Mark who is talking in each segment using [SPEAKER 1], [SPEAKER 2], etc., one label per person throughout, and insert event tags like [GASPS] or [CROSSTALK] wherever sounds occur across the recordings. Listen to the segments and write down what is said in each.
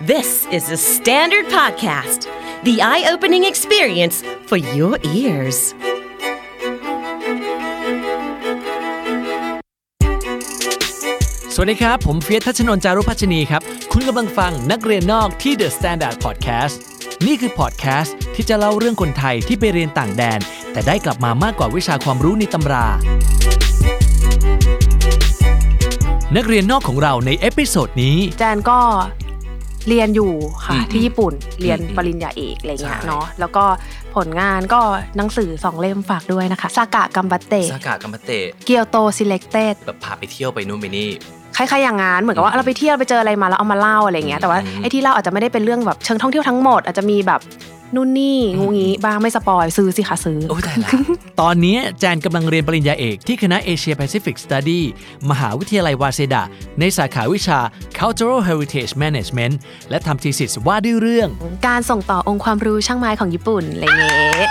[SPEAKER 1] This is the Standard Podcast, the eye opening experience for your ears.
[SPEAKER 2] สวัสดีครับ ผมเฟียสทัชนนท์จารุพัชนีครับ คุณกำลังฟังนักเรียนนอกที่ The Standard Podcast นี่คือพอดแคสต์ที่จะเล่าเรื่องคนไทยที่ไปเรียนต่างแดน แต่ได้กลับมามากกว่าวิชาความรู้ในตำรา นักเรียนนอกของเราในเอพิโซดนี้
[SPEAKER 3] แจนก็เรียนอยู่ค่ะ
[SPEAKER 2] อืม
[SPEAKER 3] ที่ญี่ปุ่นเรียน
[SPEAKER 2] อืม
[SPEAKER 3] ปริญญาเอกอะไรเงี้ย
[SPEAKER 2] ใช่
[SPEAKER 3] เนาะแล้วก็ผลงานก็หนังสือสองเล่มฝากด้วยนะคะ สากะกัมบัตเต
[SPEAKER 4] ซากะกัมพะเตะ
[SPEAKER 3] เกียวโตซิเล็กเต็ด
[SPEAKER 4] แบบพาไปเที่ยวไปนู่นไปนี่
[SPEAKER 3] คล้ายๆอย่างงานเหมือนกับว่าเราไปเที่ยวไปเจออะไรมาแล้วเอามาเล่าอะไรเงี้ยแต่ว่า
[SPEAKER 4] อืม
[SPEAKER 3] ไอ้ที่เล่าอาจจะไม่ได้เป็นเรื่องแบบเชิงท่องเที่ยวทั้งหมด อาจจะมีแบบนู่นนี่งูงี้บ้างไม่สปอยซื้อสิคะซื้อ
[SPEAKER 4] โอ้ยตายละ
[SPEAKER 2] [LAUGHS] ตอนนี้แจนกำลังเรียนปริญญาเอกที่คณะ Asia Pacific Study มหาวิทยาลัยวาเซดาในสาขาวิชา Cultural Heritage Management และทำทีสิทว่าด้วยเรื่อง
[SPEAKER 3] การส่งต่อองค์ความรู้ช่างไม้ของญี่ปุ่นอะไรเงี้ย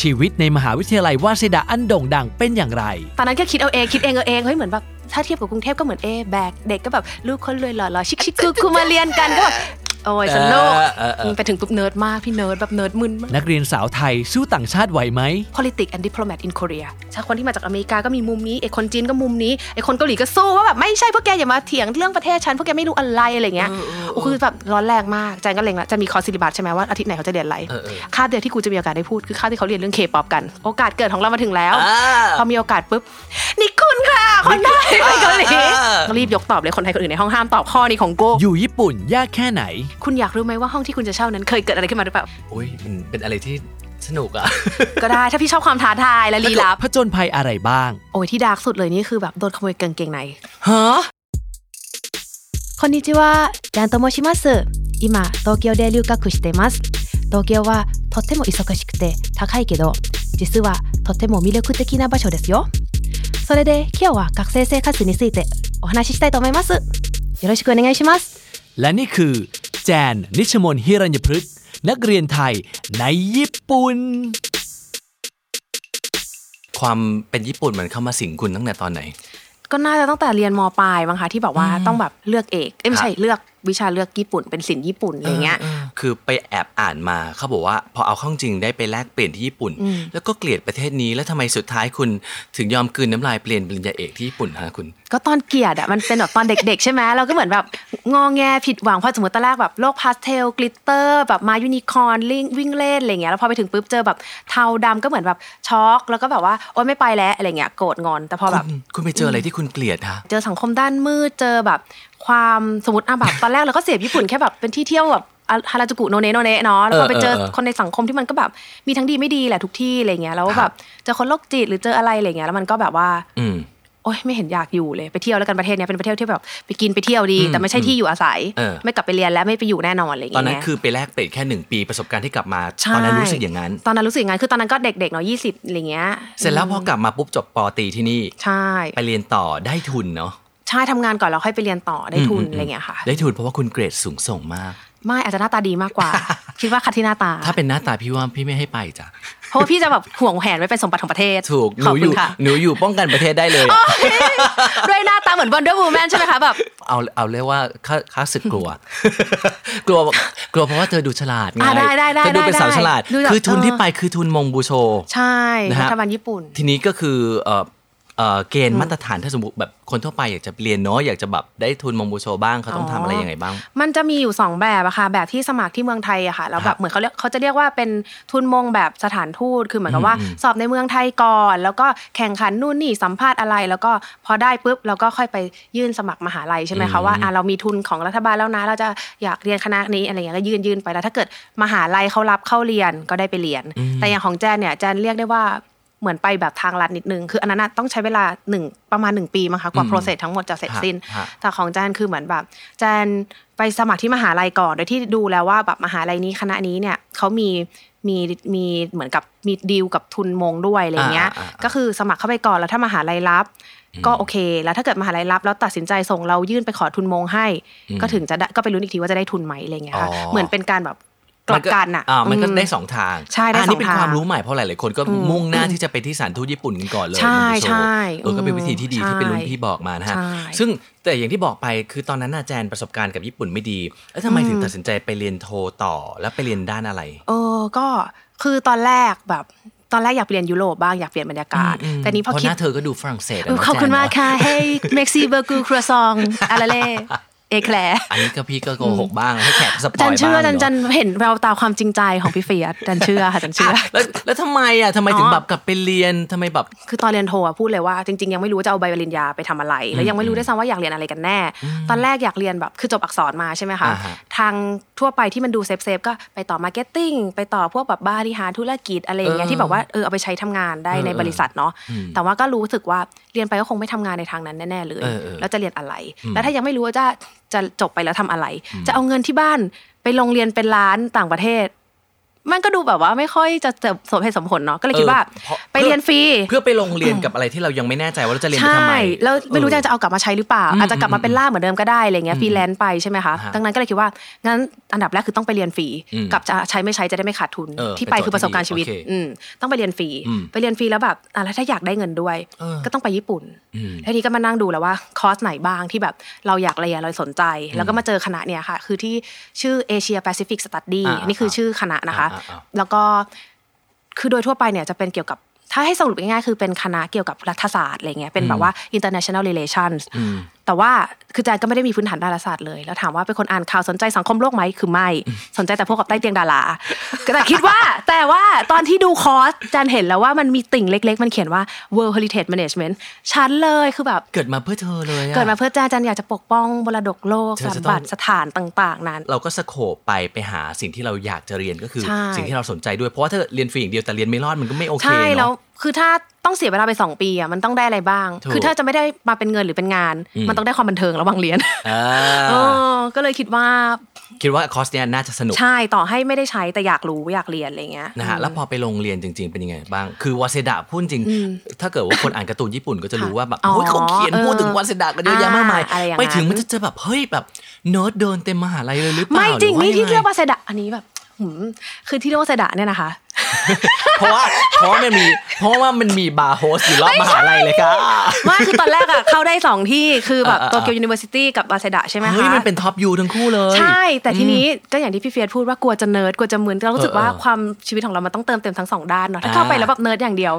[SPEAKER 2] ชีวิตในมหาวิทยาลัยวาเซดาอันโด่งดังเป็นอย่างไร
[SPEAKER 3] ตอนนั้นก็คิดเอาเองคิดเองเอาเองเฮ้ยเหมือนแบบถ้าเทียบกับกรุงเทพก็เหมือนเอะแบกเด็กก็แบบลูกคนรวยหล่อๆชิคๆคือคือมาเรียนกันก็แบบโอ้ยสนุก
[SPEAKER 4] เออเออเออ
[SPEAKER 3] ไปถึงปุ๊บเนิร์ดมาก พี่เนิร์ดแบบเนิร์ดมึนมาก
[SPEAKER 2] นักเรียนสาวไทยสู้ต่างชาติไหวไหม
[SPEAKER 3] politics and diplomat in Korea ชาวคนที่มาจากอเมริกาก็มีมุมนี้ไอคนจีนก็มุมนี้ไอคนเกาหลีก็สู้ว่าแบบไม่ใช่พวกแกอย่ามาเถียงเรื่องประเทศฉันพวกแกไม่รู้อะไรอะไรเงี้ยโอ้คือแบบร้อนแรงมากแจนก็เล็งละจะมีคอร์สซิลิบัตใช่ไหมว่าอาทิตย์ไหนเขาจะเรียนอะไร
[SPEAKER 4] เออเออ
[SPEAKER 3] คาบเดียวที่กูจะมีโอกาสได้พูดคือคาบที่เขาเรียนเรื่องเคป๊อปกัน โอกาสเกิดของเรามาถึงแล้ว
[SPEAKER 4] อ่า
[SPEAKER 3] พอมีโอกาสปุ๊บนี่คุณค่ะคนไทยไปเกาหลี
[SPEAKER 4] อ่าอ่า
[SPEAKER 3] รีบยกตอบเลยคนไทยคนอื่นในห้องห้ามตอบข้อนี้ของกู
[SPEAKER 2] อยู่ญี่ปุ่นยากแค่ไหน
[SPEAKER 3] คุณอยากรู้ไหมว่าห้องที่คุณจะเช่านั้นเคยเกิดอะไรขึ้นมาหรือเปล่า
[SPEAKER 4] โอ้ยมันเป็นอะไรที่สนุก
[SPEAKER 2] [LAUGHS]
[SPEAKER 4] อ่ะ
[SPEAKER 3] ก็ได้ถ้าพี่ชอบความท้าทายและลี้ลับ
[SPEAKER 2] ผจญภัยอะไรบ้าง
[SPEAKER 3] โอ้ยที่ดาร์กสุดเลยนี่คือแบบโดนขโมยกางเกงใน
[SPEAKER 4] ฮะ
[SPEAKER 3] こんにちはジャンと申します今東京で留学しています東京はとても忙しくて高いけど実はとても魅力的な場所ですよそれで今日は学生生活についてお話ししたいと思いますよろしくお願いします
[SPEAKER 2] และนี่คือ แจน นิชมนฮิรัญพฤกษ์นักเรียนไทยในญี่ปุ่น
[SPEAKER 4] ความเป็นญี่ปุ่นมันเข้ามาสิงคุณตั้งแต่ตอนไหน
[SPEAKER 3] ก็น่าจะตั้งแต่เรียนมปลายมั้งคะที่แบบว่าต้องแบบเลือกเอกเอ้ยไม่ใช่เลือกวิชาเลือกญี่ปุ่นเป็นศิลป์ญี่ปุ่นอะไรเงี้ย
[SPEAKER 4] คือไปแอบอ่านมาเขาบอกว่า พอเอาเข้าจริงได้ไปแลกเปลี่ยนที่ญี่ปุ่น
[SPEAKER 3] อืม
[SPEAKER 4] แล้วก็เกลียดประเทศนี้แล้วทำไมสุดท้ายคุณ ถึงยอมกลืนน้ำลายเปลี่ยนปริญญาเอกที่ญี่ปุ่นฮะคุณ
[SPEAKER 3] ก็ตอนเกลียดอะมันเป็นแบบตอนเด็กๆ ใช่ไหมเราก็เหมือนแบบงอแงผิดหวังเพราะสมมติตอนแรกแบบโลกพาสเทลกลิตเตอร์แบบมายูนิคอร์นลิงวิ่งเล่นอะไรเงี้ยแล้วพอไปถึงปุ๊บเจอแบบเทาดำก็เหมือนแบบช็อกแล้วก็แบบว่าโอ๊ยไม่ไปแล้วอะไรเงี้ยโกรธงอนแต่พอแบบ
[SPEAKER 4] คุณไปเจออะไรที่คุณเกลียดฮะ
[SPEAKER 3] เจอสังคมด้านมืดเจอแบบความสมมติอ่ะแบบตอนแรกเราก็เสพญี่ปุ่นแค่แบบเป็นที่เที่ยวแบบอ่ะฮาราจูกุโนเนะโนเนะเนาะแล้วพอไปเจอ
[SPEAKER 4] เออเออเออ
[SPEAKER 3] คนในสังคมที่มันก็แบบมีทั้งดีไม่ดีแหละทุกที่อะไรเงี้ยแล้ว
[SPEAKER 4] ค
[SPEAKER 3] แบ
[SPEAKER 4] รั
[SPEAKER 3] บบ เจอคนโรคจิตหรือเจออะไรอะไรเงี้ยแล้วมันก็แบบว่า
[SPEAKER 4] อืม
[SPEAKER 3] โอ๊ยไม่เห็นอยากอยู่เลยไปเที่ยวแล้วกันประเทศเนี้ยเป็นประเทศที่แบบไปกินไปเที่ยวดี แต่ไม่ใช่ที่อยู่อาศัย
[SPEAKER 4] เออ
[SPEAKER 3] ไม่กลับไปเรียนแล้วไม่ไปอยู่แน่นอนอะไรอย่าง
[SPEAKER 4] ตอน
[SPEAKER 3] เงี้ย
[SPEAKER 4] นั้นคือไปแลกเปลี่ยนแค่หนึ่งปีประสบการณ์ที่กลับมา
[SPEAKER 3] ใช่
[SPEAKER 4] ตอนนั้นรู้สึกอย่างนั้น
[SPEAKER 3] ตอนนั้นรู้สึกอย่างนั้นคือตอนนั้นก็เด็กๆเนาะยี่สิบอะไรเงี้ย
[SPEAKER 4] เสร็จแล้วพอกลับมาปุ๊บจบปอตรีที่นี่
[SPEAKER 3] ใช่
[SPEAKER 4] ไปเรียนต่อได้ทุนเนาะ
[SPEAKER 3] ใช่ทำงานก่อนแล้วค่อยไปเรียนต่อได้ทุน
[SPEAKER 4] อืมอืม
[SPEAKER 3] อะไรเงี้ยค่ะ
[SPEAKER 4] ได้ทุนเพราะว่าคุณเกรดสูงส่งมาก
[SPEAKER 3] ไม่อาจจะหน้าตาดีมาก
[SPEAKER 4] [LAUGHS]
[SPEAKER 3] กว่า คิดว่าคัดที่หน้าตา
[SPEAKER 4] ถ้าเป็นหน้าตาพี่ว่าพี่ไม่ให้ไปจ้ะ
[SPEAKER 3] เพราะว่าพี่จะแบบห่วงแหนไว้เป็นสมบัติของประเทศ
[SPEAKER 4] ถูก ห
[SPEAKER 3] ข
[SPEAKER 4] นู
[SPEAKER 3] อ
[SPEAKER 4] อ
[SPEAKER 3] บคุ
[SPEAKER 4] ยู่
[SPEAKER 3] ณค่ะ
[SPEAKER 4] หนูอยู่ป้องกันประเทศได้เลย
[SPEAKER 3] [LAUGHS] ด้วยหน้าตาเหมือนวันด้วยบูแมนใช่ไหมคะแบบ
[SPEAKER 4] เอา เอาเรียกว่าค่าค่าศึกกลัว [LAUGHS] กลัว กลัวเพราะว่าเธอดูฉลาดไง
[SPEAKER 3] อ่ะได้ได้ได้
[SPEAKER 4] เธอดูเป็นสาว
[SPEAKER 3] ได้
[SPEAKER 4] ฉลาด
[SPEAKER 3] ดูแบบ
[SPEAKER 4] คือทุนที่
[SPEAKER 3] เ
[SPEAKER 4] ไปคือทุนมงบูโช
[SPEAKER 3] ใช่
[SPEAKER 4] นะ
[SPEAKER 3] รั
[SPEAKER 4] ฮะ
[SPEAKER 3] ฐบาลญี่ปุ่น
[SPEAKER 4] ทีนี้ก็คือเอ่อเอ่อเกณฑ์มาตรฐานถ้าสมมติแบบคนทั่วไปอยากจะเรียนเนาะอยากจะแบบได้ทุนมงบูโชบ้างเขาต้องทำอะไรยังไงบ้าง
[SPEAKER 3] มันจะมีอยู่สองแบบอะค่ะแบบที่สมัครที่เมืองไทยอะค่ะแล้วแบ
[SPEAKER 4] ครับ บ
[SPEAKER 3] เหมือนเขาเรียกเขาจะเรียกว่าเป็นทุนมงแบบสถานทูตคือเหมือนกับว่า
[SPEAKER 4] อืมอืม
[SPEAKER 3] สอบในเมืองไทยก่อน แล้วก็แข่งขันนู่นนี่สัมภาษณ์อะไร แล้วก็พอได้ปุ๊บเราก็ค่อยไปยื่นสมัครมหาลัยใช่ไหมคะ
[SPEAKER 4] อืม
[SPEAKER 3] ว่าอ่ะเรามีทุนของรัฐบาลแล้วนะ เราจะอยากเรียนคณะนี้อะไรเงี้ยก็ยื่นยื่นไปแล้ว ถ้าเกิดมหาลัยเขารับเข้าเรียนก็ได้ไปเรียน
[SPEAKER 4] อืม
[SPEAKER 3] แต่อย่างของแจนเนี่ยแจนเรียกได้ว่าเหมือนไปแบบทางลัดนิดนึงคืออันนั้นนะต้องใช้เวลาหนึ่งประมาณหนึ่งปีมั้งคะกว่าโปรเซสทั้งหมดจะเสร็จสิ้น
[SPEAKER 4] ฮะ
[SPEAKER 3] แต่ของแจนคือเหมือนแบบแจนไปสมัครที่มหาลัยก่อนโดยที่ดูแล้วว่าแบบมหาลัยนี้คณะนี้เนี่ยเขามีมีมีเหมือนกับมีดีลกับทุนมงด้วยอะไรเงี้ย
[SPEAKER 4] อ่าอ่าอ่า
[SPEAKER 3] ก็คือสมัครเข้าไปก่อนแล้วถ้ามหาลัยรับ ก็โอเค แล้วถ้าเกิดมหาลัยรับแล้วตัดสินใจส่งเรายื่นไปขอทุนมงให้
[SPEAKER 4] อืม
[SPEAKER 3] ก็ถึงจะได้ก็ไปรู้นอีกทีว่าจะได้ทุนไหมอะไรเงี้ยค่ะ
[SPEAKER 4] อ๋อ
[SPEAKER 3] เหมือนเป็นการแบบ กลับกันอ่ะ
[SPEAKER 4] อ่ามันก็
[SPEAKER 3] อื
[SPEAKER 4] ได้สองทาง
[SPEAKER 3] ใช่ได้
[SPEAKER 4] อันนี้เป็
[SPEAKER 3] สอน งทาง
[SPEAKER 4] ความรู้ใหม่เพราะหลายๆคนก็
[SPEAKER 3] อืม
[SPEAKER 4] มุ่งหน้าที่จะไปที่สถานทูตญี่ปุ่นกันก่อนเลย
[SPEAKER 3] ใช่
[SPEAKER 4] มันเป็นโว์
[SPEAKER 3] ใช่
[SPEAKER 4] เออก็เป็น
[SPEAKER 3] อืม
[SPEAKER 4] วิธีที่ดี
[SPEAKER 3] ใช่
[SPEAKER 4] ที่เป็นรุ่นพี่บอกมานะฮะ
[SPEAKER 3] ใช่
[SPEAKER 4] ซึ่งแต่อย่างที่บอกไปคือตอนนั้นน่ะแจนประสบการณ์กับญี่ปุ่นไม่ดีแล้วทำไม
[SPEAKER 3] อืม
[SPEAKER 4] ถึงตัดสินใจไปเรียนโทต่อแล้วไปเรียนด้านอะไร
[SPEAKER 3] เออก็คือตอนแรกแบบตอนแรกอยากไปเรียนยุโรปบ้างอยากเปลี่ยนบรรยากาศ
[SPEAKER 4] อืม
[SPEAKER 3] แต่นี้พอ
[SPEAKER 4] เพราะ
[SPEAKER 3] คิ
[SPEAKER 4] ห
[SPEAKER 3] ด
[SPEAKER 4] น้าเธอก็ดูฝรั่งเศสะ
[SPEAKER 3] เออ
[SPEAKER 4] น้ง
[SPEAKER 3] ขอบคุณ
[SPEAKER 4] แจนเน
[SPEAKER 3] มากค่ะเฮ้ยเม็กซี่เบอร์กูครัวซองอาราเล่เอแคลร์
[SPEAKER 4] อันนี้ก็พี่ก็โกหกบ้างให้แขกสปอย [LAUGHS]
[SPEAKER 3] จั
[SPEAKER 4] บ้าง
[SPEAKER 3] นเชื่อจันจั
[SPEAKER 4] เะ
[SPEAKER 3] นเห็นแววตาความจริงใจของพี่เฟียสจันเชื่อค่ะจันเชื่อ
[SPEAKER 4] แล้วแล้วทำไมอ่ะทำไมถึงแบบกลับไปเรียนทำไมแบบ
[SPEAKER 3] คือตอนเรียนโทอะพูดเลยว่าจริงๆ ยังไม่รู้ว่าจะเอาใบปริญญาไปทำอะไร แล้วยังไม่รู้ด้วยซ้ำว่าอยากเรียนอะไรกันแน่ ตอนแรกอยากเรียนแบบคือจบอักษรมาใช่ไหมคะ
[SPEAKER 4] อ่าฮะ
[SPEAKER 3] ทางทั่วไปที่มันดูเซฟเซฟๆก็ไปต่อมาร์เก็ตติ้งไปต่อพวกแบบบริหารธุรกิจอะไรอย่างเงี้ย
[SPEAKER 4] เออ
[SPEAKER 3] ที่แบบว่าเออเอาไปใช้ทำงานได้
[SPEAKER 4] เออ
[SPEAKER 3] ในบริษัทเนาะ
[SPEAKER 4] อืม
[SPEAKER 3] แต่ว่าก็รู้สึกว่าเรียนไปก็คงไม่ทำงานในทางนั้นแน่ๆเลย
[SPEAKER 4] เออเออ
[SPEAKER 3] แล้วจะเรียนอะไร
[SPEAKER 4] อืม
[SPEAKER 3] แล้วถ้ายังไม่รู้ว่าจะจะจบไปแล้วทำอะไร จะเอาเงินที่บ้านไปลงเรียนเป็นร้านต่างประเทศ มันก็ดูแบบว่าไม่ค่อยจะสมเหตุสมผลเนาะก็เลยคิดว่า
[SPEAKER 4] เออเพราะ
[SPEAKER 3] ไปเรียนฟรี
[SPEAKER 4] เพื่อไปโรงเรียนกับอะไรที่เรายังไม่แน่ใจว่าเราจะเรียนไป
[SPEAKER 3] ใช่
[SPEAKER 4] ทำไม
[SPEAKER 3] แล้วไม่รู้จะเอากลับมาใช้หรือเปล่า อาจจะกลับมาเป็นล่ามเหมือนเดิมก็ได้อะไรเงี้ยฟรีแลนซ์ไปใช่ไหมคะ
[SPEAKER 4] ฮะ
[SPEAKER 3] ดังนั้นก็เลยคิดว่างั้นอันดับแรกคือต้องไปเรียนฟรี
[SPEAKER 4] อืม
[SPEAKER 3] กับจะใช้ไม่ใช้จะได้ไม่ขาดทุน
[SPEAKER 4] เออ
[SPEAKER 3] ที่ไป
[SPEAKER 4] เป็นโจทย์
[SPEAKER 3] คือประสบการณ์ชีวิต
[SPEAKER 4] ที่ดีโอเค
[SPEAKER 3] อืมต้องไปเรียนฟรี
[SPEAKER 4] อืม
[SPEAKER 3] ไปเรียนฟรีแล้วแบบอ่ะแล้วถ้าอยากได้เงินด้วย
[SPEAKER 4] เออ
[SPEAKER 3] ก็ต้องไปญี่ปุ่น
[SPEAKER 4] อืม
[SPEAKER 3] ทีนี้ก็มานั่งดูแล้วว่าคอร์สไหนบ้างที่แบบเราอยากเรียนเราสนใจ แล้วก็มาเจอคณะเนี่ยค่ะ คือที่ชื่อ Asia Pacific Study
[SPEAKER 4] อ่า
[SPEAKER 3] นี่คือชื่อคณะนะคะ
[SPEAKER 4] อ่าอ่าอ่า
[SPEAKER 3] แล้วก็คือโดยทั่วไปเนี่ยจะเป็นเกี่ยวกับ ถ้าให้สรุปง่ายๆคือเป็นคณะเกี่ยวกับรัฐศาสตร์อะไรเงี้ยเป็นแบบว่า international relations
[SPEAKER 4] อืม
[SPEAKER 3] แต่ว่าคือแจนก็ไม่ได้มีพื้นฐานดาราศาสตร์เลย แล้วถามว่าเป็นคนอ่านข่าวสนใจสังคมโลกไหมคือไม่ สนใจแต่พวกกับใต้เตียงดารา แต่คิดว่า แต่ว่าตอนที่ดูคอร์สแจนเห็นแล้วว่ามันมีติ่งเล็ก ๆ มันเขียนว่า world heritage management ฉันเลยคือแบบ
[SPEAKER 4] เกิดมาเพื่อเธอเลยอะ
[SPEAKER 3] เกิดมาเพื่อแจนแจนอยากจะปกป้องมรดกโลก
[SPEAKER 4] เธอ
[SPEAKER 3] สม
[SPEAKER 4] จะต้อง
[SPEAKER 3] บัติสถานต่าง ๆ นั้น
[SPEAKER 4] เราก็สโคปไปไปหาสิ่งที่เราอยากจะเรียนก็คือ
[SPEAKER 3] ใช่
[SPEAKER 4] สิ่งที่เราสนใจด้วยเพราะว่าถ้าเรียนฟรีอย่างเดียวแต่เรียนไม่รอดมันก็ไม่โอเค
[SPEAKER 3] ใช่แล้
[SPEAKER 4] เนาะ
[SPEAKER 3] วคือถ้าต้องเสียเวลาไป 2 ปีอ่ะมันต้องได้อะไรบ้าง
[SPEAKER 4] ถูก
[SPEAKER 3] คือถ้าจะไม่ได้มาเป็นเงินหรือเป็นงาน
[SPEAKER 4] อืม
[SPEAKER 3] มันต้องได้ความบันเทิงระหว่างเรียน
[SPEAKER 4] อ่า
[SPEAKER 3] เออก็เลยคิดว่า
[SPEAKER 4] คิดว่าคอร์สเนี้ยน่าจะสนุก
[SPEAKER 3] ใช่ต่อให้ไม่ได้ใช้แต่อยากรู้อยากเรียนอะไรเงี้ย
[SPEAKER 4] นะฮะแล้วพอไปโรงเรียนจริง ๆเป็นยังไงบ้าง คือวาเซดะพูดจริง ถ้าเกิดว่าคนอ่านการ์ตูนญี่ปุ่นก็จะรู้ว่าแบบ
[SPEAKER 3] อ๋อ
[SPEAKER 4] โอ้ยเขาเขียน
[SPEAKER 3] เออ
[SPEAKER 4] พูดถึงวาเซดะกันเยอะแยะมากมาย
[SPEAKER 3] อะไรอย่างนั้น
[SPEAKER 4] ไปถึงมันจะเจอแบบเฮ้ยแบบเนิร์ดเดินเต็มมหาลัยเลยหรือเปล่า
[SPEAKER 3] ไม่จริง
[SPEAKER 4] หอ
[SPEAKER 3] นี่ที่
[SPEAKER 4] ไ
[SPEAKER 3] เรียกว่าเซดะอันนี้แบบหืมคือที่เรียกว่าเซดะเนี่ยนะคะ
[SPEAKER 4] เพราะว่าเพราะว่ามันมีเพราะว่ามันมีบาร์โฮสอยู่รอบมหาลัยเลยค่ะ
[SPEAKER 3] ไม่คือตอนแรกอะเข้าได้สองที่คือแบบโตเกียวยูนิเวอร์ซิตี้กับบาเซดะใช่ไหมคะ
[SPEAKER 4] เฮ้ยมันเป็นท็อปยูทั้งคู่เลย
[SPEAKER 3] ใช่ แต่ทีนี้ก็อย่างที่พี่เฟียสพูดว่ากลัวจะเนิร์ดกลัวจะมึนเรารู้สึกว่า
[SPEAKER 4] เออเออ
[SPEAKER 3] ความชีวิตของเรามันต้องเติมเต็มทั้งสองด้านเนาะถ้าเข้าไป
[SPEAKER 4] อ่า
[SPEAKER 3] แล้วแบบเนิร์ดอย่างเดียว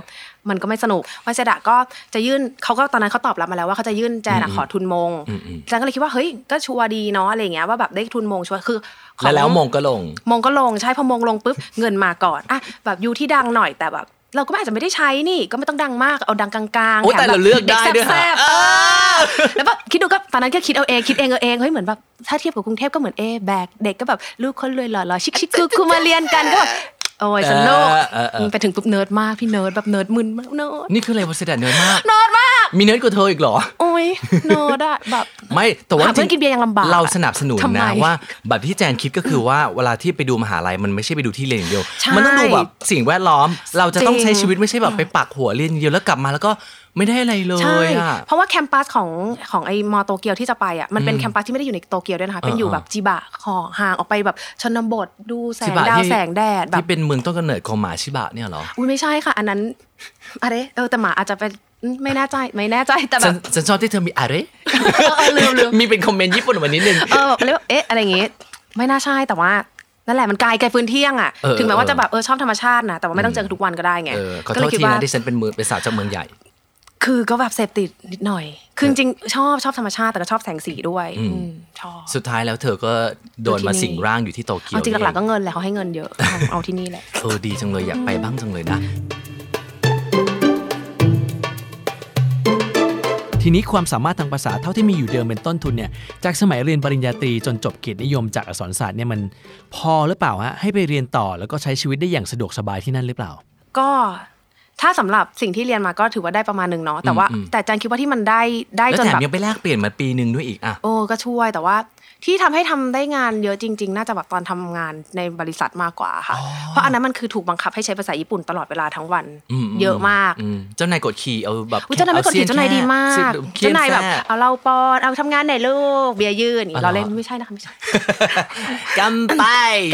[SPEAKER 3] มันก็ไม่สนุกวัชดะก็จะยื่นเขาก็ตอนนั้นเขาตอบรับมาแล้วว่าเขาจะยื่นแจนอะขอทุนมง
[SPEAKER 4] อืมอืม
[SPEAKER 3] แจนก็เลยคิดว่าเฮ้ยก็ชัวร์ดีเนาะอะไรอย่างเงี้ยว่าแบบได้ทุนมงชัวร์คือของ
[SPEAKER 4] แล้วแล้วมงก็ลง
[SPEAKER 3] มงก็ลงใช่พอมงลงปุ๊บ เงินมาก่อนอ่ะแบบยูที่ดังหน่อยแต่แบบ เราก็อาจจะไม่ได้ใช้นี่ก็ไม่ต้องดังมากเอาดังกลางๆ
[SPEAKER 4] โอ้ยแต่
[SPEAKER 3] บบ
[SPEAKER 4] เราเลือกได้ด้วย
[SPEAKER 3] แซ่บๆ
[SPEAKER 4] ฮะ
[SPEAKER 3] เออแล้วแบบคิดดูก็ตอนนั้นก็คิดเอาเองคิดเองเอาเองเฮ้ยเหมือนแบบถ้าเทียบกับกรุงเทพก็เหมือนเอแบกเด็กก็แบบลูกคนรวยหล่อๆชิค
[SPEAKER 4] [LAUGHS]
[SPEAKER 3] ๆคือคือมาเรียนกันก็แบบโอ้ยสนุก
[SPEAKER 4] เออเออเออ
[SPEAKER 3] ไปถึงปุ๊บเนิร์ดมากพี่เนิร์ดแบบเนิร์ดมึนมากเนิร์ด
[SPEAKER 4] นี่คืออะไรวะเสด็จเนิร์ดมาก
[SPEAKER 3] เนิร์ดมาก
[SPEAKER 4] มีเนิร์ดกว่าเธออีกเหรอ
[SPEAKER 3] โอ้ยเนิร์ดอะ
[SPEAKER 4] [LAUGHS]
[SPEAKER 3] แบบ
[SPEAKER 4] ไม่แต่ว่า
[SPEAKER 3] หาเพื่อนกินเบียร์ยังลำบากอะ
[SPEAKER 4] เราสนับสนุน
[SPEAKER 3] ทำไม
[SPEAKER 4] นะว่าแบบที่แจนคิดก็คือว่าเวลาที่ไปดูมหาลัยมันไม่ใช่ไปดูที่เรียนอย่างเดียว
[SPEAKER 3] ใช่
[SPEAKER 4] มันต้องดูแบบสิ่งแวดล้อม เราจะต้อง
[SPEAKER 3] จริง
[SPEAKER 4] ใช้ชีวิตไม่ใช่แบบไปปักหัวเรียนอย่างเดียวแล้วกลับมาแล้วก็ไม่ได้อะไรเล
[SPEAKER 3] ใช่
[SPEAKER 4] ยอะ
[SPEAKER 3] เพราะว่าแคมปัสของของไอ้มอโตเกียวที่จะไปอ่ะ มันเป็นแคมปัสที่ไม่ได้อยู่ในโตเกียวด้วยนะคะ เป็นอยู่แบบจิบะของห่างออกไปแบบชนบทดูแส
[SPEAKER 4] จิ
[SPEAKER 3] ง
[SPEAKER 4] บะ
[SPEAKER 3] ดา
[SPEAKER 4] ที่
[SPEAKER 3] วแสงแดดแบบ
[SPEAKER 4] ที่เป็นเมืองต้นกำเนิดของหมาชิบะเนี่ยเหรอ
[SPEAKER 3] อุ้ยไม่ใช่ค่ะ อันนั้น [LAUGHS] อะไร เออแต่หมาอาจจะเป็นอืมไม่แน่ใจไม่แน่ใจแต่แบ
[SPEAKER 4] ฉัน
[SPEAKER 3] บ
[SPEAKER 4] ฉันชอบที่เธอมีอะไร
[SPEAKER 3] เออเออลืมลืม
[SPEAKER 4] มีเป็นคอมเมนต์ญี่ปุ่นมานิดนึง
[SPEAKER 3] เออเรียกว่าเอ๊ะอะไรอย่างงี้ ไม่น่าใช่แต่ว่านั่นแหละมันไกลไกลฟื้นเที่ยงอ่ะ
[SPEAKER 4] เออ
[SPEAKER 3] ถึงแม้ว่าจะ
[SPEAKER 4] เออ
[SPEAKER 3] แบบเออชอบธรรมชาตินะแต่ว่าไม่ต้องเจอกันทุกวันก็ได้ไง
[SPEAKER 4] เออขอ
[SPEAKER 3] ก็
[SPEAKER 4] โท
[SPEAKER 3] เลย
[SPEAKER 4] ษ
[SPEAKER 3] คิด
[SPEAKER 4] ที
[SPEAKER 3] ว่า
[SPEAKER 4] นะที่ฉันเป็นมือเป็นสาวจากเมืองใหญ่
[SPEAKER 3] คือก็แบบเสพติดนิดหน่อยคือจริงๆชอบชอบธรรมชาติแต่ก็ชอบแสงสีด้วย
[SPEAKER 4] อืม
[SPEAKER 3] อืมชอบ
[SPEAKER 4] สุดท้ายแล้วเธอก็โดนมา
[SPEAKER 3] อยู่ที่นี่
[SPEAKER 4] สิงร่างอยู่ที่โตเกียว
[SPEAKER 3] เอาจริงห
[SPEAKER 4] นี่
[SPEAKER 3] ลักๆ
[SPEAKER 4] เอ
[SPEAKER 3] ก็เงินแหละเขาให้เงินเยอะเอาเอาที่นี่แหละ
[SPEAKER 4] เออดีจังเลยอยากไปบ้างจังเลยนะ
[SPEAKER 2] ทีนี้ความสามารถทางภาษาเท่าที่มีอยู่เดิมเป็นต้นทุนเนี่ยจากสมัยเรียนปริญญาตรีจนจบเกียรตินิยมจากอักษรศาสตร์เนี่ยมันพอหรือเปล่าฮะให้ไปเรียนต่อแล้วก็ใช้ชีวิตได้อย่างสะดวกสบายที่นั่นหรือเปล่า
[SPEAKER 3] ก็ ถ้าสำหรับสิ่งที่เรียนมาก็ถือว่าได้ประมาณหนึ่งเนาะแต่ว่า
[SPEAKER 4] อืมอืม
[SPEAKER 3] แต่อาจารย์คิดว่าที่มันได้ได้
[SPEAKER 4] แล้ว
[SPEAKER 3] จน
[SPEAKER 4] แถม
[SPEAKER 3] แบบ
[SPEAKER 4] ยังไปแลกเปลี่ยนมาปีหนึ่งด้วยอีกอ่ะ
[SPEAKER 3] โอ้ก็ช่วยแต่ว่าที่ทำให้ทำได้งานเยอะจริง ๆ น่าจะแบบตอนทำงานในบริษัทมากกว่าค่ะ เพราะอันนั้นมันคือถูกบังคับให้ใช้ภาษาญี่ปุ่นตลอดเวลาทั้งวัน
[SPEAKER 4] อืม
[SPEAKER 3] เยอะมาก
[SPEAKER 4] อืเจ้านายกดขี่เอาแบบ
[SPEAKER 3] อุยเจ้านายไม่กดขี่
[SPEAKER 4] อ
[SPEAKER 3] เจ้านายดีมาก
[SPEAKER 4] เสี้
[SPEAKER 3] เจ้านายแบบ
[SPEAKER 4] เสี้
[SPEAKER 3] เอาเราปอนเอาทำงานไหนลูกเบียร์ยืนอย่าง
[SPEAKER 4] อ๋
[SPEAKER 3] งี้
[SPEAKER 4] อเหรอ
[SPEAKER 3] เราเล่นไม่ใช่นะคะไม่ใช่
[SPEAKER 4] กำไป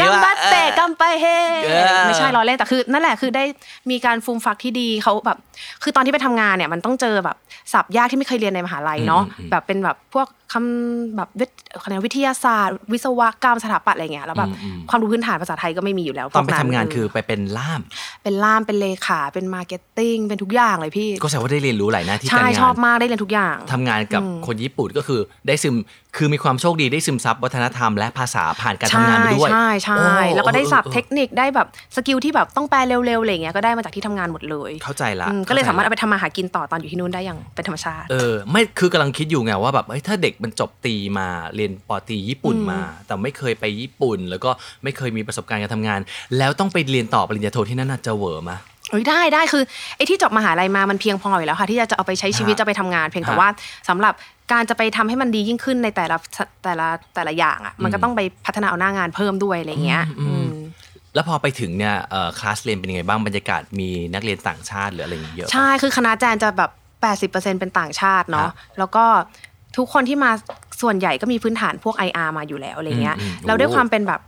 [SPEAKER 3] กัมบัตเตะ
[SPEAKER 4] ออ
[SPEAKER 3] กัมไปเฮ
[SPEAKER 4] เออ
[SPEAKER 3] ไม่ใช่เราเล่นแต่คือ นั่นแหละคือได้มีการฟูมฟักที่ดีเขาแบบ คือตอนที่ไปทำงานเนี่ยมันต้องเจอแบบศัพท์ยากที่ไม่เคยเรียนในมหาลัยเนาะแบบเป็นแบบพวกคำแบบวิทย์คณะวิทยาศาสตร์ วิศวกรรมสถาปัตย์อะไรเงี้ยแล้วแบบ ความรู้พื้นฐานภาษาไทยก็ไม่มีอยู่แล้ว
[SPEAKER 4] ตอนไปทำงาน
[SPEAKER 3] พวก
[SPEAKER 4] คือไปเป็นล่าม
[SPEAKER 3] เป็นล่ามเป็นเลขาเป็นมาร์เก็ตติ้งเป็นทุกอย่างเลยพี่
[SPEAKER 4] ก็แสดงว่าได้เรียนรู้หลายหน้าที่การ
[SPEAKER 3] ใช่
[SPEAKER 4] งาน
[SPEAKER 3] ชอบมากได้เรียนทุกอย่าง
[SPEAKER 4] ทำงานกับคนญี่ปุ่นก็คือได้ซึมคือมีความโชคดีได้ซึมซับวัฒนธรรมและภาษาผ่านการทำงานไปด้วย
[SPEAKER 3] ใช่ใช่
[SPEAKER 4] โอ้
[SPEAKER 3] ใช่แล้วก็ได้ศัพท์
[SPEAKER 4] ออ
[SPEAKER 3] เทคนิคได้แบบสกิลที่แบบต้องแปลเร็วๆอะไรอย่างเงี้ยก็ได้มาจากที่ทำงานหมดเลย
[SPEAKER 4] เข้าใจละ
[SPEAKER 3] อืมก็เลยสามารถเอาไปทำมาหากินต่อตอนอยู่ที่นู่นได้อย่างเป็นธรรมชาติ
[SPEAKER 4] เออไม่คือกำลังคิดอยู่ไงว่าแบบเอ้ยถ้าเด็กมันจบตรีมาเรียนปอตรีญี่ปุ่นมา แต่ไม่เคยไปญี่ปุ่น แล้วก็ไม่เคยมีประสบการณ์การทำงาน แล้วต้องไปเรียนต่อปริญญาโทที่นั่นน่ะจะเหวอร์มะ
[SPEAKER 3] เอ้ยได้ได้คือไอ้ที่จบมหาลัยมามันเพียงพออยู่แล้วค่ะที่จะจะเอาไปใช้ชีวิต
[SPEAKER 4] ฮะ
[SPEAKER 3] จะไปทำงาน เพียงแต่
[SPEAKER 4] ฮะ
[SPEAKER 3] ว่าสำหรับการจะไปทำให้มันดียิ่งขึ้นในแต่ละแต่ละแต่ละอย่างอ่ะมันก็
[SPEAKER 4] อืม
[SPEAKER 3] ต้องไปพัฒนาเอาหน้างานเพิ่มด้วยอะไรอย่างเงี้ยอืม
[SPEAKER 4] แล้วพอไปถึงเนี่ยเอ่อคลาสเรียนเป็นยังไงบ้างบรรยากาศมีนักเรียนต่างชาติหรืออะไรอย่างเงี้ยเยอะปะ
[SPEAKER 3] ใช่คือคณะอาจารย์จะแบบ 80%เป็นต่างชาติเนาะ
[SPEAKER 4] ฮะ
[SPEAKER 3] แล้วก็ทุกคนที่มาส่วนใหญ่ก็มีพื้นฐานพวก IR มาอยู่แล้วอะไรเงี้ย
[SPEAKER 4] อืมอืม
[SPEAKER 3] แล้วด้วย
[SPEAKER 4] โอ้
[SPEAKER 3] ความเป็นแบบ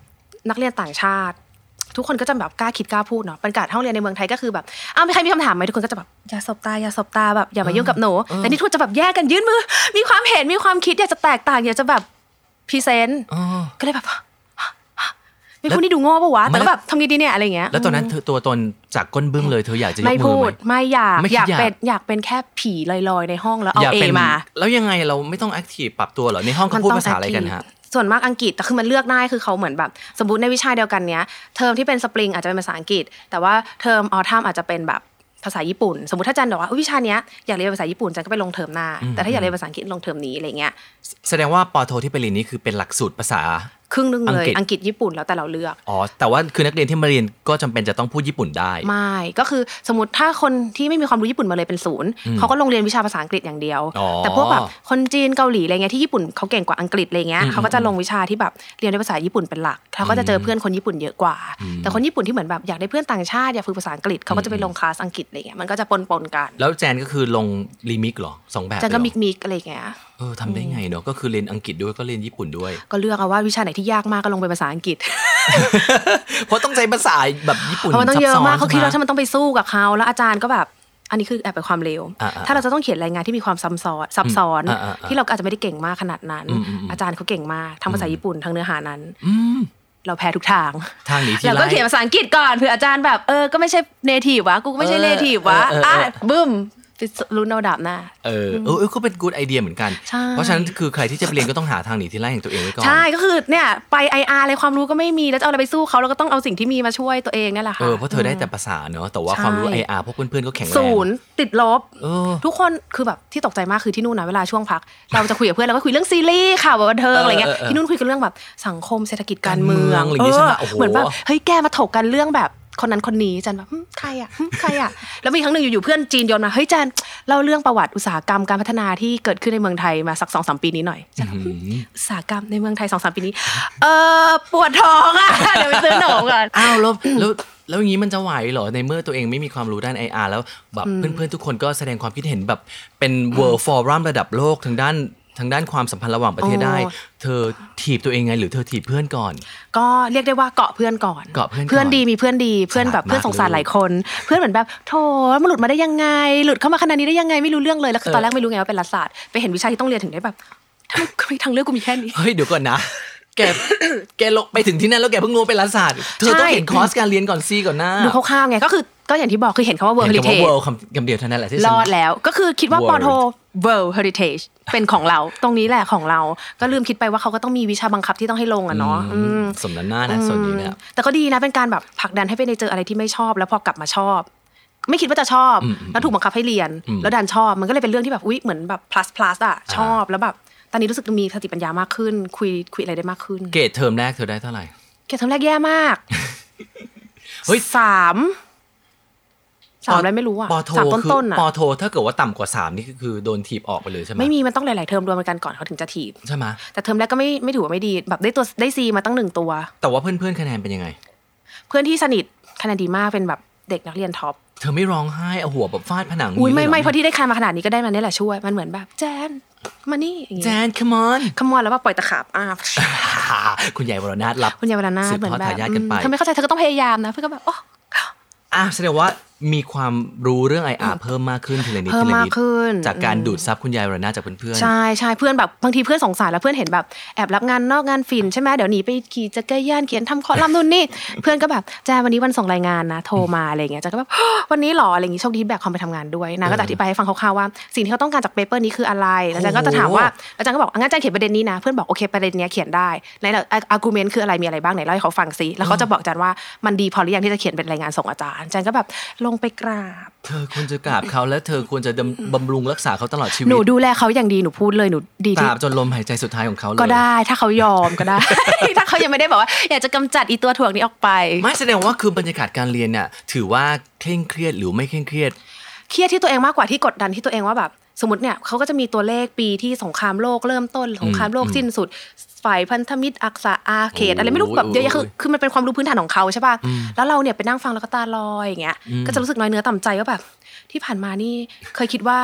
[SPEAKER 3] นักเรียนต่างชาติ ทุกคนก็จะแบบกล้าคิดกล้าพูดเนาะบรรยากาศห้องเรียนในเมืองไทยก็คือแบบอ้าวมีใครมีคำถามไหมทุกคนก็จะแบบอย่าสบตาอย่าสบตาแบบอย่ามายุ่งกับหนูแต่นี่ทุกคนจะแบบแยกกันยื่นมือ มีความเห็นมีความคิดอยากจะแตกต่างอยากจะแบบพรีเซนต์
[SPEAKER 4] อ๋อ
[SPEAKER 3] ก็เลยแบบ [GASPS] ฮะฮะฮะมีคนที่ดูโง่ปะวะแต่ก็แบบทำไงดีเนี่ยอะไรอย่างเงี้ย
[SPEAKER 4] แล้วตอนนั้นเธอตัวตนจากก้นบึ้งเลยเธออยากจะยก
[SPEAKER 3] ไม่
[SPEAKER 4] มื
[SPEAKER 3] พู
[SPEAKER 4] อไหม
[SPEAKER 3] ดไม่อยาก
[SPEAKER 4] ไม่คิด
[SPEAKER 3] อ
[SPEAKER 4] อยา
[SPEAKER 3] ยาก
[SPEAKER 4] ก
[SPEAKER 3] เป็นอยากเป็นแค่ผีลอยๆในห้องแล้วเอา
[SPEAKER 4] ยก
[SPEAKER 3] เอ
[SPEAKER 4] ป็น
[SPEAKER 3] มา
[SPEAKER 4] แล้วยังไงเราไม่ต้องแอคทีฟปรับตัวเหรอในห้องเขา
[SPEAKER 3] มัน
[SPEAKER 4] พูด
[SPEAKER 3] ต้อง
[SPEAKER 4] ภาษาอะไรกันฮะ
[SPEAKER 3] แอคทีฟส่วนมากอังกฤษแต่คือมันเลือกได้คือเขาเหมือนแบบ สมมติในวิชาเดียวกันเนี้ยเทอมที่เป็นสปริงอาจจะเป็นภาษาอังกฤษ แต่ว่าเทอมออทัมอาจจะเป็นแบบภาษาญี่ปุ่น สมมติถ้าอาจันบอกว่าอุ๊ยวิชาเนี้ยอยากเรียนภาษาญี่ปุ่นอาจันก็ไปลงเทอมหน้า แต่ถ้าอยากเรียนภาษาอังกฤษลงเทอมนี้อะไรเงี้ย
[SPEAKER 4] แสดงว่าปอโทที่ไปเรียนนี่คือเป็นหลักสูตรภาษา
[SPEAKER 3] ครึ่งหนึงเล
[SPEAKER 4] อัง
[SPEAKER 3] ย
[SPEAKER 4] กฤษ
[SPEAKER 3] อังกฤษญี่ปุ่นแล้วแต่เราเลือก
[SPEAKER 4] อ๋อแต่ว่าคือนักเรียนที่มาเรียนก็จำเป็นจะต้องพูดญี่ปุ่นได้
[SPEAKER 3] ไม่ก็คือสมมติถ้าคนที่ไม่มีความรู้ญี่ปุ่นมาเลยเป็นศูนย์เขาก็ลงเรียนวิชาภาษาอังกฤษอย่างเดียว
[SPEAKER 4] อ๋อ
[SPEAKER 3] แต่พวกแบบคนจีนเกาหลีอะไรเงี้ยที่ญี่ปุ่นเขาเก่งกว่าอังกฤษอะไรเงี้ย
[SPEAKER 4] อืม
[SPEAKER 3] เขาก็จะลงวิชาที่แบบเรียนด้วยภาษาญี่ปุ่นเป็นหลักเขาก็จะเจอเพื่อนคนญี่ปุ่นเยอะกว่า แต่คนญี่ปุ่นที่เหมือนแบบอยากได้เพื่อนต่างชาติอยากฝึกภาษาอังกฤษเขาก็จะไปลงคลาสอังกฤษอะไรเงี้ยมันก็จะปนปนๆกัน
[SPEAKER 4] แล้วแจนก็คือลงรีมิกเหรอสองแบบ
[SPEAKER 3] จันก็มิก
[SPEAKER 4] เลยเหรอ
[SPEAKER 3] มิกๆอะไรเงี้ย
[SPEAKER 4] เออทำได้ไงเนาะก็คือเรียนอังกฤษด้วยก็เรียนญี่ปุ่นด้วย
[SPEAKER 3] ก็เลือกเอาว่าวิชาไหนที่ยากมากก็ลงเป็นภาษาอังกฤษ
[SPEAKER 4] เพราะต้องใช้ภาษาแบบญี่ปุ่น
[SPEAKER 3] เพราะมันต้องเย
[SPEAKER 4] ซั
[SPEAKER 3] อะ
[SPEAKER 4] บซ้
[SPEAKER 3] มากเขาคิดว่า
[SPEAKER 4] ใช่
[SPEAKER 3] ถ้า
[SPEAKER 4] ไหม
[SPEAKER 3] มันต้องไปสู้กับเขาแล้วอาจารย์ก็แบบ อันนี้คือแอบเป็นความเร็ว
[SPEAKER 4] อ่าๆ
[SPEAKER 3] ถ้าเราจะต้องเขียนรายงานที่มีความซับซ้อนซับซ้อน
[SPEAKER 4] อ่าๆๆ
[SPEAKER 3] ที่เราก็อาจจะไม่ได้เก่งมากขนาดนั้น
[SPEAKER 4] อืมๆๆ
[SPEAKER 3] อาจารย์เขาเก่งมากทั้งภาษาญี่ปุ่นทั้งเนื้อหานั้น
[SPEAKER 4] อืม
[SPEAKER 3] เราแพ้ทุกทาง
[SPEAKER 4] ทางหนีที
[SPEAKER 3] เราก็
[SPEAKER 4] ไล่
[SPEAKER 3] เขียนภาษาอังกฤษก่อนเผื่ออาจารย์แบบเออก็ไม่ใช่เนทีฟวะกูก็ไม่ใช่
[SPEAKER 4] เออ
[SPEAKER 3] เนทีฟวะ
[SPEAKER 4] เออเออเอออ่
[SPEAKER 3] อ่ะบึ้มไปรุนเอาดาบหน้า
[SPEAKER 4] เออเออเออก็เป็นกูดไอเดียเหมือนกัน
[SPEAKER 3] ใช่
[SPEAKER 4] เพราะฉะนั้นคือใครที่จะไปเรียนก็ต้องหาทางหนีที่ไล่ของตัวเองไว้ก่อน
[SPEAKER 3] ใช่ก็คือเนี่ยไป IR อะไรความรู้ก็ไม่มีแล้วจะเอาอะไรไปสู้เขาเราก็ต้องเอาสิ่งที่มีมาช่วยตัวเองนั่นแหละค่ะ
[SPEAKER 4] เออเพราะเธอได้แต่ภาษาเนอะแต่ว่า
[SPEAKER 3] ใช่
[SPEAKER 4] ความรู้ IR พวกเพื่อนๆก็แข็งแรง
[SPEAKER 3] ศูนย์ติดลบ
[SPEAKER 4] เออ
[SPEAKER 3] ทุกคนคือแบบที่ตกใจมากคือที่นู่นนะเวลาช่วงพัก เราจะคุยกับเพื่อนเราก็คุยเรื่องซีรีส์ข่าวบันเทิงอะไรเงี้ย
[SPEAKER 4] เออเออเออ
[SPEAKER 3] ที่นู่นคุยกันเรื่องแบบสังคมเศรษฐกิจการ
[SPEAKER 4] การเมื
[SPEAKER 3] เมื
[SPEAKER 4] อ
[SPEAKER 3] อง ง
[SPEAKER 4] อะไรอย่างงี้
[SPEAKER 3] เอ
[SPEAKER 4] ใช่ไหม
[SPEAKER 3] อ
[SPEAKER 4] โอ้โห
[SPEAKER 3] เหมือนแบบเฮ้ยแกมาถกกันเรื่องแบบคนนั้นคนนี้จันแบบหึใครอ่ะหึใครอ่ะ แล้วมีครั้งหนึ่งอยู่ๆเพื่อนจีนโยนมาเฮ้ยจันเล่าเรื่องประวัติอุตสาหกรรมการพัฒนาที่เกิดขึ้นในเมืองไทยมาสักสองสามปีนี้หน่อยจันแบบหึอุตสาหกรรมในเมืองไทยสองสามปีนี้ เออปวดท้องอ่ะ [LAUGHS] เดี๋ยวไปซื้อหนมก่อน
[SPEAKER 4] อ้าวแล้วแล้วแล้วอย่างนี้มันจะไหวเหรอในเมื่อตัวเองไม่มีความรู้ด้าน IR แล้วแบบเพื่อนๆทุกคนก็แสดงความคิดเห็นแบบเป็น world forum ระดับโลกทางด้านทางด้านความสัมพันธ์ระหว่างประเทศได้
[SPEAKER 3] โอ้
[SPEAKER 4] เธอถีบตัวเองไงหรือเธอถีบเพื่อนก่อน
[SPEAKER 3] ก็เรียกได้ว่าเกาะเพื่อนก่อน
[SPEAKER 4] เกาะเพื่อนก่อน
[SPEAKER 3] ดีมีเพื่อนดีเพื่อนแบบ
[SPEAKER 4] ฉลาดมาก
[SPEAKER 3] เพื่อนสงสาร
[SPEAKER 4] เลย
[SPEAKER 3] หลายคน เพื่อนเหมือนแบบโถมันหลุดมาได้ยังไง หลุดเข้ามาขนาดนี้ได้ยังไงไม่รู้เรื่องเลยแล้วคือ
[SPEAKER 4] เออ
[SPEAKER 3] ตอนแรกไม่รู้ไงว่าเป็นรัฐศาสตร์ไปเห็นวิชาที่ต้องเรียนถึงได้แบบทำไมทำไมทางเลือกกูมีแค่นี้
[SPEAKER 4] เฮ้ยเดี๋ยวก่อนนะ แกแกลงไปถึงที่นั่นแล้วแกเพิ่งงูไปรัฐศาสตร์เธอต้อง
[SPEAKER 3] ใช่
[SPEAKER 4] เห็นคอร์สการเรียนก่อนซี่ก่อนหน้า
[SPEAKER 3] ดูคร่าวๆไงก็คือก็อย่างที่บอกคือเห็นคำว่า world
[SPEAKER 4] เห็นคำว่า
[SPEAKER 3] heritage
[SPEAKER 4] world คำคำเดียวเท่านั้นแหละที่ฉัน
[SPEAKER 3] รอดแล้วก็คือคิดว่า
[SPEAKER 4] World
[SPEAKER 3] ปอโท world heritage เป็นของเรา ตรงนี้แหละของเรา ก็ลืมคิดไปว่าเขาก็ต้องมีวิชาบังคับที่ต้องให้ลงอะเนาะ
[SPEAKER 4] อื
[SPEAKER 3] อื
[SPEAKER 4] ม
[SPEAKER 3] ม
[SPEAKER 4] สมน้ำหน้านะส่วนนี้เนี่ย
[SPEAKER 3] แต่ก็ดีนะเป็นการแบบผลักดันให้ไปในเจออะไรที่ไม่ชอบ แล้วพอกลับมาชอบ ไม่คิดว่าจะชอบ แล้วถูกบังคับให้เรียน แล้วดันชอบมันก็เลยเป็นเรื่องที่แบบอุ๊ยเหมือนแบบ plus plus อ่ะชอบแล้วแบบตอนนี้รู้สึกมีสติปัญญามากขึ้น คุยคุยอะไรได้มากขึ้น
[SPEAKER 4] เกรดเทอมแรกเธอได้เท่าไหร่
[SPEAKER 3] เกรดเทอมแรกแย่มาก
[SPEAKER 4] เฮ้ย
[SPEAKER 3] สาม สามอะไรไม่รู้อ่ะ
[SPEAKER 4] ปอโท
[SPEAKER 3] สาม
[SPEAKER 4] คือ
[SPEAKER 3] ต้นๆอ่ะ
[SPEAKER 4] ปอโทถ้าเกิดว่าต่ำกว่าสามนี่ก็คือโดนถีบออกไปเลยใช่ไหม
[SPEAKER 3] ไม่มีมันต้องหลาย ๆ เทอมรวมกันก่อนเขาถึงจะถีบ
[SPEAKER 4] ใช่ไหม
[SPEAKER 3] แต่เทอมแรกก็ไม่ไม่ถือว่าไม่ดีแบบได้ตัวได้ซีมาตั้งหนึ่งตัว
[SPEAKER 4] แต่ว่าเพื่อนๆคะแนนเป็นยังไง
[SPEAKER 3] เพื่อนที่สนิทคะแนนดีมากเป็นแบบเด็กนักเรียนท็อป
[SPEAKER 4] เธอไม่ร้องไห้เอาหัวแบบฟาดผนัง
[SPEAKER 3] อุ้ย
[SPEAKER 4] าง
[SPEAKER 3] ไม่
[SPEAKER 4] นี้ลหร
[SPEAKER 3] ไม่เพราะที่ได้คะแนนมาขนาดนี้ก็ได้มันนี่แหละช่วยมันเหมือนแบบแจนมานี่อย่าง
[SPEAKER 4] แจ
[SPEAKER 3] เงี้ย
[SPEAKER 4] น come on [LAUGHS]
[SPEAKER 3] ขมวดแล้วว่าปล่อยตะขาบอ้า
[SPEAKER 4] คุณยายวรนาถรับ
[SPEAKER 3] คุณยายวรนาถ
[SPEAKER 4] สืบ
[SPEAKER 3] เหมือน
[SPEAKER 4] ทอด
[SPEAKER 3] แบบ
[SPEAKER 4] ทายาทกันไป
[SPEAKER 3] อืมเธอไม่เข้าใจเธอก็ต้องพยายามนะเพื่อนก็แบบอ๋อ
[SPEAKER 4] อ่ะแสดงว่ามีความรู้เรื่อง IR เพิ่มมากขึ้นทีละนิด
[SPEAKER 3] เพิ่ม
[SPEAKER 4] ทีละ
[SPEAKER 3] มา
[SPEAKER 4] นิ
[SPEAKER 3] ก
[SPEAKER 4] ด
[SPEAKER 3] ขึ้น
[SPEAKER 4] จากการ
[SPEAKER 3] อืม
[SPEAKER 4] ดูดซับคุณยายวรนาถจากเพื่อนๆ
[SPEAKER 3] ใช่ใช่เพื่อนแบบบางทีเพื่อนสงสารแล้วเพื่อนเห็นแบบแอบรับงานนอกงานฝิ่นใช่ไหมเดี๋ยวหนีไปขี่จักรยานเขียนทำคอลัมน์นู่นนี่ [LAUGHS] เพื่อนก็แบบแจ้วันนี้วันส่งรายงานนะโทรมาอะไรอย่างเงี้ยจะก็แบบ วันนี้หรออะไรอย่างงี้โชคดีแบกคอมไปทำงานด้วยนะก็จะอธิบายให้ฟังคร่าวๆว่าสิ่งที่เขาต้องการจากเปเปอร์นี้คืออะไรแล้วอาจารย์ก็จะถามว่าอาจารย์ก็บอกอ่ะงั้นอาจารย์เขียนประเด็นนี้นะเพื่อนบอกโอเคประเด็นเนี้ยเขียนได้ในอาร์กิวเมนต์คืออะไรมีอะไรบ้างไหนเล่าให้เขาฟังซิแล้วเขาจะบอกอาจารย์ว่ามันดีพอหรือยังที่จะเขียนเป็นรายงานส่งอาจารย์อาจารย์ก็แบบลงไปกราบ
[SPEAKER 4] เธอควรจะกราบเขาและเธอควรจะดำบำรุงรักษาเขาตลอดชีวิ
[SPEAKER 3] หนู
[SPEAKER 4] ต
[SPEAKER 3] ดูแลเขาอย่างดีหนูพูดเลยหนูดี
[SPEAKER 4] ต
[SPEAKER 3] ที่
[SPEAKER 4] ราบจนลมหายใจสุดท้ายของเขาเลย
[SPEAKER 3] ก็ได้ถ้าเขายอมก็ได้ ถ้าเขายังไม่ได้บอกว่าอยากจะกำจัดอีตัวถ่วงนี้ออกไป
[SPEAKER 4] ไม่แสดงว่าคือบรรยากาศการเรียนเนี่ยถือว่าเคร่งเครียดหรือไม่เคร่งเครียด
[SPEAKER 3] เครียดที่ตัวเองมากกว่าที่กดดันที่ตัวเองว่าแบบ สมมติเนี่ยเขาก็จะมีตัวเลขปีที่สงครามโลกเริ่มต้นสงครามโลกสิ้นสุดฝ่ายพันธมิตรอักษะอาเขตอะไรไม่รู้แบบเยอะแยะคือคือมันเป็นความรู้พื้นฐานของเขาใช่ป่ะแล้วเราเนี่ยไปนั่งฟังแล้วก็ตาลอยอย่างเงี้ยก็จะรู้สึกน้อยเนื้อต่ำใจว่าแบบที่ผ่านมานี่เคยคิดว่า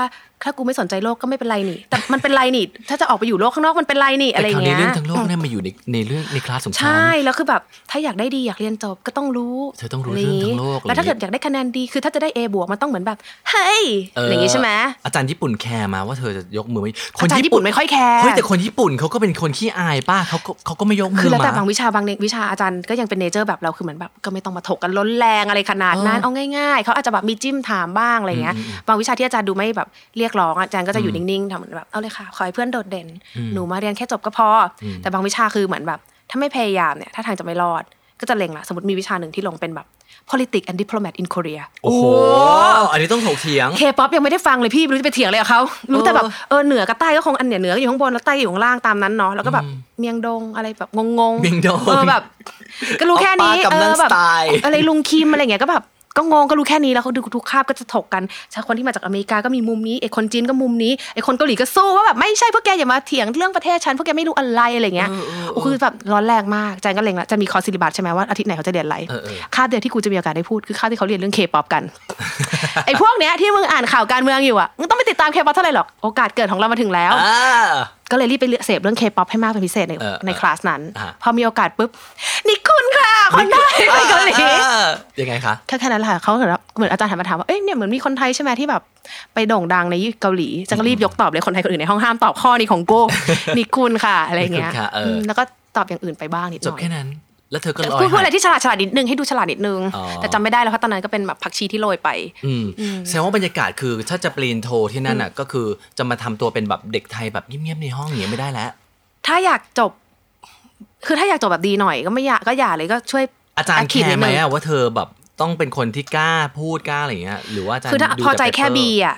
[SPEAKER 3] ถ้ากูไม่สนใจโลกก็ไม่เป็นไรนี่ แต่มันเป็นไรนี่ ถ้าจะออกไปอยู่โลกข้างนอกมันเป็นไรนี่อะไร
[SPEAKER 4] แต่
[SPEAKER 3] อ
[SPEAKER 4] คราวน
[SPEAKER 3] ย่าง
[SPEAKER 4] นี้
[SPEAKER 3] เงี้ย
[SPEAKER 4] เรื่องทั้งโลกเนี่ยมาอยู่ในในเรื่องในคลาสของฉัน
[SPEAKER 3] ใช่แล้วคือแบบถ้าอยากได้ดีอยากเรียนจบก็ต้องรู้
[SPEAKER 4] เธอต้องรู้เรื่องทั้งโลก
[SPEAKER 3] แล้วถ้า
[SPEAKER 4] อะไรอย่างงี้
[SPEAKER 3] เกิดอยากได้คะแนนดีคือถ้าจะได้ A บวกมันต้องเหมือนแบบเฮ้ยอะไรอย่างงี้ใช่ไหม
[SPEAKER 4] อาจารย์ญี่ปุ่นแคร์มาว่าเธอจะยกมือไหม
[SPEAKER 3] อาจารย์ญี่ปุ่นไม่ค่อยแคร์
[SPEAKER 4] เฮ้ยแต่คนญี่ปุ่นเขาก็เป็นคนขี้อายป้าเขาก็เขาก็ไม่ยกมื
[SPEAKER 3] คือ
[SPEAKER 4] อ
[SPEAKER 3] แล้วแต่
[SPEAKER 4] มา
[SPEAKER 3] บางวิชาบางเนวิชาอาจารย์ก็ยังเป็นเนเจอร์แบบเราคือเหมือนแบบก็ไม่ต้องมาถกกันล้นแรงอะไรขนาดนั้น
[SPEAKER 4] เออ
[SPEAKER 3] เอาง่ายๆเขาอาจจะแบบมีจิ้มถามบ้างอะไรอย่างเงี้ยบางวิชาที่อาจารย์ดูไม่แบบเรียกร้องอาจารย์ก็จะอยู่นิ่งๆทำเหมือนแบบเอาเลยค่ะขอให้เพื่อนโดดเด่น หนูมาเรียนแค่จบก็พออแต่บางวิชาคือเหมือนแบบ ถ้าไม่พยายามเนี่ยถ้าทางจะไม่รอดก็จะเล็งละสมมติมีวิชาหนึ่งที่ลงเป็นแบบ politics and diplomat in Korea
[SPEAKER 4] โอ้โหอันนี้ต้องถกเถียง
[SPEAKER 3] เคป๊อปยังไม่ได้ฟังเลยพี่ไม่รู้จะไปเถียงอะไรกับเขารู้แต่แบบ
[SPEAKER 4] เออ
[SPEAKER 3] เออเหนือกับใต้ก็คงอันเหนือเหนือก็อยู่ข้างบนแล้วใต้อยู่ข้างล่างตามนั้นเนาะแล้วก็แบบเมียงดงอะไรแบบงงๆ
[SPEAKER 4] เมียงดง
[SPEAKER 3] เออแบบ ก็รู้แค่นี้
[SPEAKER 4] ป๊า
[SPEAKER 3] เอก
[SPEAKER 4] ป๊าำลัง
[SPEAKER 3] อแบบ
[SPEAKER 4] สไตล์
[SPEAKER 3] อะไรลุงคิมอะไรอย่างเงี้ยก็แบบก็งงก็รู้แค่นี้แล้วเขาดูทุกคาบก็จะถกกันชาวคนที่มาจากอเมริกาก็มีมุมนี้ไอคนจีนก็มุมนี้ไอคนเกาหลีก็สู้ว่าแบบไม่ใช่พวกแกอย่ามาเถียงเรื่องประเทศฉันพวกแกไม่รู้อะไรอะไรเงี้ยโอ้คือแบบร้อนแรงมากจันก็เล็งละจะมีคอร์สซิลิบัสใช่ไหมว่าอาทิตย์ไหนเขาจะเรียนอะไร
[SPEAKER 4] เออเออ
[SPEAKER 3] คาบเดียวที่กูจะมีโอกาสได้พูดคือคาบที่เขาเรียนเรื่องเคป๊อปกัน [LAUGHS] ไอ้พวกเนี้ยที่มึงอ่านข่าวการเมืองอยู่อ่ะมึงต้องไปติดตามเคป๊อปเท่าไหร่หรอกโอกาสเกิดของเรามาถึงแล้ว
[SPEAKER 4] อ่า
[SPEAKER 3] ก็เลยรีบไปเสพเรื่องเคป๊อปให้มากเป็นพิเศษใน
[SPEAKER 4] เออ
[SPEAKER 3] ในคลาสนั้น
[SPEAKER 4] อ่า
[SPEAKER 3] พอมีโอกาสปุ๊บนี่คุณ
[SPEAKER 4] [LAUGHS]
[SPEAKER 3] ค่ะคนไทยไปเกาหลี
[SPEAKER 4] อ่ายังไงคะ
[SPEAKER 3] แค่แค่นั้นแหละค่ะเขาเหมือนแบบเหมือนอาจารย์หันมาถามว่าเอ้ยเนี่ยเหมือนมีคนไทยใช่ไหมที่แบบไปโด่งดังในเกาหลีจะก็รีบยกตอบเลยคนไทยคนอื่นในห้องห้ามตอบข้อนี้ของ
[SPEAKER 4] [LAUGHS]
[SPEAKER 3] กู นี่คุณค่ะอะไรอย่างเงี้
[SPEAKER 4] นี่
[SPEAKER 3] ย
[SPEAKER 4] คุณค่ะเอออื
[SPEAKER 3] มแล้วก็ตอบอย่างอื่นไปบ้างนิดห
[SPEAKER 4] จบ
[SPEAKER 3] น่อย
[SPEAKER 4] แค่นั้น แล้วเธอก็ลอย
[SPEAKER 3] พูดพูดอะไร
[SPEAKER 4] หา
[SPEAKER 3] ที่ฉลาดฉลาดนิดนึงให้ดูฉลาดนิดนึง
[SPEAKER 4] อ๋อ
[SPEAKER 3] แต่จำไม่ได้แล้วเพราะตอนนั้นก็เป็นแบบผักชีที่โรยไป
[SPEAKER 4] อืมแสดงว่าบรรยากาศคือถ้าจะเปลี่ยนโทที่นั่นอ่ะก็คือจะมาทำตัวเป็นแบบเด็กไทยแบบเงียบๆในห้องอย่างเงี้ยไม่ได้แล้ว
[SPEAKER 3] ถ้าอยากจบ คือถ้าอยากจบแบบดีหน่อย ก็ไม่อยากก็อย่าเลยก็ช่วย
[SPEAKER 4] อาจารย์แค
[SPEAKER 3] ขีดนิ
[SPEAKER 4] ร์
[SPEAKER 3] ด
[SPEAKER 4] ไหม
[SPEAKER 3] นึง
[SPEAKER 4] อะว่าเธอแบบต้องเป็นคนที่กล้าพูดกล้าอะไรอย่างเงี้ยหรือว่าอาจารย์
[SPEAKER 3] คือถ้า
[SPEAKER 4] ดู
[SPEAKER 3] พอใจ
[SPEAKER 4] ต่ paper
[SPEAKER 3] แค่บีอ่ะ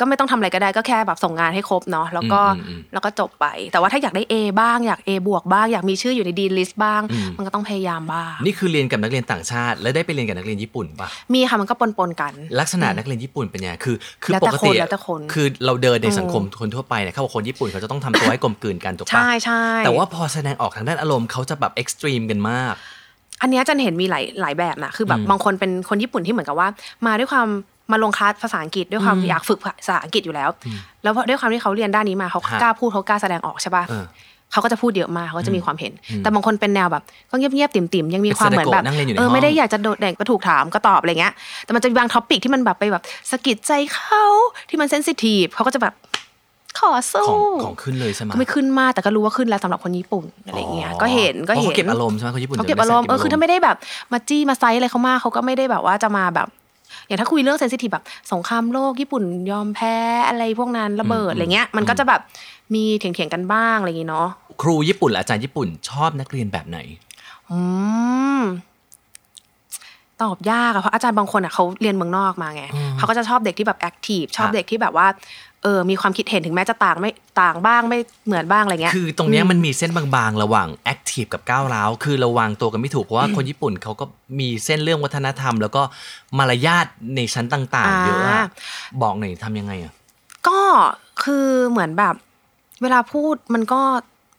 [SPEAKER 3] ก็ไม่ต้องทำอะไรก็ได้ก็แค่แบบส่งงานให้ครบเนาะแล้วก็
[SPEAKER 4] อืมอืมอืม
[SPEAKER 3] แล้วก็จบไป แต่ว่าถ้าอยากได้ A บ้างอยาก A บวกบ้างอยากมีชื่ออยู่ในดีลิสต์บ้าง
[SPEAKER 4] อืม
[SPEAKER 3] มันก็ต้องพยายามบ้าง
[SPEAKER 4] นี่คือเรียนกับนักเรียนต่างชาติ แล้วได้ไปเรียนกับนักเรียนญี่ปุ่นปะ
[SPEAKER 3] มีค่ะมันก็ปนปนๆกัน
[SPEAKER 4] ลักษณะนักเรียนญี่ปุ่นเป็นยังไงคือ คือ
[SPEAKER 3] แล้ว
[SPEAKER 4] ป
[SPEAKER 3] แต่
[SPEAKER 4] ก
[SPEAKER 3] คน
[SPEAKER 4] ติ
[SPEAKER 3] แล้วแต่คน
[SPEAKER 4] คือเราเดินในสังคมคนทั่วไปเนี่ยเขาบอกคนญี่ปุ่นเขาจะต้องทำตัวให้กลมกลืนกันถูกปะ
[SPEAKER 3] ใช่ใช่
[SPEAKER 4] แต่ว่าพอแสดงออกทางด้านอารมณ์เขาจะแบบเอ็กซ์ตรีมกันมาก
[SPEAKER 3] อันเนี้ยจันเห็นมีหลายหลายแบบนะคือแบบบางคนเป็นคนญี่ปุ่นที่เหมือนกับว่า มาด้วยความมาลงคลาสภาษาอังกฤษด้วยความอยากฝึกภาษาอังกฤษอยู่แล้ว แล้วพอด้วยความที่เขาเรียนด้านนี้มาเขา
[SPEAKER 4] ฮะ
[SPEAKER 3] กล้าพูดเขากล้าแสดงออกใช่ป่ะ
[SPEAKER 4] เออ
[SPEAKER 3] เขาก็จะพูดเยอะมากเขาก็จะมีความเห็น แต่บางคนเป็นแนวแบบก็เงียบเงียบๆติ่มติ่มๆยังมีความเหมือนแบบ
[SPEAKER 4] เป็นสะกดนั่งเรียนอยู่ใน
[SPEAKER 3] เอ
[SPEAKER 4] ห้
[SPEAKER 3] อ
[SPEAKER 4] อง
[SPEAKER 3] ไม่ได้อยากจะโดดเด่นก็ถูกถามก็ตอบอะไรเงี้ยแต่มันจะมีบางท็อปิกที่มันแบบไปแบบสะกิดใจเขาที่มันเซนซิทีฟเขาก็จะแบบขอ
[SPEAKER 4] ข
[SPEAKER 3] สู้
[SPEAKER 4] องของขึ้นเลยใช่ไหม
[SPEAKER 3] ก็ไม่ขึ้นมากแต่ก็รู้ว่าขึ้นแล้วสำหรับคนญี่ปุ่นอะไรเงี้ยก็เห็นก็
[SPEAKER 4] อ๋อ
[SPEAKER 3] เห็
[SPEAKER 4] ขาน เก็บอารมณ์ใช่ไหมคนญี่ปุ่น
[SPEAKER 3] เขาเก็บอารมณ์เออคือถ้าไม่ได้แบบมาจี้มาไซส์อะไรเขามากเขาก็ไม่ได้แบบว่าจะมาแบบ อย่างถ้าคุยเรื่องเซนซิทีฟแบบสงครามโลกญี่ปุ่นยอมแพ้อะไรพวกนั้นระเบิดอะไรเงี้ยมันก็จะแบบมีเถียงๆกันบ้างอะไรอย่างงี้เนาะ
[SPEAKER 4] ครูญี่ปุ่นและอาจารย์ญี่ปุ่นชอบนักเรียนแบบไหน
[SPEAKER 3] อืมตอบยากอะเพราะอาจารย์บางคนอะเขาเรียนเมืองนอกมาไงเขาก็จะชอบเด็กที่แบบแอคทีฟชอบ
[SPEAKER 4] ฮะ
[SPEAKER 3] เด็กที่แบบว่า เออมีความคิดเห็นถึงแม้จะต่างไม่ต่างบ้างไม่เหมือนบ้างอะไรเงี้ย
[SPEAKER 4] คือตรงเนี้ยมันมีเส้นบางๆ ระหว่างแอคทีฟกับก้าวร้าว คือระวังตัวกันไม่ถูก เพราะว่าคนญี่ปุ่นเขาก็มีเส้นเรื่องวัฒนธรรม แล้วก็มารยาทในชั้นต่างๆ เยอะ
[SPEAKER 3] อ่า
[SPEAKER 4] อะบอกหน่อยทำยังไงอะ
[SPEAKER 3] ก็คือเหมือนแบบ เวลาพูดมันก็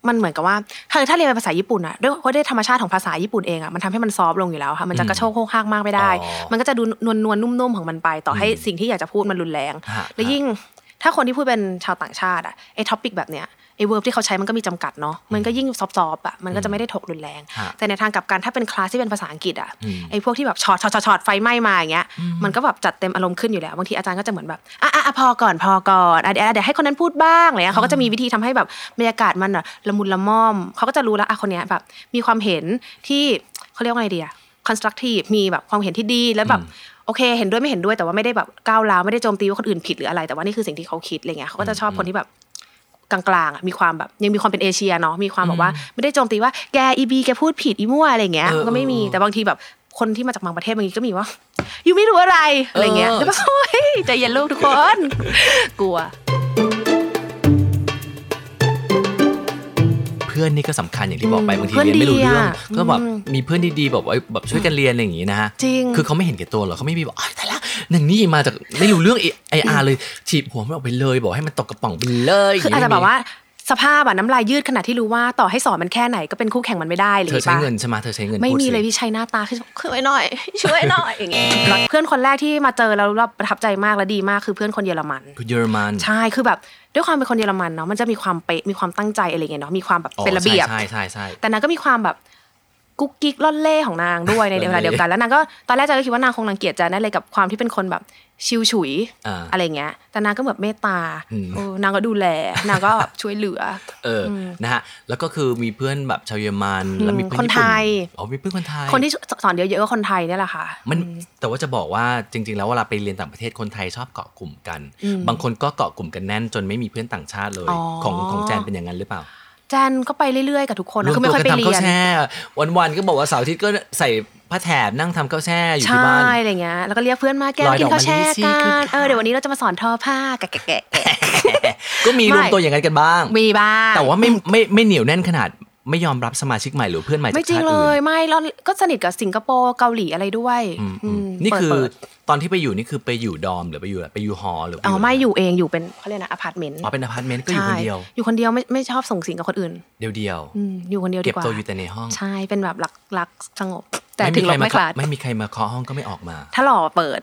[SPEAKER 3] มันเหมือนกับว่าถ้าถ้าเรียนเป็นภาษาญี่ปุ่นอ่ะด้วยเพราะด้วยธรรมชาติของภาษาญี่ปุ่นเองอ่ะมันทำให้มันซอฟต์ลงอยู่แล้วค่ะมันจะกระโชกโคกหักมากไม่ได้
[SPEAKER 4] อ๋อ
[SPEAKER 3] มันก็จะดูนวลนวลๆนุ่มๆของมันไป ต่อให้
[SPEAKER 4] อืม
[SPEAKER 3] สิ่งที่อยากจะพูดมันรุนแรง
[SPEAKER 4] ฮะ
[SPEAKER 3] และยิ่งถ้าคนที่พูดเป็นชาวต่างชาติอ่ะไอ้ท็อปิกแบบเนี้ยไอ้เวิร์บที่เขาใช้มันก็มีจำกัดเนาะมันก็ยิ่งซอฟต์ๆอ่ะมันก็จะไม่ได้ถกรุนแรง
[SPEAKER 4] ฮะ
[SPEAKER 3] แต่ในทางกลับกันถ้าเป็นคลาสที่เป็นภาษาอังกฤษอ่ะ
[SPEAKER 4] อืม
[SPEAKER 3] ไอ้พวกที่แบบช็อตช็อตช็อตช็อตไฟไหม้มาอย่างเงี้ยมันก็แบบจัดเต็มอารมณ์ขึ้นอยู่แล้วบางทีอาจารย์ก็จะเหมือนแบบอ่ะอ่ะอ่ะพอก่อนพอก่อนอ่ะเดี๋ยวอ่ะเดี๋ยวให้คนนั้นพูดบ้างอะไรเงี้ยเขาก็จะมีวิธีทำให้แบบบรรยากาศมันอ่ะละมุนละม่อมเขาก็จะรู้แล้วอ่ะคนเนี้ยแบบมีความเห็นที่เขาเรียกว่าไงดีอ่ะ constructive มีแบบความเห็นที่ดีแล้วแบบโอเค เห็นด้วยไม่เห็นด้วยแต่ว่าไม่ได้แบบก้าวร้าวไม่ได้โจมตีว่าคนอื่นผิดหรืออะไรแต่ว่านี่คือสิ่งที่เขาคิดอะไรเงี้ยเขาก็จะชอบคนที่แบบ กลางๆอ่ะมีความแบบยังมีความเป็นเอเชียเนาะมีความแบบว่าไม่ได้โจมตีว่าแกอีบีแกพูดผิดอีมั่วอะไรอย่างเงี้ย
[SPEAKER 4] เออ
[SPEAKER 3] มันก็ไม่มี
[SPEAKER 4] เออ
[SPEAKER 3] แต่บางทีแบบคนที่มาจากบางประเทศบางทีก็มีว่า อยู่ไม่รู้อะไรอะไรเงี้ย
[SPEAKER 4] เออ
[SPEAKER 3] แล้วแบบโอ้ยใจเย็นลูกทุกคน [LAUGHS] กลัว
[SPEAKER 4] เพื่อนนี่ก็สำคัญอย่างที่บอกไป
[SPEAKER 3] อืม
[SPEAKER 4] บางที
[SPEAKER 3] เพื่อน
[SPEAKER 4] เรียนไม่รู้
[SPEAKER 3] ดี
[SPEAKER 4] เรื่อง
[SPEAKER 3] อะ
[SPEAKER 4] ก็แบบ
[SPEAKER 3] อืม
[SPEAKER 4] มีเพื่อนดีๆแบบว่าแบบช่วยกันเรียนอะไรอย่างงี้นะฮะ
[SPEAKER 3] จริง
[SPEAKER 4] คือเขาไม่เห็นแก่ตัวหรอกเขาไม่มีบอกอ้าวแต่ละหนึ่งนี่มาจากไม่รู้เรื่องไออาร์เลยถีบหัวมันออกไปเลย บอกให้มันตกกระป๋องไปเลย
[SPEAKER 3] คืออาจจะแบบว่าสภาพอ่ะน้ำลายยืดขนาดที่รู้ว่าต่อให้สอนมันแค่ไหนก็เป็นคู่แข่งมันไม่ได้เลย
[SPEAKER 4] เธอใช้
[SPEAKER 3] ปะ
[SPEAKER 4] เงินใช่ไหมเธอใช้เงิน
[SPEAKER 3] ไม่
[SPEAKER 4] พูด
[SPEAKER 3] มี
[SPEAKER 4] สิ
[SPEAKER 3] เลยพี่ชัยหน้าต [LAUGHS] าคือช่วยหน่อย ช่วยหน่อยอย่างเงี้ยเพื่อนคนแรกที่มาเจอแล้วเราประทับใจมากและดีมากคือเพื่อนคนเยอรมัน
[SPEAKER 4] เยอรมัน
[SPEAKER 3] ใช่ คือแบบด้วยความเป็นคนเยอรมันเนาะ มันจะมีความเป๊ะ มีความตั้งใจอะไรอย่างเงี้ยเนาะ มีความแบบเป็นระเบียบ
[SPEAKER 4] อ๋อใช่ใช่ใช่ใช่
[SPEAKER 3] แต่นางก็มีความแบบกุ๊กกิ๊กล่อนเล่ของนางด้วยใน
[SPEAKER 4] ล่อนเล่
[SPEAKER 3] เวลาเดียวกัน แล้วนางก็ตอนแรกจะก็คิดว่านางคงรังเกียจจะนั่นเลยกับความที่เป็นคนแบบชิวฉุย
[SPEAKER 4] อ่า
[SPEAKER 3] อะไรเงี้ย แต่นางก็แบบเมตตา
[SPEAKER 4] อืม
[SPEAKER 3] เออนางก็ดูแล นางก็ช่วยเหลือ
[SPEAKER 4] เอออนะฮะแล้วก็คือมีเพื่อนแบบชาวเยอรมันแล้วมีเพื่อน
[SPEAKER 3] คนไทย
[SPEAKER 4] ปุ่นอ๋อมีเพื่อนคนไทย
[SPEAKER 3] คนที่สอนเยอะๆก็คนไทยเนี่ยแหละค่ะ
[SPEAKER 4] มันแต่ว่าจะบอกว่าจริง ๆ แล้วเวลาไปเรียนต่างประเทศคนไทยชอบเกาะกลุ่มกัน
[SPEAKER 3] อืม
[SPEAKER 4] บางคนก็เกาะกลุ่มกันแน่นจนไม่มีเพื่อนต่างชาติเลย
[SPEAKER 3] อ๋อ
[SPEAKER 4] ของของแจนเป็นอย่างนั้นหรือเปล่า
[SPEAKER 3] แจนก็ไปเรื่อยๆกับทุกคน
[SPEAKER 4] ร
[SPEAKER 3] นะ
[SPEAKER 4] ว
[SPEAKER 3] คือ
[SPEAKER 4] ม
[SPEAKER 3] ไม่
[SPEAKER 4] ตัว
[SPEAKER 3] ค่อย
[SPEAKER 4] กันทำ
[SPEAKER 3] ไปเรี
[SPEAKER 4] ข้าวย
[SPEAKER 3] น
[SPEAKER 4] แช่วันๆก็บอกว่าเสาร์อาทิตย์ก็ใส่ผ้าแถบนั่งทำข้าวแช่อยู่
[SPEAKER 3] ใช่
[SPEAKER 4] ที่บ้าน
[SPEAKER 3] อะไรเงี้ย แล้วก็เรียกเพื่อนมาแก้ว
[SPEAKER 4] ลอย
[SPEAKER 3] กิ
[SPEAKER 4] ดอน ก
[SPEAKER 3] ข้าวแช่
[SPEAKER 4] มะลิสิ
[SPEAKER 3] กั
[SPEAKER 4] คือ
[SPEAKER 3] น เออเดี๋ยววันนี้เราจะมาสอนทอผ้าแกะแกะแกะแกะ
[SPEAKER 4] ก็มีรวม
[SPEAKER 3] ไม่
[SPEAKER 4] ตัวอย่างนั้นกันบ้าง
[SPEAKER 3] มีบ้าง
[SPEAKER 4] แต่ว่าไม่ไม่ไม่เหนียวแน่นขนาดไม่ยอมรับสมาชิกใหม่หรือเพื่อนใหม่
[SPEAKER 3] ไม่
[SPEAKER 4] จาก
[SPEAKER 3] จริง
[SPEAKER 4] ชาติ
[SPEAKER 3] เล
[SPEAKER 4] อื่น
[SPEAKER 3] ย ไม่แล้วก็สนิทกับสิงคโปร์เกาหลีอะไรด้วยอืม
[SPEAKER 4] นี่คือ
[SPEAKER 3] เปิด
[SPEAKER 4] ตอนที่ไปอยู่นี่คือไปอยู่ดอมหรือไปอยู่อะไรไปอยู่หอหรือ
[SPEAKER 3] ๆอ๋อยู่
[SPEAKER 4] ปะร
[SPEAKER 3] ไม่อยู่เองอยู่เป็นเขาเรียกนะอพาร์ตเมนต์
[SPEAKER 4] อ๋อเป็นอพาร์ตเมนต์ก็อยู่คนเดียว
[SPEAKER 3] ใช่อยู่คนเดียวไม่ไม่ชอบส่งสิงกับคนอื่น
[SPEAKER 4] เดียวเดียวๆ
[SPEAKER 3] อืมอยู่คนเดียว
[SPEAKER 4] เก็
[SPEAKER 3] ดี
[SPEAKER 4] บ
[SPEAKER 3] กว่า
[SPEAKER 4] ตัวอยู่แต่ในห้อง
[SPEAKER 3] ใช่เป็นแบบรักรักสงบ แต่
[SPEAKER 4] ไม่
[SPEAKER 3] ถึ
[SPEAKER 4] มี
[SPEAKER 3] ง
[SPEAKER 4] ใค
[SPEAKER 3] หล
[SPEAKER 4] ร
[SPEAKER 3] บ
[SPEAKER 4] มา
[SPEAKER 3] ไม่คลาด
[SPEAKER 4] ไม่มีใครมาเคาะห้องก็ไม่ออก
[SPEAKER 3] [LAUGHS]
[SPEAKER 4] มา
[SPEAKER 3] ถ้าหล่อเปิด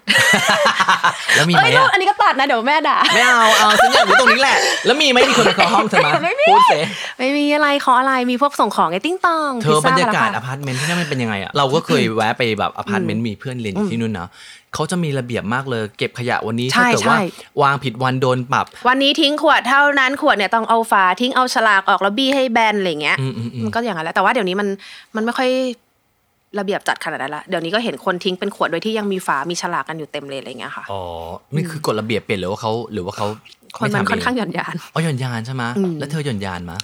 [SPEAKER 4] แล้วมีไหม
[SPEAKER 3] เอ้ยลูก
[SPEAKER 4] อะ
[SPEAKER 3] อันนี้ก็ตัดนะเดี๋ยวแม่ด่า
[SPEAKER 4] ไม่เอาเอาฉันอยากอยู่ตรงนี้แหละ แล้วมีไหมมีคนมาเคาะห้องเธอมา
[SPEAKER 3] ไม่มี
[SPEAKER 4] พูดเส
[SPEAKER 3] ไม่มีอะไรขออะไรมีพวกส่งของไงติ้งตอง
[SPEAKER 4] เธอ
[SPEAKER 3] พิซ
[SPEAKER 4] บรร
[SPEAKER 3] ซ่
[SPEAKER 4] ยากาศอ
[SPEAKER 3] ละค่ะ
[SPEAKER 4] พาร์ตเมนต์ที่นั่นมันเป็นยังไงอะเราก็เคยแวะไปแบบอพาร์ตเมนต์มีเพื่อนเรียนอยู่ที่นู่นเนาะเขาจะมีระเบียบมากเลย เก็บขยะวันนี้
[SPEAKER 3] ใช่
[SPEAKER 4] ถ้าเกิดว่า
[SPEAKER 3] ใช่
[SPEAKER 4] วางผิดวันโดนปรับ
[SPEAKER 3] วันนี้ทิ้งขวดเท่านั้นขวดเนี่ยต้องเอาฝาทิ้งเอาฉลากออกแล้วบี้ให้แบนอะไรเงี้ย
[SPEAKER 4] อืมอืมอืม
[SPEAKER 3] มันก็อย่างนั้นแหละแต่ว่าเดี๋ยวนี้มันมันไม่ค่อยระเบียบจัดขนาดนั้นละเดี๋ยวนี้ก็เห็นคนทิ้งเป็นขวดโดยที่ยังมีฝามีฉลากกันอยู่เต็มเลยอะไรเงี้ยค่ะ
[SPEAKER 4] อ๋อ นี่คือกฎระเบียบเปลี่ยนหรือว่าเขาหรือว่าเขา
[SPEAKER 3] คนมัน
[SPEAKER 4] ไทำเ
[SPEAKER 3] ค่อนข้างหย่อนยาน
[SPEAKER 4] อ๋อหย่อนยานใช่ไหม
[SPEAKER 3] อืม
[SPEAKER 4] แล้วเธอหย่อนยานมะ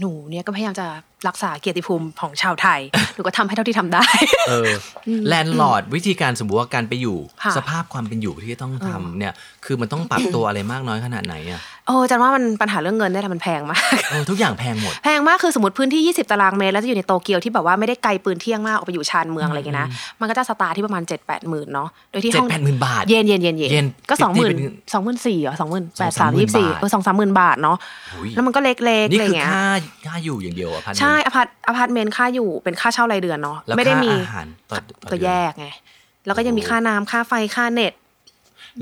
[SPEAKER 3] หนูเนี่ยก็พยายามจะรักษาเกียรติภูมิของชาวไท [LAUGHS] ย หนูก็ทำให้เท่าที่ทำได้
[SPEAKER 4] เออ แลนด์ลอร์ดวิธีการสมมติว่าการไปอยู่
[SPEAKER 3] ค่ะ
[SPEAKER 4] สภาพความเป็นอยู่ที่ต้องทำเนี่ย คือมันต้องปรับตัวอะไรมากน้อยขนาดไหน
[SPEAKER 3] [COUGHS]
[SPEAKER 4] อ่ะ
[SPEAKER 3] [LAUGHS] โอ้จันว่ามันปัญหาเรื่องเงินเนี่ยแหละมันแพงมาก
[SPEAKER 4] เออทุกอย่างแพงหมด
[SPEAKER 3] แพงมากคือสมมติพื้นที่ 20 ตารางเมตร แล้วจะอยู่ในโตเกียวที่แบบว่าไม่ได้ไกลปืนเที่ยงมากออกไปอยู่ชานเมืองอะไรเงี้ยนะมันก็จะสตาร์ทที่ประมาณ 7 8หมื่นเนาะโดยที่ห้อง
[SPEAKER 4] 7-8,000บาท
[SPEAKER 3] เย็นเย็นเย็น
[SPEAKER 4] เย็น
[SPEAKER 3] ก็
[SPEAKER 4] ติ
[SPEAKER 3] ส
[SPEAKER 4] ด
[SPEAKER 3] อง
[SPEAKER 4] ที่
[SPEAKER 3] หมื่
[SPEAKER 4] เป็น น
[SPEAKER 3] สองหมื่นสี่เหรอสองหมื่นแปดสาม
[SPEAKER 4] 23,000
[SPEAKER 3] ยี่สิบสี่เออสองสามหมื่นบาทเนาะ
[SPEAKER 4] อุ๊ย
[SPEAKER 3] แล้วมันก็เล็กๆ
[SPEAKER 4] นี่
[SPEAKER 3] อะไร
[SPEAKER 4] คือ
[SPEAKER 3] เงี้ย
[SPEAKER 4] ค่าค่าอยู่อย่างเดียวอ่ะพัน
[SPEAKER 3] ใช่อพาร์ตอพาร์ตเมนต์ค่าอยู่เป็นค่าเช่ารายเดือนเนาะ
[SPEAKER 4] แล้ว
[SPEAKER 3] ไม่ได้
[SPEAKER 4] ค่า
[SPEAKER 3] มี
[SPEAKER 4] อาหารต่อต่อ
[SPEAKER 3] ก็
[SPEAKER 4] เดือน
[SPEAKER 3] แยกไงแล้วก็ยังมีค่าน้ำค่าไฟค่าเน็ต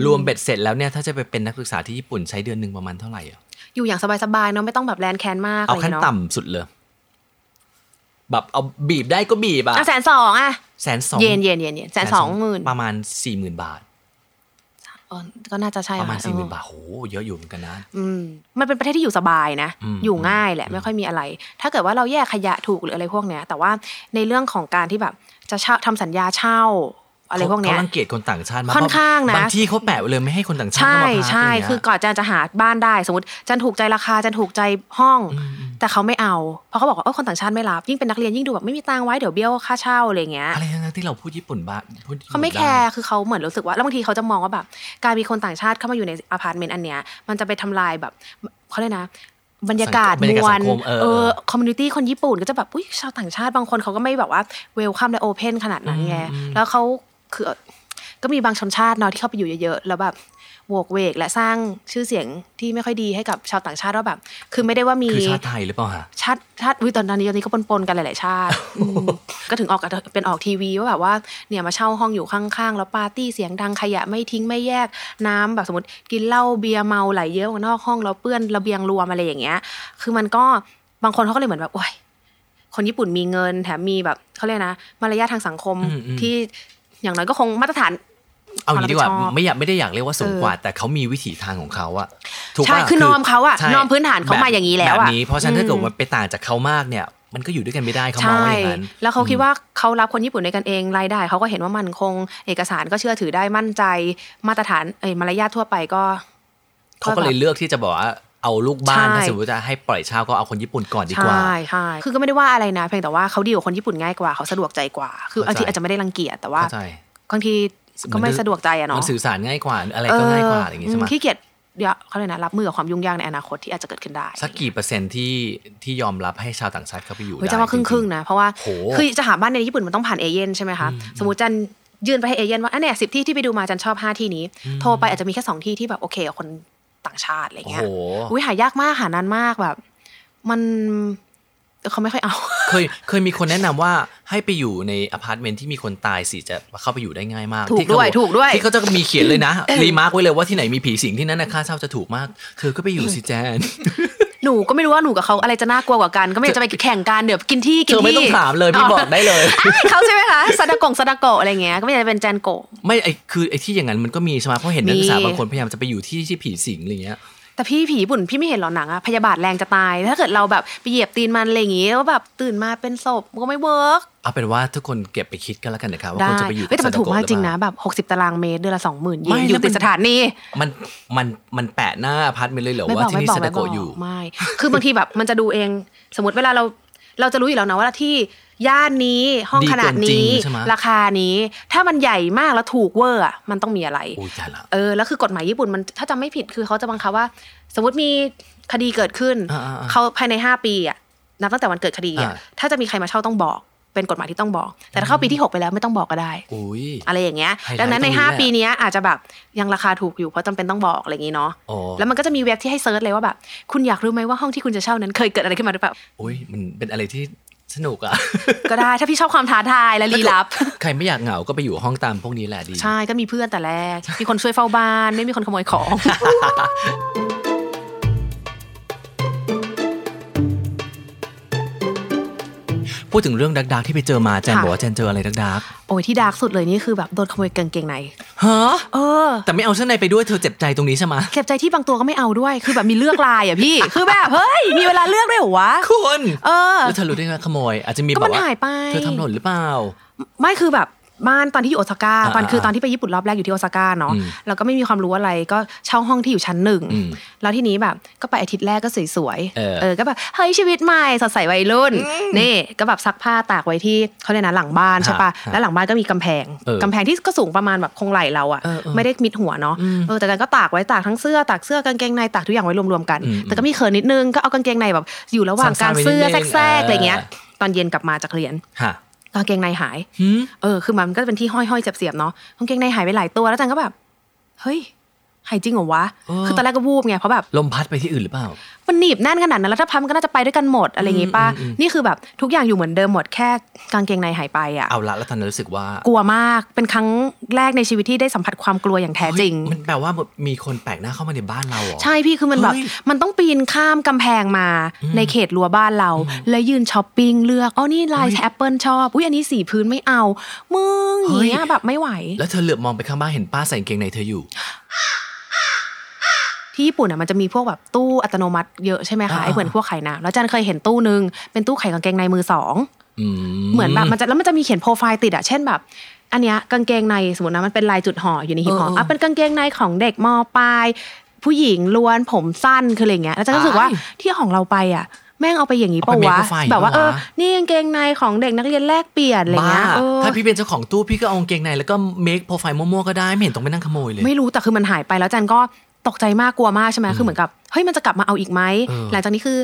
[SPEAKER 4] รวมเบ็ดเสร็จแล้วเนี่ยถ้าจะไปเป็นนักศึกษาที่ญี่ปุ่นใช้เดือนหนึ่งประมาณเท่าไหร่อ่ะ
[SPEAKER 3] อยู่อย่างสบายๆเนาะไม่ต้องแบบแลนด์แคนมากอะ
[SPEAKER 4] เอา
[SPEAKER 3] ไร
[SPEAKER 4] ขั้น
[SPEAKER 3] เนาะ
[SPEAKER 4] ต่ำสุดเลย แบบเอาบีบได้ก็บีบอ่ะ
[SPEAKER 3] อ่ะแสนสองอ่ะ
[SPEAKER 4] แสนสอง
[SPEAKER 3] เย็นเย็นเย็นเย็นแสนสองหมื่น
[SPEAKER 4] ประมาณสี่หมื่นบาท
[SPEAKER 3] เออก็น่าจะใช่
[SPEAKER 4] ประมาณ
[SPEAKER 3] ค่
[SPEAKER 4] สี่หมื่น
[SPEAKER 3] เออ
[SPEAKER 4] บาทโหเยอะอยู่เหมือนกันนะ
[SPEAKER 3] อืมมันเป็นประเทศที่อยู่สบายนะ
[SPEAKER 4] อืม
[SPEAKER 3] อยู่ง่ายแหละไม่ค่อยมีอะไร ถ้าเกิดว่าเราแยกขยะถูกหรืออะไรพวกเนี้ย แต่ว่าในเรื่องของการที่แบบจะเช่าทำสัญญาเช่า อะไรพวกเนี้ย
[SPEAKER 4] เขารังเกียจคนต่างชาติมาก
[SPEAKER 3] ค่อนข้างนะ
[SPEAKER 4] บางที่เขาแปะไว้เลยไม่ให้คนต่างชาติ
[SPEAKER 3] ใช่
[SPEAKER 4] เข้ามาพัก
[SPEAKER 3] ใช่
[SPEAKER 4] ย่างเงี้ย
[SPEAKER 3] คือก่อนจันจะหาบ้านได้สมมติจันถูกใจราคาจันถูกใจห้อง แต่เขาไม่เอา เพราะเขาบอกว่าเออคนต่างชาติไม่รับยิ่งเป็นนักเรียนยิ่งดูแบบไม่มีตังค์ไว้เดี๋ยวเบี้ยวค่าเช่าอะไรอย่างเงี้ย
[SPEAKER 4] อะไรทั้งนั้นที่เราพูดญี่ปุ่นบ้างพูดญี่ปุ่น
[SPEAKER 3] เขาไม่
[SPEAKER 4] ด้
[SPEAKER 3] แคร์ คือเขาเหมือนรู้สึกว่า แล้วบางทีเขาจะมองว่าแบบ การมีคนต่างชาติเข้ามาอยู่ในอพาร์ตเมนต์อันเนี้ย มันจะไปทำลายแบบเขาเรียกนะ บรรยากาศ
[SPEAKER 4] บรร
[SPEAKER 3] ม
[SPEAKER 4] ยากาว ศสั
[SPEAKER 3] ล
[SPEAKER 4] งคมเออ
[SPEAKER 3] เออคอมมูนิตี้คนญี่ปุ่นก็จะแบบ อุ้ยชาวต่างชาติบางคนเขาก็ไม่แบบว่าเวลคัมและโอเพนขนาดนั้นไง แล้วเขาคือ ก็มีบางชนชาติเนาะที่เข้าไปอยู่เยอะๆ แล้วแบบโวกเวกและสร้างชื่อเสียงที่ไม่ค่อยดีให้กับชาวต่างชาติว่าแบบ คือไม่ได้ว่ามี
[SPEAKER 4] คือชาติไทยหรือเปล่าฮะ
[SPEAKER 3] ชาติชาติวิตอนนี้ตอนนี้ก็ปนๆกันหลาย ๆ ชาติอืมก็ถึงออกเป็นออกทีวีว่าแบบว่าเนี่ยมาเช่าห้องอยู่ข้างๆ แล้วปาร์ตี้เสียงดังขยะไม่ทิ้งไม่แยกน้ำแบบสมมติกินเหล้าเบียร์เมาไหลเยอะออกนอกห้องแล้วเปื้อนระเบียงรวมอะไรอย่างเงี้ย คือมันก็บางคนเขาก็เลยเหมือนแบบโอ้ยคนญี่ปุ่นมีเงินแถมมีแบบเขาเรียกนะมารยาททางสังคม
[SPEAKER 4] อืมอืม
[SPEAKER 3] ที่อย่างน้อยก็คงมาตรฐาน
[SPEAKER 4] เอาอย่างนี้ดีกว่า
[SPEAKER 3] ความรับผิดชอบ
[SPEAKER 4] ไม่อยากไม่ได้อยากเรียกว่าสูงกว่า แต่เขามีวิถีทางของเขาอะถูก
[SPEAKER 3] ใช่
[SPEAKER 4] ป่ะ
[SPEAKER 3] คือนอมเขาอะ
[SPEAKER 4] ใช่
[SPEAKER 3] นอมพื้นฐานเขามาอย่างนี้แล้วอะ
[SPEAKER 4] แบบนี้เพราะฉะนั้นถ้าเกิด
[SPEAKER 3] อืม
[SPEAKER 4] มันไปต่างจากเขามากเนี่ย มันก็อยู่ด้วยกันไม่ได้เขามองว่าอย่างนั้น
[SPEAKER 3] แล้วเขาคิดว่าเขารับคนญี่ปุ่นในกันเองรายได้เขาก็เห็นว่ามันคง เอกสารก็เชื่อถือได้มั่นใจ มาตรฐานเอ้ยมารยาททั่วไปก็
[SPEAKER 4] เขาก็เลยเลือกที่จะบอกว่าเอาลูกบ้าน
[SPEAKER 3] ใช่
[SPEAKER 4] ถ้าสมมติจะให้ปล่อยเช่าก็เอาคนญี่ปุ่นก่อนดีกว่า
[SPEAKER 3] ใช่ใช่คือก็ไม่ได้ว่าอะไรนะ เพียงแต่ว่าเขาดีกว่าคนญี่ปุ่นง่ายกว่าเขาสะดวกใจกว่า คือ
[SPEAKER 4] เข้า
[SPEAKER 3] อา
[SPEAKER 4] ใจ
[SPEAKER 3] ทีอาจจะไม่ได้รังเกียจแต่ว่า
[SPEAKER 4] เข้าใจ
[SPEAKER 3] บางทีก็ไม่สะดวกใจอะ
[SPEAKER 4] มั
[SPEAKER 3] เนาะ
[SPEAKER 4] นสื่อสารง่ายกว่าอะไรก็ง่ายกว่าอะไรอย่างงี้ใช่ไหม
[SPEAKER 3] เขี้เกียจเดี๋ยวเขาเลยกนะรับมือกับความยุ่งยากในอนาคตที่อาจจะเกิดขึ้นได้
[SPEAKER 4] สักกี่เปอร์เซ็นต์ที่ที่ยอมรับให้ชาวต่างชาติเข้าไปอยู่
[SPEAKER 3] เฮ้ย
[SPEAKER 4] ได้
[SPEAKER 3] จะว่าครึ่งครึ่ง
[SPEAKER 4] จ
[SPEAKER 3] ๆนะเพราะว่า
[SPEAKER 4] โห
[SPEAKER 3] คือจะหาบ้านในญี่ปุ่นมันต้องผ่านเอเย่นใช่ไหมคะสมมติจันยื่นไปให้เอเย่นว่าอันเนี้ยสิบที่ที่ไปดูมาจันชอบห้าที่นี้ โทรไปอาจจะมีแค่สองที่ที่แบบโอเคกับคนต่างชาติอะไร
[SPEAKER 4] ๆโอ้
[SPEAKER 3] เงี้
[SPEAKER 4] โห
[SPEAKER 3] ย อุ้ยหายากมากหานานมากแบบ มันเขาไม่ค่อยเอา [LAUGHS]
[SPEAKER 4] เคยเคยมีคนแนะนำว่าให้ไปอยู่ในอพาร์ตเมนต์ที่มีคนตายสิจะเข้าไปอยู่ได้ง่ายมาก
[SPEAKER 3] ถูก
[SPEAKER 4] ที่เขา
[SPEAKER 3] ด้วย
[SPEAKER 4] บอก
[SPEAKER 3] ถูกด้วย
[SPEAKER 4] ที่เขาจะมีเขียนเลยนะ รีมาร์กไว้เลยว่าที่ไหนมีผีสิงที่นั่นนะค่าเช่าจะถูกมาก เธอก็ไปอยู่สิแจน
[SPEAKER 3] หนูก็ไม่รู้ว่าหนูกับเขาอะไรจะน่ากลัวกว่ากัน ก็ไม่อยากจะไปแข่งกันเดี๋ยวกินที่กิ
[SPEAKER 4] เธ
[SPEAKER 3] น
[SPEAKER 4] อ
[SPEAKER 3] ที่
[SPEAKER 4] ไม่ต้องถามเลยพี่บอกได้เลย
[SPEAKER 3] [LAUGHS] เขาใช่ไหมคะซาดากงซาดาโกะอะไรเงี้ยก็ไม่อยากจะเป็นแจนโกะ
[SPEAKER 4] ไม่ไอคือไอที่อย่างนั้นมันก็มีใช่ไหมเพราะเห็นนักศึกษา
[SPEAKER 3] มี
[SPEAKER 4] บางคนพยายามจะไปอยู่ที่ที่ผีสิงอะไรเงี้ย
[SPEAKER 3] แต่พี่ผีญี่ปุ่นพี่ไม่เห็นหรอหนังอะพยาบาทแรงจะตาย ถ้าเกิดเราแบบไปเหยียบตีนมันอะไรอย่างงี้แล้วแบบตื่นมาเป็นศพมันก็ไม่เวิร์ก
[SPEAKER 4] เอาเป็นว่าทุกคนเก็บไปคิดกันแล้วกันนะครับว่า
[SPEAKER 3] ได้
[SPEAKER 4] คนจะไปอยู่
[SPEAKER 3] เฮ้ยแต่มันถูกมากจริงนะ
[SPEAKER 4] ซาดาโกหอเปล่
[SPEAKER 3] แบบ 60 ตารางเมตรเดือนละ20,000เย
[SPEAKER 4] ไม่
[SPEAKER 3] น
[SPEAKER 4] นะ
[SPEAKER 3] อยู่ติ
[SPEAKER 4] มั
[SPEAKER 3] ด
[SPEAKER 4] น
[SPEAKER 3] สถานี
[SPEAKER 4] มัน มันมันแปะหน้าอพาร์ตเมนต์เลยเหรอ
[SPEAKER 3] ไม่
[SPEAKER 4] ว่า
[SPEAKER 3] บอก
[SPEAKER 4] ที่
[SPEAKER 3] ไม่
[SPEAKER 4] นี่
[SPEAKER 3] บอก
[SPEAKER 4] ซา
[SPEAKER 3] ไม่
[SPEAKER 4] ดา
[SPEAKER 3] บอ
[SPEAKER 4] โกะ
[SPEAKER 3] ก
[SPEAKER 4] อยู่
[SPEAKER 3] ไม่ คือบางทีแบบมันจะดูเอง สมมติเวลาเราเราจะรู้อยู่แล้วนะว่าที่ย่านนี้ห้อง
[SPEAKER 4] ดี
[SPEAKER 3] ขนาด
[SPEAKER 4] เกินจริ
[SPEAKER 3] นี้
[SPEAKER 4] งใช่ไหม
[SPEAKER 3] ราคานี้ ถ้ามันใหญ่มากแล้วถูกเวอร์อะมันต้องมีอะไร
[SPEAKER 4] โอ้ยตายละ
[SPEAKER 3] เออแล้วคือกฎหมายญี่ปุ่นมันถ้าจำไม่ผิดคือเขาจะบังคับว่า สมมติมีคดีเกิดขึ้น
[SPEAKER 4] อ่าๆๆ
[SPEAKER 3] เขาภายใน 5 ปีอ่ะนับตั้งแต่วันเกิดคดีอ่ะ
[SPEAKER 4] อ่า
[SPEAKER 3] ถ้าจะมีใครมาเช่าต้องบอก เป็นกฎหมายที่ต้องบอก แต่ถ้าเข้าปีที่ 6 ไปแล้วไม่ต้องบอกก็ได้
[SPEAKER 4] โอ้ย
[SPEAKER 3] อะไรอย่างเงี้ย
[SPEAKER 4] ไฮไลท์
[SPEAKER 3] ดังนั้นใน
[SPEAKER 4] ตรงนี้แหละ
[SPEAKER 3] 5 ปีเนี้ยอาจจะแบบยังราคาถูกอยู่เพราะจำเป็นต้องบอกอะไรอย่างงี้เนาะ
[SPEAKER 4] อ๋อ
[SPEAKER 3] แล้วมันก็จะมีเว็บที่ให้เซิร์ชเลยว่าแบบ คุณอยากรู้ไหมว่าห้องที่คุณจะเช่านั้นเคยเกิดอะไรขึ้นมาหรือเปล่า
[SPEAKER 4] โอ้ยมันเป็นอะไรที่สนุกอะ [LAUGHS]
[SPEAKER 3] ก็ได้ถ้าพี่ชอบความท้าทายและลี้ลับ
[SPEAKER 4] ใครไม่อยากเหงาก็ไปอยู่ห้องตามพวกนี้แหละดี
[SPEAKER 3] ใช่ก็มีเพื่อนแต่แรก มีคนช่วยเฝ้าบ้าน ไม่มีคนขโมยของ
[SPEAKER 4] พูดถึงเรื่องดักดักที่ไปเจอมาแจน
[SPEAKER 3] ค่ะ
[SPEAKER 4] บอกว่าแจนเจออะไรดักดัก
[SPEAKER 3] โอ้ยที่ดาร์กสุดเลยนี่คือแบบโดนขโมยกางเกงใน
[SPEAKER 4] ฮะ
[SPEAKER 3] เออ
[SPEAKER 4] แต่ไม่เอาเสื้อในไปด้วยเธอเจ็บใจตรงนี้ใช่ไหม
[SPEAKER 3] เจ็บใจที่บางตัวก็ไม่เอาด้วย คือแบบมีเลือกลายอ่ะพี่ [LAUGHS] คือแบบเฮ้ยมีเวลาเลือกด้วยเหรอวะ
[SPEAKER 4] คุณ
[SPEAKER 3] เออ
[SPEAKER 4] แล้วเธอรู้ได้ไงขโมย อาจจะมี
[SPEAKER 3] ก็
[SPEAKER 4] แบ
[SPEAKER 3] มัน
[SPEAKER 4] บว่า
[SPEAKER 3] หายไป
[SPEAKER 4] เธอทำหล่นหรือเปล่า
[SPEAKER 3] ไม่คือแบบบ้านตอนที่อยู่โอซาก้า
[SPEAKER 4] อ่า
[SPEAKER 3] ตอนคือตอนที่ไปญี่ปุ่นรอบแรกอยู่ที่โอซาก้าเนาะ
[SPEAKER 4] อืม
[SPEAKER 3] แล้วก็ไม่มีความรู้อะไรก็เช่าห้องที่อยู่ชั้นหนึ่ง
[SPEAKER 4] อืม
[SPEAKER 3] แล้วที่นี้แบบก็ไปอาทิตย์แรกก็สวย
[SPEAKER 4] เออ
[SPEAKER 3] เออก็แบบเฮ้ยชีวิตใหม่สดใสวัยรุ่นนี่ก็แบบซักผ้าตากไว้ที่เขาเนี่ยกนะหลังบ้านใช่ปะแล้วหลังบ้านก็มีกำแพง
[SPEAKER 4] เออก
[SPEAKER 3] ำแพงที่ก็สูงประมาณแบบคงไหล่เราอะ
[SPEAKER 4] เออเออ
[SPEAKER 3] ไม่ได้มิดหัวเนาะเออแต่กันก็ตากไว้ตากทั้งเสื้อตากเสื้อกางเกงในตากทุกอย่างไว้รวมๆกัน
[SPEAKER 4] อืม
[SPEAKER 3] แต่ก็มีเขินนิดนึงก็เอากางเกงในแบบ อยู่ระหว่างกลาง
[SPEAKER 4] ซ่อนๆไว้นิดนึง
[SPEAKER 3] เสื้อแทรกๆอะไรเงี้ย
[SPEAKER 4] เออ
[SPEAKER 3] ตอนเย็นกลับมาจากเรียน
[SPEAKER 4] ฮะ
[SPEAKER 3] กางเกงในหาย
[SPEAKER 4] หืม
[SPEAKER 3] เออ คือมันก็เป็นที่ห้อยๆเสียบๆเนาะกางเกงในหายไปหลายตัว แล้วจันก็แบบ เฮ้ย หายจริงเหรอวะ คือตอนแรกก็วูบไง เพราะแบบ
[SPEAKER 4] ลมพัดไปที่อื่นหรือเปล่า
[SPEAKER 3] มันหนีบแน่นขนาดนั้น แล้วถ้าพับมนก็น่าจะไปด้วยกันหมดอะไรอย่างงี้ป่ะ นี่คือแบบทุกอย่างอยู่เหมือนเดิมหมด แค่กางเกงในหายไปอ่ะ
[SPEAKER 4] เอาละแล้วตอนนั้นรู้สึกว่าก
[SPEAKER 3] ลัวมาก เป็นครั้งแรกในชีวิตที่ได้สัมผัสความกลัวอย่างแท้จริง
[SPEAKER 4] เฮ้ยมันแปลว่ามีคนแปลกหน้าเข้ามาในบ้านเราเหรอ
[SPEAKER 3] ใช่พี่คือมันแบบ
[SPEAKER 4] เฮ้ย
[SPEAKER 3] มันต้องปีนข้ามกำแพงมาในเขตรั้วบ้านเรา แล้วยืนช้อปปิ้งเลือกอ๋อนี่ลายแอปเปิลชอบอุ้ยอันนี้สีพื้นไม่เอามึง
[SPEAKER 4] เฮ้
[SPEAKER 3] อย ย่างเงี้ยแบบไม่ไหว
[SPEAKER 4] แล้วเธอเหลือบมองไปข้างบ้านเห็นป้าใส่กางเกงในเธออยู่
[SPEAKER 3] ที่ญี่ปุ่นอ่ะมันจะมีพวกแบบตู้อัตโนมัติเยอะใช่ไหมคะ
[SPEAKER 4] อ่า
[SPEAKER 3] ไอ้เหมือนพวกไข่น้ำแล้วจันเคยเห็นตู้หนึ่งเป็นตู้ไขกางเกงในมือสอง
[SPEAKER 4] อื
[SPEAKER 3] เหมือนแบบมันจะแล้วมันจะมีเขียนโปรไฟล์ติดอะเช่นแบบ อันเนี้ยกางเกงในสมมตินะมันเป็นลายจุดห่ออยู่ในหีบห่ออ่ะเป็นกางเกงในของเด็กมปลาย ผู้หญิงล้วนผมสั้นคืออะไรเงี้ยแล้วจะรู้สึกว่าที่ของเราไปอะแม่งเอาไปอย่างนี้ปะวะแบบว่าเออนี่กางเกงในของเด็กนักเรียนแลกเปลี่ยนอะไร
[SPEAKER 4] บ้า
[SPEAKER 3] เงี้ยเออ
[SPEAKER 4] ถ้าพี่เป็นเจ้าของตู้พี่ก็เอากางเกงในแล้วก็เมคโปรไฟล์มั่วๆก็ได้ไม่เห็นต้องไปนั่งขโมยเลย
[SPEAKER 3] ไม่รู้แต่คือมันหายไปแล้วจันก็ตกใจมากกลัวมากใช่ไหมคือเหมือนกับเฮ้ยมันจะกลับมาเอาอีกไหม
[SPEAKER 4] เออ
[SPEAKER 3] หลังจากนี้คือ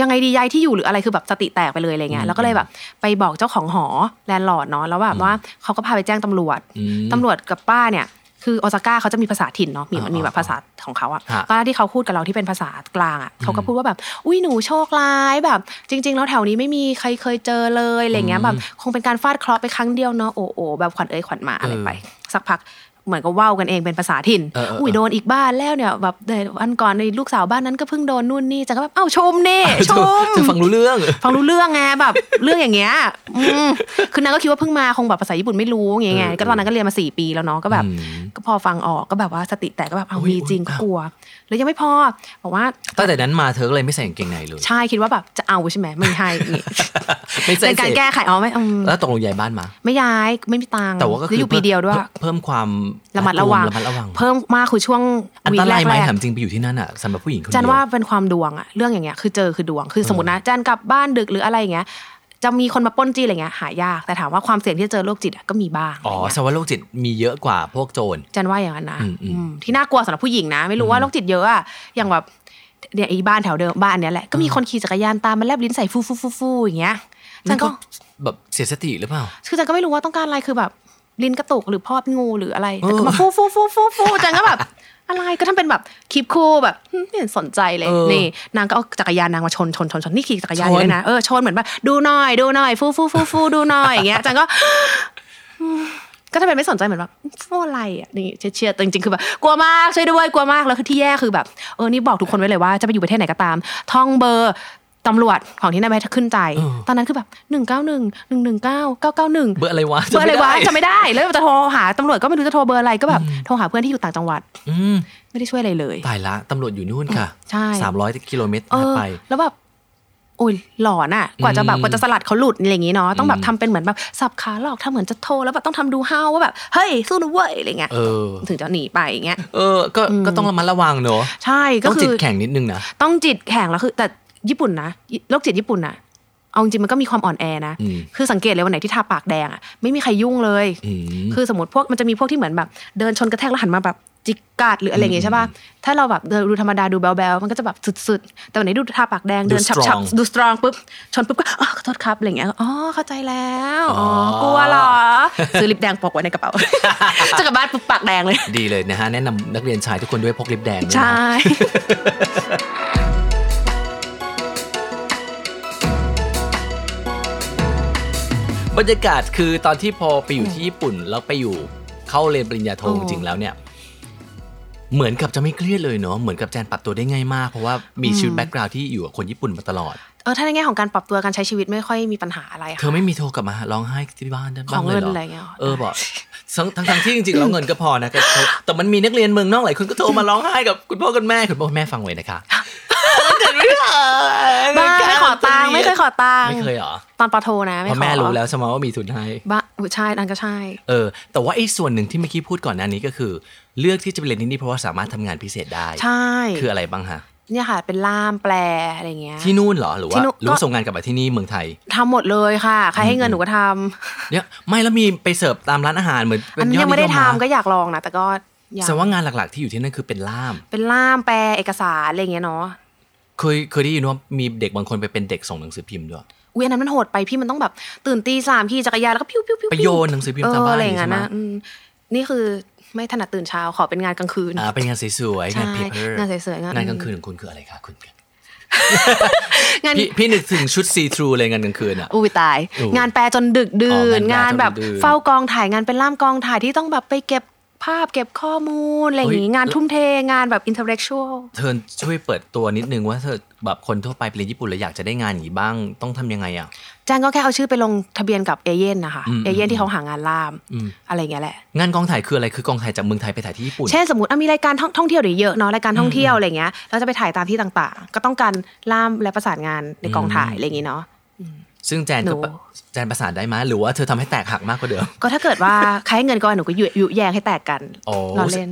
[SPEAKER 3] ยังไงดียายที่อยู่หรืออะไรคือแบบสติแตกไปเลยอะไรเงี้ยแล้วก็เลยแบบไปบอกเจ้าของหอแลนด์ลอร์ดเนาะแล้วแบบว่าเขาก็พาไปแจ้งตำรวจ
[SPEAKER 4] อืม
[SPEAKER 3] ตำรวจกับป้าเนี่ย คือออซาก้าเขาจะมีภาษาถิ่นเนาะมี
[SPEAKER 4] อ่ามั
[SPEAKER 3] มันมีแบบภาษาของเขาอะ
[SPEAKER 4] ฮะ
[SPEAKER 3] ตอนแรกที่เขาพูดกับเราที่เป็นภาษากลางอะเขาก็พูดว่าแบบ อุ้ยหนูโชคร้ายแบบ จริง ๆ แล้วแถวนี้ไม่มีใครเคยเจอเลยอะไรเงี้ยแบบคงเป็นการฟาดเคราะห์ไปครั้งเดียวเนาะโอ้โหแบบขวัญเอ้ยขวัญมาอะไรไป สักพักเหมือนกับว่าวกันเองเป็นภาษาถิ่น
[SPEAKER 4] เออเออ
[SPEAKER 3] อุ้ยโดนอีกบ้านแล้วเนี่ยแบบเดี๋ยวอันก่อนในลูกสาวบ้านนั้นก็เพิ่งโดนนู่นนี่จังก็แบบเอ้าชมเน่ ชม
[SPEAKER 4] จะฟังรู้เรื่อง
[SPEAKER 3] ฟังรู้เรื่องไงแบบ [LAUGHS] เรื่องอย่างเงี้ยอืมคือนางก็คิดว่าเพิ่งมาคงแบบภาษาญี่ปุ่นไม่รู้อย่างเงี้ย
[SPEAKER 4] เออ
[SPEAKER 3] ก็ตอนนั้นก็เรียนมาสี่ปีแล้วเนาะก็แบบ
[SPEAKER 4] อืม
[SPEAKER 3] ก็พอฟังออกก็แบบว่าสติแตกก็แบบเอา
[SPEAKER 4] อุ๊ย
[SPEAKER 3] มีจริง
[SPEAKER 4] อุ๊ย
[SPEAKER 3] ก็กลัว แล้วยังไม่พอบอกว่า
[SPEAKER 4] ตั้งแต่นั้นมาเธอก็เลยไม่ใส่กางเกงในเลย
[SPEAKER 3] ใช่คิดว่าแบบจะเอาใช่ไหมไม่ให้อย่างงี้
[SPEAKER 4] [LAUGHS] ไม่ใส่
[SPEAKER 3] เป็นการ
[SPEAKER 4] เสร็จ
[SPEAKER 3] แก้ไขอ๋อไม่อืม
[SPEAKER 4] แล้วตกลงย้ายบ้านมา
[SPEAKER 3] ไม่ย้ายไม่มีตังค์
[SPEAKER 4] แต่ว่าก็
[SPEAKER 3] ล้
[SPEAKER 4] คือ
[SPEAKER 3] อยู่ปีเดียวด้วย
[SPEAKER 4] เพิ่มความ
[SPEAKER 3] ระมัดระวัง
[SPEAKER 4] ระมัดระวัง
[SPEAKER 3] เพิ่มมากคือช่วง
[SPEAKER 4] อัน
[SPEAKER 3] วี
[SPEAKER 4] ต
[SPEAKER 3] คแร
[SPEAKER 4] รายไหม
[SPEAKER 3] กๆ
[SPEAKER 4] ถามจริงไปอยู่ที่นั่นอ่ะสำหรับผู้หญิงคนเดียว
[SPEAKER 3] จันว่าเป็นความดวงอะเรื่องอย่างเงี้ยคือเจอคือดวงคือสมมตินะจันกลับบ้านดึกหรืออะไรอย่างเงี้ยจะมีคนมาปล้นจี้อะไรเงี้ยหายากแต่ถามว่าความเสี่ยงที่จะเจอโรคจิตอะก็มีบ้าง
[SPEAKER 4] อ๋อ
[SPEAKER 3] อะไร
[SPEAKER 4] แสด
[SPEAKER 3] เงี้ย
[SPEAKER 4] งว่าโรคจิตมีเยอะกว่าพวกโจร
[SPEAKER 3] จันว่าอย่างนั้นนะ
[SPEAKER 4] อืมอืม
[SPEAKER 3] อืมที่น่ากลัวสำหรับผู้หญิงนะ ไม่รู้ว่าโรคจิตเยอะอะอย่างแบบเนี่ยไอ้บ้านแถวเดิมบ้านเนี้ยแหละก็มีคนขี่จักรยานตามมันแลบลิ้นใส่ฟูฟูฟูฟูอย่างเงี้ยจันก็
[SPEAKER 4] แบบเสียสติหรือเปล่า
[SPEAKER 3] คือจันก็ไม่รู้ว่าต้องการอะไรคือแบบลิ้นกระตุกหรือพ่อเป็นงูหรืออะไร
[SPEAKER 4] เออ
[SPEAKER 3] แต่ก็มาฟูฟูฟูฟูฟูจันก็แบบ [LAUGHS] อะไรก็ทำเป็นแบบคลิปคู่แบบ [LAUGHS] หึไม่เห็นสนใจเลย
[SPEAKER 4] เออ
[SPEAKER 3] นี่นางก็เอาจักรยานนางมาชนชนชนชนนี่ขี่จักรยาน
[SPEAKER 4] ชน
[SPEAKER 3] อยู่เลยนะเออชนเหมือนแบบดูหน่อยดูหน่อยฟูฟูฟูฟูดูหน่อย [LAUGHS] อย่างเงี้ยจังก็ [SIGHS] ก็ถ้าเป็นไม่สนใจเหมือนแบบฟูอะไรอ่ะนี่เชียร์เชียร์แต่จริงๆคือแบบกลัวมากช่วยด้วยกลัวมากแล้วคือที่แย่คือแบบเออนี่บอกทุกคนไว้เลยว่าจะไปอยู่ประเทศไหนก็ตามท่องเบอร์ตำรวจของที่นายไปขึ้นใจ ตอนนั้นคือแบบหนึ่งเก้าหนึ่งหนึ่งหนึ่งเก้าเก้าเก้าหนึ่ง
[SPEAKER 4] เบอร์อะไรวะ
[SPEAKER 3] เบอร์อะไรวะ
[SPEAKER 4] ด้
[SPEAKER 3] จะไม่ได้แล้วจะโทรหาตำรวจก็ไม่รู้จะโทรเบอร์อะไรก็แบบโทรหาเพื่อนที่อยู่ต่างจังหวัด
[SPEAKER 4] อืม
[SPEAKER 3] ไม่ได้ช่วยอะไรเลย
[SPEAKER 4] ตายละตำรวจอยู่นู่นค่ะ
[SPEAKER 3] ใช่
[SPEAKER 4] สามร้อยกิโลเมตร
[SPEAKER 3] เออ
[SPEAKER 4] ไป
[SPEAKER 3] แล้วแบบอุ้ยหลอนอ่ะ กว่าจะแบบกว่าจะสลัดเขาหลุดอะไรอย่างงี้เนาะต้องแบบทำเป็นเหมือนแบบสับขาหลอกทำเหมือนจะโทรแล้วแบบต้องทำดูห้าวว่าแบบเฮ้ยสู้นะเว้ยอะไรเงี้ย
[SPEAKER 4] เออ
[SPEAKER 3] ถึงจะหนีไปอย่างเงี้ย
[SPEAKER 4] เออ ก็ก็ต้องระมัดระวังเนอะ
[SPEAKER 3] ใช่ก็
[SPEAKER 4] ต้อง
[SPEAKER 3] คื
[SPEAKER 4] จิต
[SPEAKER 3] อ
[SPEAKER 4] แข็งนิดนึงนะ
[SPEAKER 3] ต้องจิตแข็งแล้วคือ แต่ญี่ปุ่นนะโรคจิตญี่ปุ่นนะเอาจริงๆมันก็มีความอ่อนแอนะ
[SPEAKER 4] อืม
[SPEAKER 3] คือสังเกตเลยวันไหนที่ทาปากแดงอ่ะไม่มีใครยุ่งเลย
[SPEAKER 4] อืม
[SPEAKER 3] คือสมมติพวกมันจะมีพวกที่เหมือนแบบ เดินชนกระแทกแล้วหันมาแบบจิกกัดหรืออะไรอย่างเงี้ยใช่ป่ะถ้าเราแบบเดินดูธรรมดาดูแบวๆมันก็จะแบบสุดๆ แต่วันไหนดูทาปากแดง
[SPEAKER 4] ดู
[SPEAKER 3] เดินฉับ
[SPEAKER 4] strong
[SPEAKER 3] ๆดูสตรองปุ๊บชนปุ๊บก็อ๋อขอโทษครับอะไรอย่างเงี้ยอ๋อเข้าใจแล้วอ๋ออ
[SPEAKER 4] อ
[SPEAKER 3] กลัวเหรอซื้อลิปแดงพกไว้ในกระเป๋า [LAUGHS] จะกลับบ้านปุ๊บปากแดงเลย
[SPEAKER 4] ดีเลยนะฮะ แนะนำนักเรียนชายทุกคนด้วยพกลิปแดงด้วยนะ
[SPEAKER 3] ใช่
[SPEAKER 4] บรรยากาศคือตอนที่พอไปอยู่ที่ญี่ปุ่นแล้วไปอยู่เข้าเรียนปริญญาโท
[SPEAKER 3] อ๋อ
[SPEAKER 4] จริงๆแล้วเนี่ย เหมือนกับจะไม่เครียดเลยเนาะเหมือนกับแจนปรับตัวได้ง่ายมากเพราะว่ามีชีวิตแบ็กกราวที่อยู่กับคนญี่ปุ่นมาตลอด
[SPEAKER 3] เออถ้าในแง่ของการปรับตัวการใช้ชีวิตไม่ค่อยมีปัญหาอะไร
[SPEAKER 4] เธ
[SPEAKER 3] ค่ะ
[SPEAKER 4] อไม่มีโทรกลับมาร้องไห้ที่บ้านได้บ้างเลย
[SPEAKER 3] ของเงิ
[SPEAKER 4] เหร
[SPEAKER 3] น
[SPEAKER 4] อ
[SPEAKER 3] อะไรเงี้ยหรอ
[SPEAKER 4] เออบอกทั้งทั้งทั้งที่จริงๆแล้วเงินก็พอนะแต่แต่แต่มันมีนักเรียนเมืองนอกหลายคนก็โทรมาร้องไห้กับคุณพ่อคุณแม่คุณพ่อคุณแม่ฟังไว้นะคะเกิดไม่ได้
[SPEAKER 3] บ้าไม่ขอตังค์ไม่เคยขอตังค์
[SPEAKER 4] ไม่เคยเหรอ
[SPEAKER 3] ตอนปอโทนะไม่
[SPEAKER 4] เพราะ
[SPEAKER 3] ขอ
[SPEAKER 4] แม่รู้แล้วใช่ไหมว่ามีทุนให้
[SPEAKER 3] บ้าอุ๊ยใช่นั่นก็ใช่
[SPEAKER 4] เออแต่ว่าไอ้ส่วนหนึ่งที่เมื่อกี้พูดก่อนหน้านี้ก็คือ เลือกที่จะไปเรียนที่นี่เพราะว่าสามารถทำงานพิเศษได้
[SPEAKER 3] ใช่
[SPEAKER 4] คืออะไรบ้างฮะ
[SPEAKER 3] เนี่ยค่ะ เป็นล่ามแปลอะไรอย่างเงี้ย
[SPEAKER 4] ที่นู่นเหรอหรือ
[SPEAKER 3] ที่
[SPEAKER 4] ว่า
[SPEAKER 3] นู่น
[SPEAKER 4] หรือว่าส่งงานกลับมาที่นี่เมืองไทย
[SPEAKER 3] ทำหมดเลยค่ะ ใครให้เงินหนูก็ท
[SPEAKER 4] เนี่ยไม่แล้วมีไปเสิร์ฟตามร้านอาหารเหมือน
[SPEAKER 3] ำอัน
[SPEAKER 4] เป็ย
[SPEAKER 3] นี้
[SPEAKER 4] อ
[SPEAKER 3] ยังไม่ได้
[SPEAKER 4] นิย
[SPEAKER 3] ทำก็อยากลองนะ แต่ก็อยาก
[SPEAKER 4] แสดงว่างานหลักๆที่อยู่ที่นั่นคือเป็นล่าม
[SPEAKER 3] เป็นล่ามแปลเอกสารอะไรอย่างเงี้ยเนาะ
[SPEAKER 4] เคยเคยได้ยินว่ามีเด็กบางคนไปเป็นเด็กส่งหนังสือพิมพ์ด้วย
[SPEAKER 3] อุ้ยอันนั้นมันโหดไปพี่มันต้องแบบ ตื่นตีสามพี่จักรยานแล้วก็พิ้วพิ้วพิ้ว
[SPEAKER 4] ไปโยนหนังสือพิม
[SPEAKER 3] เอ
[SPEAKER 4] พ์ตาม
[SPEAKER 3] อ
[SPEAKER 4] บ้าน
[SPEAKER 3] อะไรอย่
[SPEAKER 4] อา
[SPEAKER 3] ย่าง ง
[SPEAKER 4] งี้
[SPEAKER 3] นั้
[SPEAKER 4] ใช่ไหม
[SPEAKER 3] นนะอืมนี่คือไม่ถนัดตื่นเช้าขอเป็นงานกลางคืน
[SPEAKER 4] อ่าเป็นงานสวยๆงาน
[SPEAKER 3] ใช่
[SPEAKER 4] เพเปอร์
[SPEAKER 3] งานสวยๆงาน
[SPEAKER 4] งานกลางคืนของคุณคืออะไรคะคุณ
[SPEAKER 3] งาน
[SPEAKER 4] พี่พี่นึกถึงชุดซีทรูเลยงานกลางคืนอ่ะ
[SPEAKER 3] อุ้ยตาย
[SPEAKER 4] โอ้
[SPEAKER 3] งานแปลจนดึกดื่น
[SPEAKER 4] อ๋องาง
[SPEAKER 3] าน น
[SPEAKER 4] แปลจน
[SPEAKER 3] แบบ
[SPEAKER 4] ดึกดื่น
[SPEAKER 3] เฝ้ากองถ่ายงานเป็นล่ามกองถ่ายที่ต้องแบบไปเก็บภาพเก็บข้อมูลอะไรอย่างงี้
[SPEAKER 4] เฮ้ย
[SPEAKER 3] งานทุ่มเทงานแบบอินเทอร์เรคชวล
[SPEAKER 4] เธอช่วยเปิดตัวนิดนึงว่าเธอแบบคนทั่วไปไปเรียนญี่ปุ่นแล้วอยากจะได้งานอย่างนี้บ้างต้องทำยังไงอ่ะ
[SPEAKER 3] จ้างก็แค่เอาชื่อไปลงทะเบียนกับเอเย่นนะคะ
[SPEAKER 4] อืม
[SPEAKER 3] เอเย่นที่เขาหางานล่าม อะไรอย่างเงี้ยแหละ
[SPEAKER 4] งานกองถ่ายคืออะไรคือกองถ่ายจากเมืองไทยไปถ่ายที่ญี่ปุ่น
[SPEAKER 3] เช่นสมมติอ่ะมีรายการท่องท่องเที่ยวเดี๋ยวเยอะเนาะรายการท่องเที่ยวอะไรเงี้ยเราจะไปถ่ายตามที่ต่างๆ ก็ต้องการล่ามและประสานงานในกองถ่ายอะไรอย่างงี้เนาะ
[SPEAKER 4] ซึ่งแจนก็ปะ
[SPEAKER 3] หนู
[SPEAKER 4] แจนประสานได้ไหมหรือว่าเธอทำให้แตกหักมากกว่าเดิม
[SPEAKER 3] ก็ถ้าเกิดว่า ใครให้เงินก้อนหนูก็ยุยุแยงให้แตกกัน
[SPEAKER 4] โอ้
[SPEAKER 3] ล้อเล่น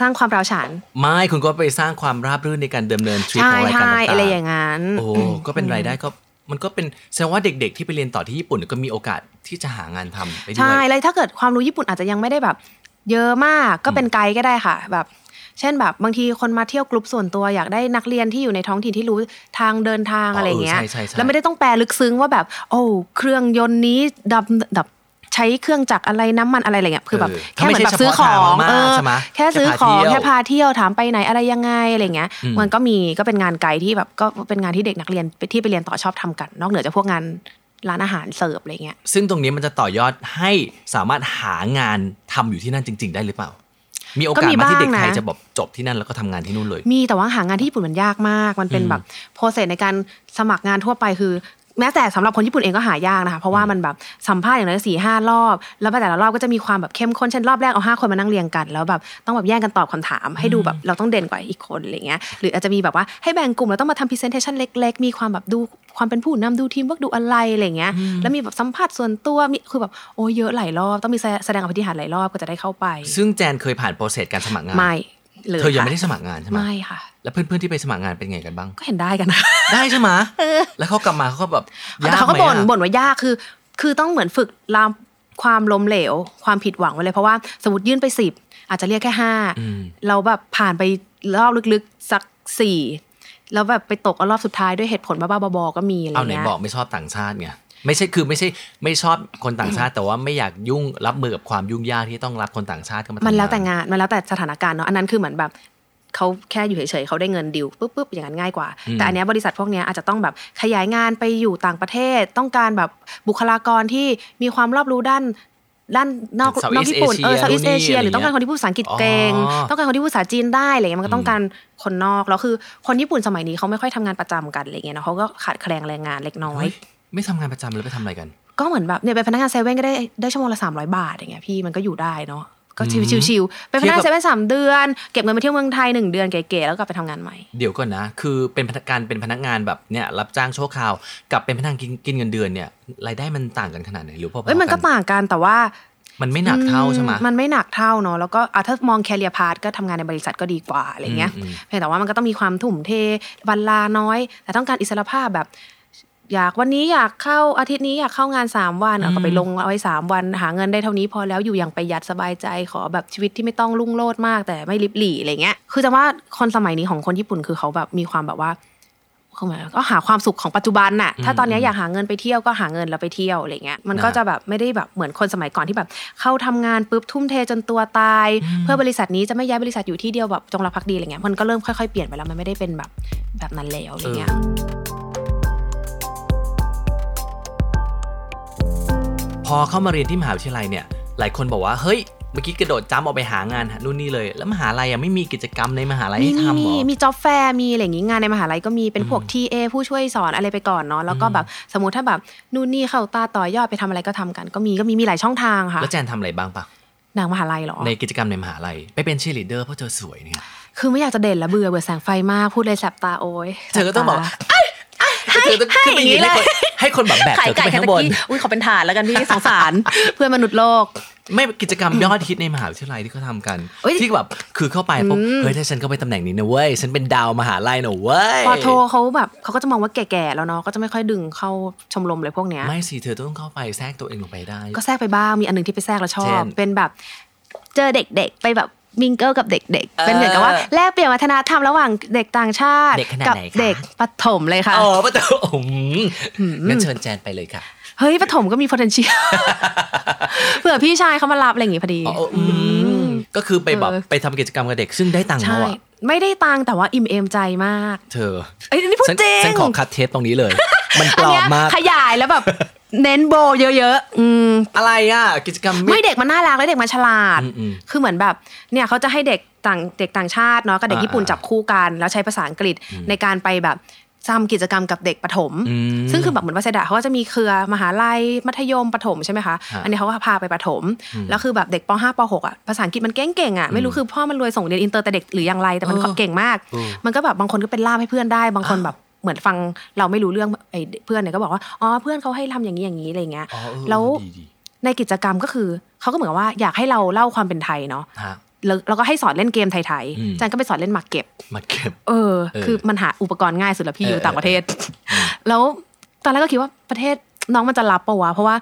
[SPEAKER 3] สร้างความร้าวฉาน
[SPEAKER 4] ไม่คุณก็ไปสร้างความราบรื่นในการดำเนินทริป
[SPEAKER 3] ใช่
[SPEAKER 4] ของรายการ
[SPEAKER 3] ใช่
[SPEAKER 4] ต่างๆ
[SPEAKER 3] อะไรอย่างนั้น
[SPEAKER 4] โอ้ก็เป็นรายได้ก็มันก็เป็นแสดงว่าเด็กๆ ที่ไปเรียนต่อที่ญี่ปุ่นก็มีโอกาสที่จะหางานทำไปด้ว
[SPEAKER 3] ใช่
[SPEAKER 4] ย
[SPEAKER 3] แล้วถ้าเกิดความรู้ญี่ปุ่นอาจจะยังไม่ได้แบบ เยอะมากก็เป็นไกด์ก็ได้ค่ะ แบบ เช่นแบบบางทีคนมาเที่ยวกลุ่มส่วนตัวอยากได้นักเรียนที่อยู่ในท้องถิ่นที่รู้ทางเดินทาง
[SPEAKER 4] อ๋ออ
[SPEAKER 3] อะไรเงี้ย
[SPEAKER 4] เออใช่ใช่ใช่
[SPEAKER 3] แล้วไม่ได้ต้องแปลลึกซึ้งว่าแบบ โอ้เครื่องยนต์นี้ดับดับใช้เครื่องจักรอะไรน้ำมันอะไรอะไรเงี้ยคือแบบ
[SPEAKER 4] เออ
[SPEAKER 3] แค่เหมือน
[SPEAKER 4] ถ้า
[SPEAKER 3] แบ
[SPEAKER 4] ไใช่
[SPEAKER 3] บซื้อขอ
[SPEAKER 4] ฉ
[SPEAKER 3] ง
[SPEAKER 4] พาะทามาก
[SPEAKER 3] เออ
[SPEAKER 4] ใช่ไหม
[SPEAKER 3] แค่ซื้อของ
[SPEAKER 4] พาเที่ยว
[SPEAKER 3] แค่พาเที่ยวถามไปไหนอะไรยังไงอะไรเงี้ย
[SPEAKER 4] อืม
[SPEAKER 3] มันก็มีก็เป็นงานไกด์ที่แบบก็เป็นงานที่เด็กนักเรียนที่ไปเรียนต่อชอบทำกัน นอกเหนือจากพวกงานร้านอาหารเสิร์ฟอะไรเงี้ย
[SPEAKER 4] ซึ่งตรงนี้มันจะต่อยอดให้สามารถหางานทำอยู่ที่นั่นจริง ๆ ได้หรือเปล่า มีโอกาส
[SPEAKER 3] ก็มี
[SPEAKER 4] ไหมาที่
[SPEAKER 3] บ้าง
[SPEAKER 4] เด็กไทย
[SPEAKER 3] นะ
[SPEAKER 4] จะแบบจบที่นั่นแล้วก็ทำงานที่นู่นเลย
[SPEAKER 3] มีแต่ว่าหางานที่ญี่ปุ่นมันยากมาก มันเป็นแบบโปรเซสในการสมัครงานทั่วไปคือ แม้แต่สำหรับคนญี่ปุ่นเองก็หายากนะคะ เพราะว่ามันแบบสัมภาษณ์อย่างน้อยสี่ห้ารอบ แล้วแต่ละรอบก็จะมีความแบบเข้มข้นเช่นรอบแรกเอาห้าคนมานั่งเรียงกัน แล้วแบบต้องแบบแย่งกันตอบคำถาม ให้ดูแบบเราต้องเด่นกว่าอีกคนอะไรเงี้ยหรืออาจจะมีแบบว่าให้แบ่งกลุ่มแล้วต้องมาทำพรีเซนเทชันเล็ก ๆ มีความแบบดูความเป็นผู้นำดูทีมว่าดูอะไรอะไรเงี้ยแล้วมีแบบสัมภาษณ์ส่วนตัวมีคือแบบโอ้ยเยอะหลายรอบต้องมีแสดงอภิธิหารหลายรอบก็จะได้เข้าไป
[SPEAKER 4] ซึ่งแจนเคยผ่านโปรเซสการสมัครงาน
[SPEAKER 3] ไม่เลย
[SPEAKER 4] เธอยัง
[SPEAKER 3] ค่ะ
[SPEAKER 4] ไม่ได้สมัครงานใช่ไหม
[SPEAKER 3] ไม่ค่ะ
[SPEAKER 4] แล้วเพื่อนๆที่ไปสมัครงานเป็นไงกันบ้าง
[SPEAKER 3] ก็เห็นได้กันนะ
[SPEAKER 4] ได้ใช่ไหมแล้วเขากลับมาเขาก็แบบ
[SPEAKER 3] แต่เขาก็
[SPEAKER 4] ย
[SPEAKER 3] บ่
[SPEAKER 4] ไห
[SPEAKER 3] น
[SPEAKER 4] มอะ
[SPEAKER 3] บ่นว่ายากคือ คือต้องเหมือนฝึกลามความล้มเหลว ความผิดหวังไว้เลย เพราะว่าสมมติยื่นไปสิบอาจจะเรียกแค่ห้า
[SPEAKER 4] อืม
[SPEAKER 3] เราแบบผ่านไปรอบลึกๆสักสี่แล้วแบบไปตกเอารอบสุดท้ายด้วยเหตุผลบ้าๆบอๆก็มีอะไร
[SPEAKER 4] เอาไหน
[SPEAKER 3] เงี้ย
[SPEAKER 4] บอกไม่ชอบต่างชาติไงไม่ใช่คือไม่ใช่ไม่ชอบคนต่างชาติ แต่ว่าไม่อยากยุ่งรับมือกับความยุ่งยากที่ต้องรับคนต่างชาติเข้ามาทำ
[SPEAKER 3] มันแล้วแต่
[SPEAKER 4] งาน
[SPEAKER 3] งานมันแล้วแต่สถานการณ์เนาะอันนั้นคือเหมือนแบบเขาแค่อยู่เฉยๆเขาได้เงินดิวปุ๊บปุ๊บอย่างนั้นง่ายกว่า แต่อันเนี้ยบริษัทพวกเนี้ยอาจจะต้องแบบขยายงานไปอยู่ต่างประเทศ ต้องการแบบบุคลากรที่มีความรอบรู้ด้านด้านนอกนอกญี่ปุ่นเออ Southeast Asia หรือต้องการ คนที่พูดภาษาอังกฤษเก่ง
[SPEAKER 4] อ๋อ
[SPEAKER 3] ต้องการคนที่พูดภาษาจีนได้อะไรเงี้ยมันก็ต้องการคนนอกแล้วคือคนญี่ปุ่นสมัยนี้เขาไม่ค่อยทำงานประจำกันอะไรเงี้ยเนาะเขาก็ขาดแคลนแรงงานเล็กน้อย
[SPEAKER 4] เฮ้ยไม่ทำงานประจำเลยไปทำอะไรกัน
[SPEAKER 3] ก็เหมือนแบบเนี่ยเป็นพนักงานเซเว่นก็ได้ได้ชั่วโมงละสามร้อยบาทอย่างเงี้ยพี่มันก็อยู่ได้เนาะก็ชิวๆชิวๆเป็นพนักงานเซเว่นสามเดือน เก็บเงินไปเที่ยวเมืองไทยหนึ่งเดือนเก๋ๆแล้วกลับไปทำงานใหม่
[SPEAKER 4] เดี๋ยวก่อนนะ คือเป็นพนักการเป็นพนักงานแบบเนี่ยรับจ้างชั่วคราว กับเป็นพนักงานกินกินเงินเดือนเนี่ยรายได้มันต่างกันขนาดไหนหรือพอๆ
[SPEAKER 3] เอ้ยมันก็ต่างกันแต่ว่า
[SPEAKER 4] มันไม่หนักเท่าใช่ไหม
[SPEAKER 3] มันไม่หนักเท่าเนาะแล้วก็อ่ะถ้ามองแคเรียพาร์ทก็ทำงานในบริษัทก็ดีกว่าอะไรเงี้ย
[SPEAKER 4] อืมอืม
[SPEAKER 3] เพียงแต่ว่ามันก็ต้องมีความถุ่มเทวันลาน้อย แต่ต้องการอิสรภาพแบบ อยากวันนี้อยากเข้าอาทิตย์นี้อยากเข้างานสามวันเอาก็ไปลงเอาไว้สามวัน หาเงินได้เท่านี้พอแล้วอยู่อย่างประหยัดสบายใจขอแบบชีวิตที่ไม่ต้องรุ่งโลดมากแต่ไม่ริบหรี่อะไรเงี้ย คือจะว่าคนสมัยนี้ของคนญี่ปุ่นคือเขาแบบมีความแบบว่าเขาหมายก็หาความสุขของปัจจุบันน่ะถ้าตอนเนี้ยอยากหาเงินไปเที่ยวก็หาเงินแล้วไปเที่ยวอะไรเงี้ยมันก็
[SPEAKER 4] นะ
[SPEAKER 3] จะแบบไม่ได้แบบเหมือนคนสมัยก่อนที่แบบ เข้าทำงานปุ๊บทุ่มเทจนตัวตาย เพื่อบริษัทนี้จะไม่ย้ายบริษัทอยู่ที่เดียวแบบจงรักภักดีอะไรเงี้ยมันก็เริ่มค่อยๆเปลี่ยนไปแล้วมันไม่ได้เป็นแบบแบบนั้นแล้วอะไรเงี้ย
[SPEAKER 4] พอเข้ามาเรียนที่มหาวิทยาลัยเนี่ย หลายคนบอกว่า เฮ้ย เมื่อกี้กระโดดจ้ำออกไปหางานนู่นนี่เลย แล้วมหาลัยอะไม่มีกิจกรรมในมหาลัย
[SPEAKER 3] มี
[SPEAKER 4] ให้
[SPEAKER 3] มี
[SPEAKER 4] ทำเหร
[SPEAKER 3] มี
[SPEAKER 4] อ
[SPEAKER 3] มีจ็อบแฟร์มีอะไรอย่างงี้งานในมหาลัยก็มีเป็นพวกทีเอผู้ช่วยสอนอะไรไปก่อนเนาะแล้วก็แบบสมมติถ้าแบบนู่นนี่เข้าตาต่อยอดไปทำอะไรก็ทำกัน ก็มีก็มีมีหลายช่องทางค่ะ
[SPEAKER 4] แล้วแจนทำอะไรบ้างปะ
[SPEAKER 3] หนางมหาลัยเหรอ
[SPEAKER 4] ในกิจกรรมในมหาลัยไปเป็นเชียร์ลีดเดอร์เพราะเธอสวยเนี่ย
[SPEAKER 3] คือไม่อยากจะเด่นละเบื่อเบื่อแสงไฟมากพูดเลยแสบตาโอ้ย
[SPEAKER 4] เธอก็ต้องบอก
[SPEAKER 3] แสบ
[SPEAKER 4] ไอ้ไอ้เธอต้องขึ้นไปยืนให้คนให้คนแบบแบก
[SPEAKER 3] ตา
[SPEAKER 4] เธ
[SPEAKER 3] ขาย
[SPEAKER 4] อ
[SPEAKER 3] ไก่
[SPEAKER 4] ขึ้นไป
[SPEAKER 3] แค่
[SPEAKER 4] ข้า
[SPEAKER 3] ตะ
[SPEAKER 4] งบน
[SPEAKER 3] กี้อุ้ยขอเป็นฐานแล้วกันพี่สง
[SPEAKER 4] [LAUGHS]
[SPEAKER 3] สาร เพื่อนมนุษย์โลก
[SPEAKER 4] ไม่กิจกรรมยอดฮิตในมหาวิทยาลัยที่เขาทำกัน
[SPEAKER 3] เอ้ย
[SPEAKER 4] ที่แบบคือเข้าไปปุ๊บเฮ้ยถ้าฉันเข้าไปตำแหน่งนี้นะเว้ย ฉันเป็นดาวมหาลัยนะเว้ย
[SPEAKER 3] พอโทรเขาแบบเขาก็จะมองว่าแก่ๆแล้วเนาะก็จะไม่ค่อยดึงเข้าชมรมเลยพวกเนี้ย
[SPEAKER 4] ไม่สิเธอต้องเข้าไปแทรกตัวเองลงไปได้
[SPEAKER 3] ก็แทรกไปบ้าง มีอันหนึงที่ไปแทรกแล้วชอ
[SPEAKER 4] เช่
[SPEAKER 3] บ
[SPEAKER 4] น
[SPEAKER 3] เป็นแบบ เจอเด็กๆ ไปแบบมิงเกิลกับเด็ก
[SPEAKER 4] เออ
[SPEAKER 3] ๆเป็นเหมือนกับว่าแลกเปลี่ยนวัฒนธรรมระหว่างเด็กต่างชาติ
[SPEAKER 4] เด็กขนาด
[SPEAKER 3] กั
[SPEAKER 4] ไหนคะ
[SPEAKER 3] เด็กปฐมเลยค่ะ
[SPEAKER 4] อ๋อปะเต๋ออืมงั้นเชิญแจนไปเลยค่ะ
[SPEAKER 3] เฮ้ยปฐมก็มี potential
[SPEAKER 4] [LAUGHS]
[SPEAKER 3] เผื่อพี่ชายเขามารับอะไรอย่างงี้พอดี
[SPEAKER 4] อ๋ออืมก็คือไปแบบ
[SPEAKER 3] เออ
[SPEAKER 4] ไปทำกิจกรรมกับเด็กซึ่งได้ตังค์
[SPEAKER 3] ใช่
[SPEAKER 4] เขาอะ
[SPEAKER 3] ไม่ได้ตังค์แต่ว่าอิ่มเอมใจมาก
[SPEAKER 4] เธอ
[SPEAKER 3] เอ้ยนี่พูด
[SPEAKER 4] ฉัน
[SPEAKER 3] จริง
[SPEAKER 4] ฉันขอคัดเทปตรงนี้
[SPEAKER 3] [LAUGHS]
[SPEAKER 4] เลย มันป
[SPEAKER 3] อั
[SPEAKER 4] ล
[SPEAKER 3] น
[SPEAKER 4] อ
[SPEAKER 3] เนี้
[SPEAKER 4] ม
[SPEAKER 3] ย
[SPEAKER 4] มาก
[SPEAKER 3] ขยายแล้วแบบ เน้นโบว์เยอะๆอืม
[SPEAKER 4] อะไรอ่ะกิจกรรม
[SPEAKER 3] ไม่เด็กมันน่ารักและเด็กมันฉลาด
[SPEAKER 4] อืมอืม
[SPEAKER 3] คือเหมือนแบบ เนี่ยเขาจะให้เด็กต่างเด็กต่างชาติเนาะกับเด็ก
[SPEAKER 4] อ่า
[SPEAKER 3] ญี่ปุ่น
[SPEAKER 4] อ่า
[SPEAKER 3] จับคู่กัน แล้วใช้ภาษาอังกฤษในการไปแบบทำกิจกรรมกับเด็กประถม
[SPEAKER 4] อืม
[SPEAKER 3] ซึ่งคือแบบเหมือนวัสดาเขาก็จะมีเครือมหาลัยมัธยมประถมใช่ไหมคะ
[SPEAKER 4] ฮะ
[SPEAKER 3] อันนี้เขาก็พาไปประถม แล้วคือแบบเด็กป .5 ป .6 อ่ะภาษาอังกฤษมันเก่งๆอ่ะไม่รู้คือพ่อมันรวยส่งเรียนอินเตอร์แต่เด็กหรืออย่างไรแต่มัน
[SPEAKER 4] เออ
[SPEAKER 3] เก่งมาก
[SPEAKER 4] เออ
[SPEAKER 3] มันก็แบบบางคนก็เป็นล่ามให้เพื่อนได้ บางคนแบบ เหมือนฟังเราไม่รู้เรื่องไอ้เพื่อนเนี่ยก็บอกว่าอ๋อเพื่อนเขาให้ทำอย่างนี้อย่างนี้อะไรเงี้ย
[SPEAKER 4] อ๋อเออ
[SPEAKER 3] แล้ว
[SPEAKER 4] ดีดี
[SPEAKER 3] ในกิจกรรมก็คือเขาก็เหมือนกับว่าอยากให้เราเล่าความเป็นไทยเนาะ
[SPEAKER 4] ฮะ
[SPEAKER 3] แล้วแล้วก็ให้สอนเล่นเกมไทย
[SPEAKER 4] อืม
[SPEAKER 3] ๆอาจารย์ก็ไปสอนเล่นหมากเก็บ
[SPEAKER 4] มาเก็บ
[SPEAKER 3] เออ
[SPEAKER 4] เออ
[SPEAKER 3] คือมันหาอุปกรณ์ง่ายสุดแล้วพี่
[SPEAKER 4] เออ
[SPEAKER 3] อยู่ต่างประเทศ แล้วตอนแรกก็คิดว่าประเทศน้องมันจะรับปะวะ เพราะว่า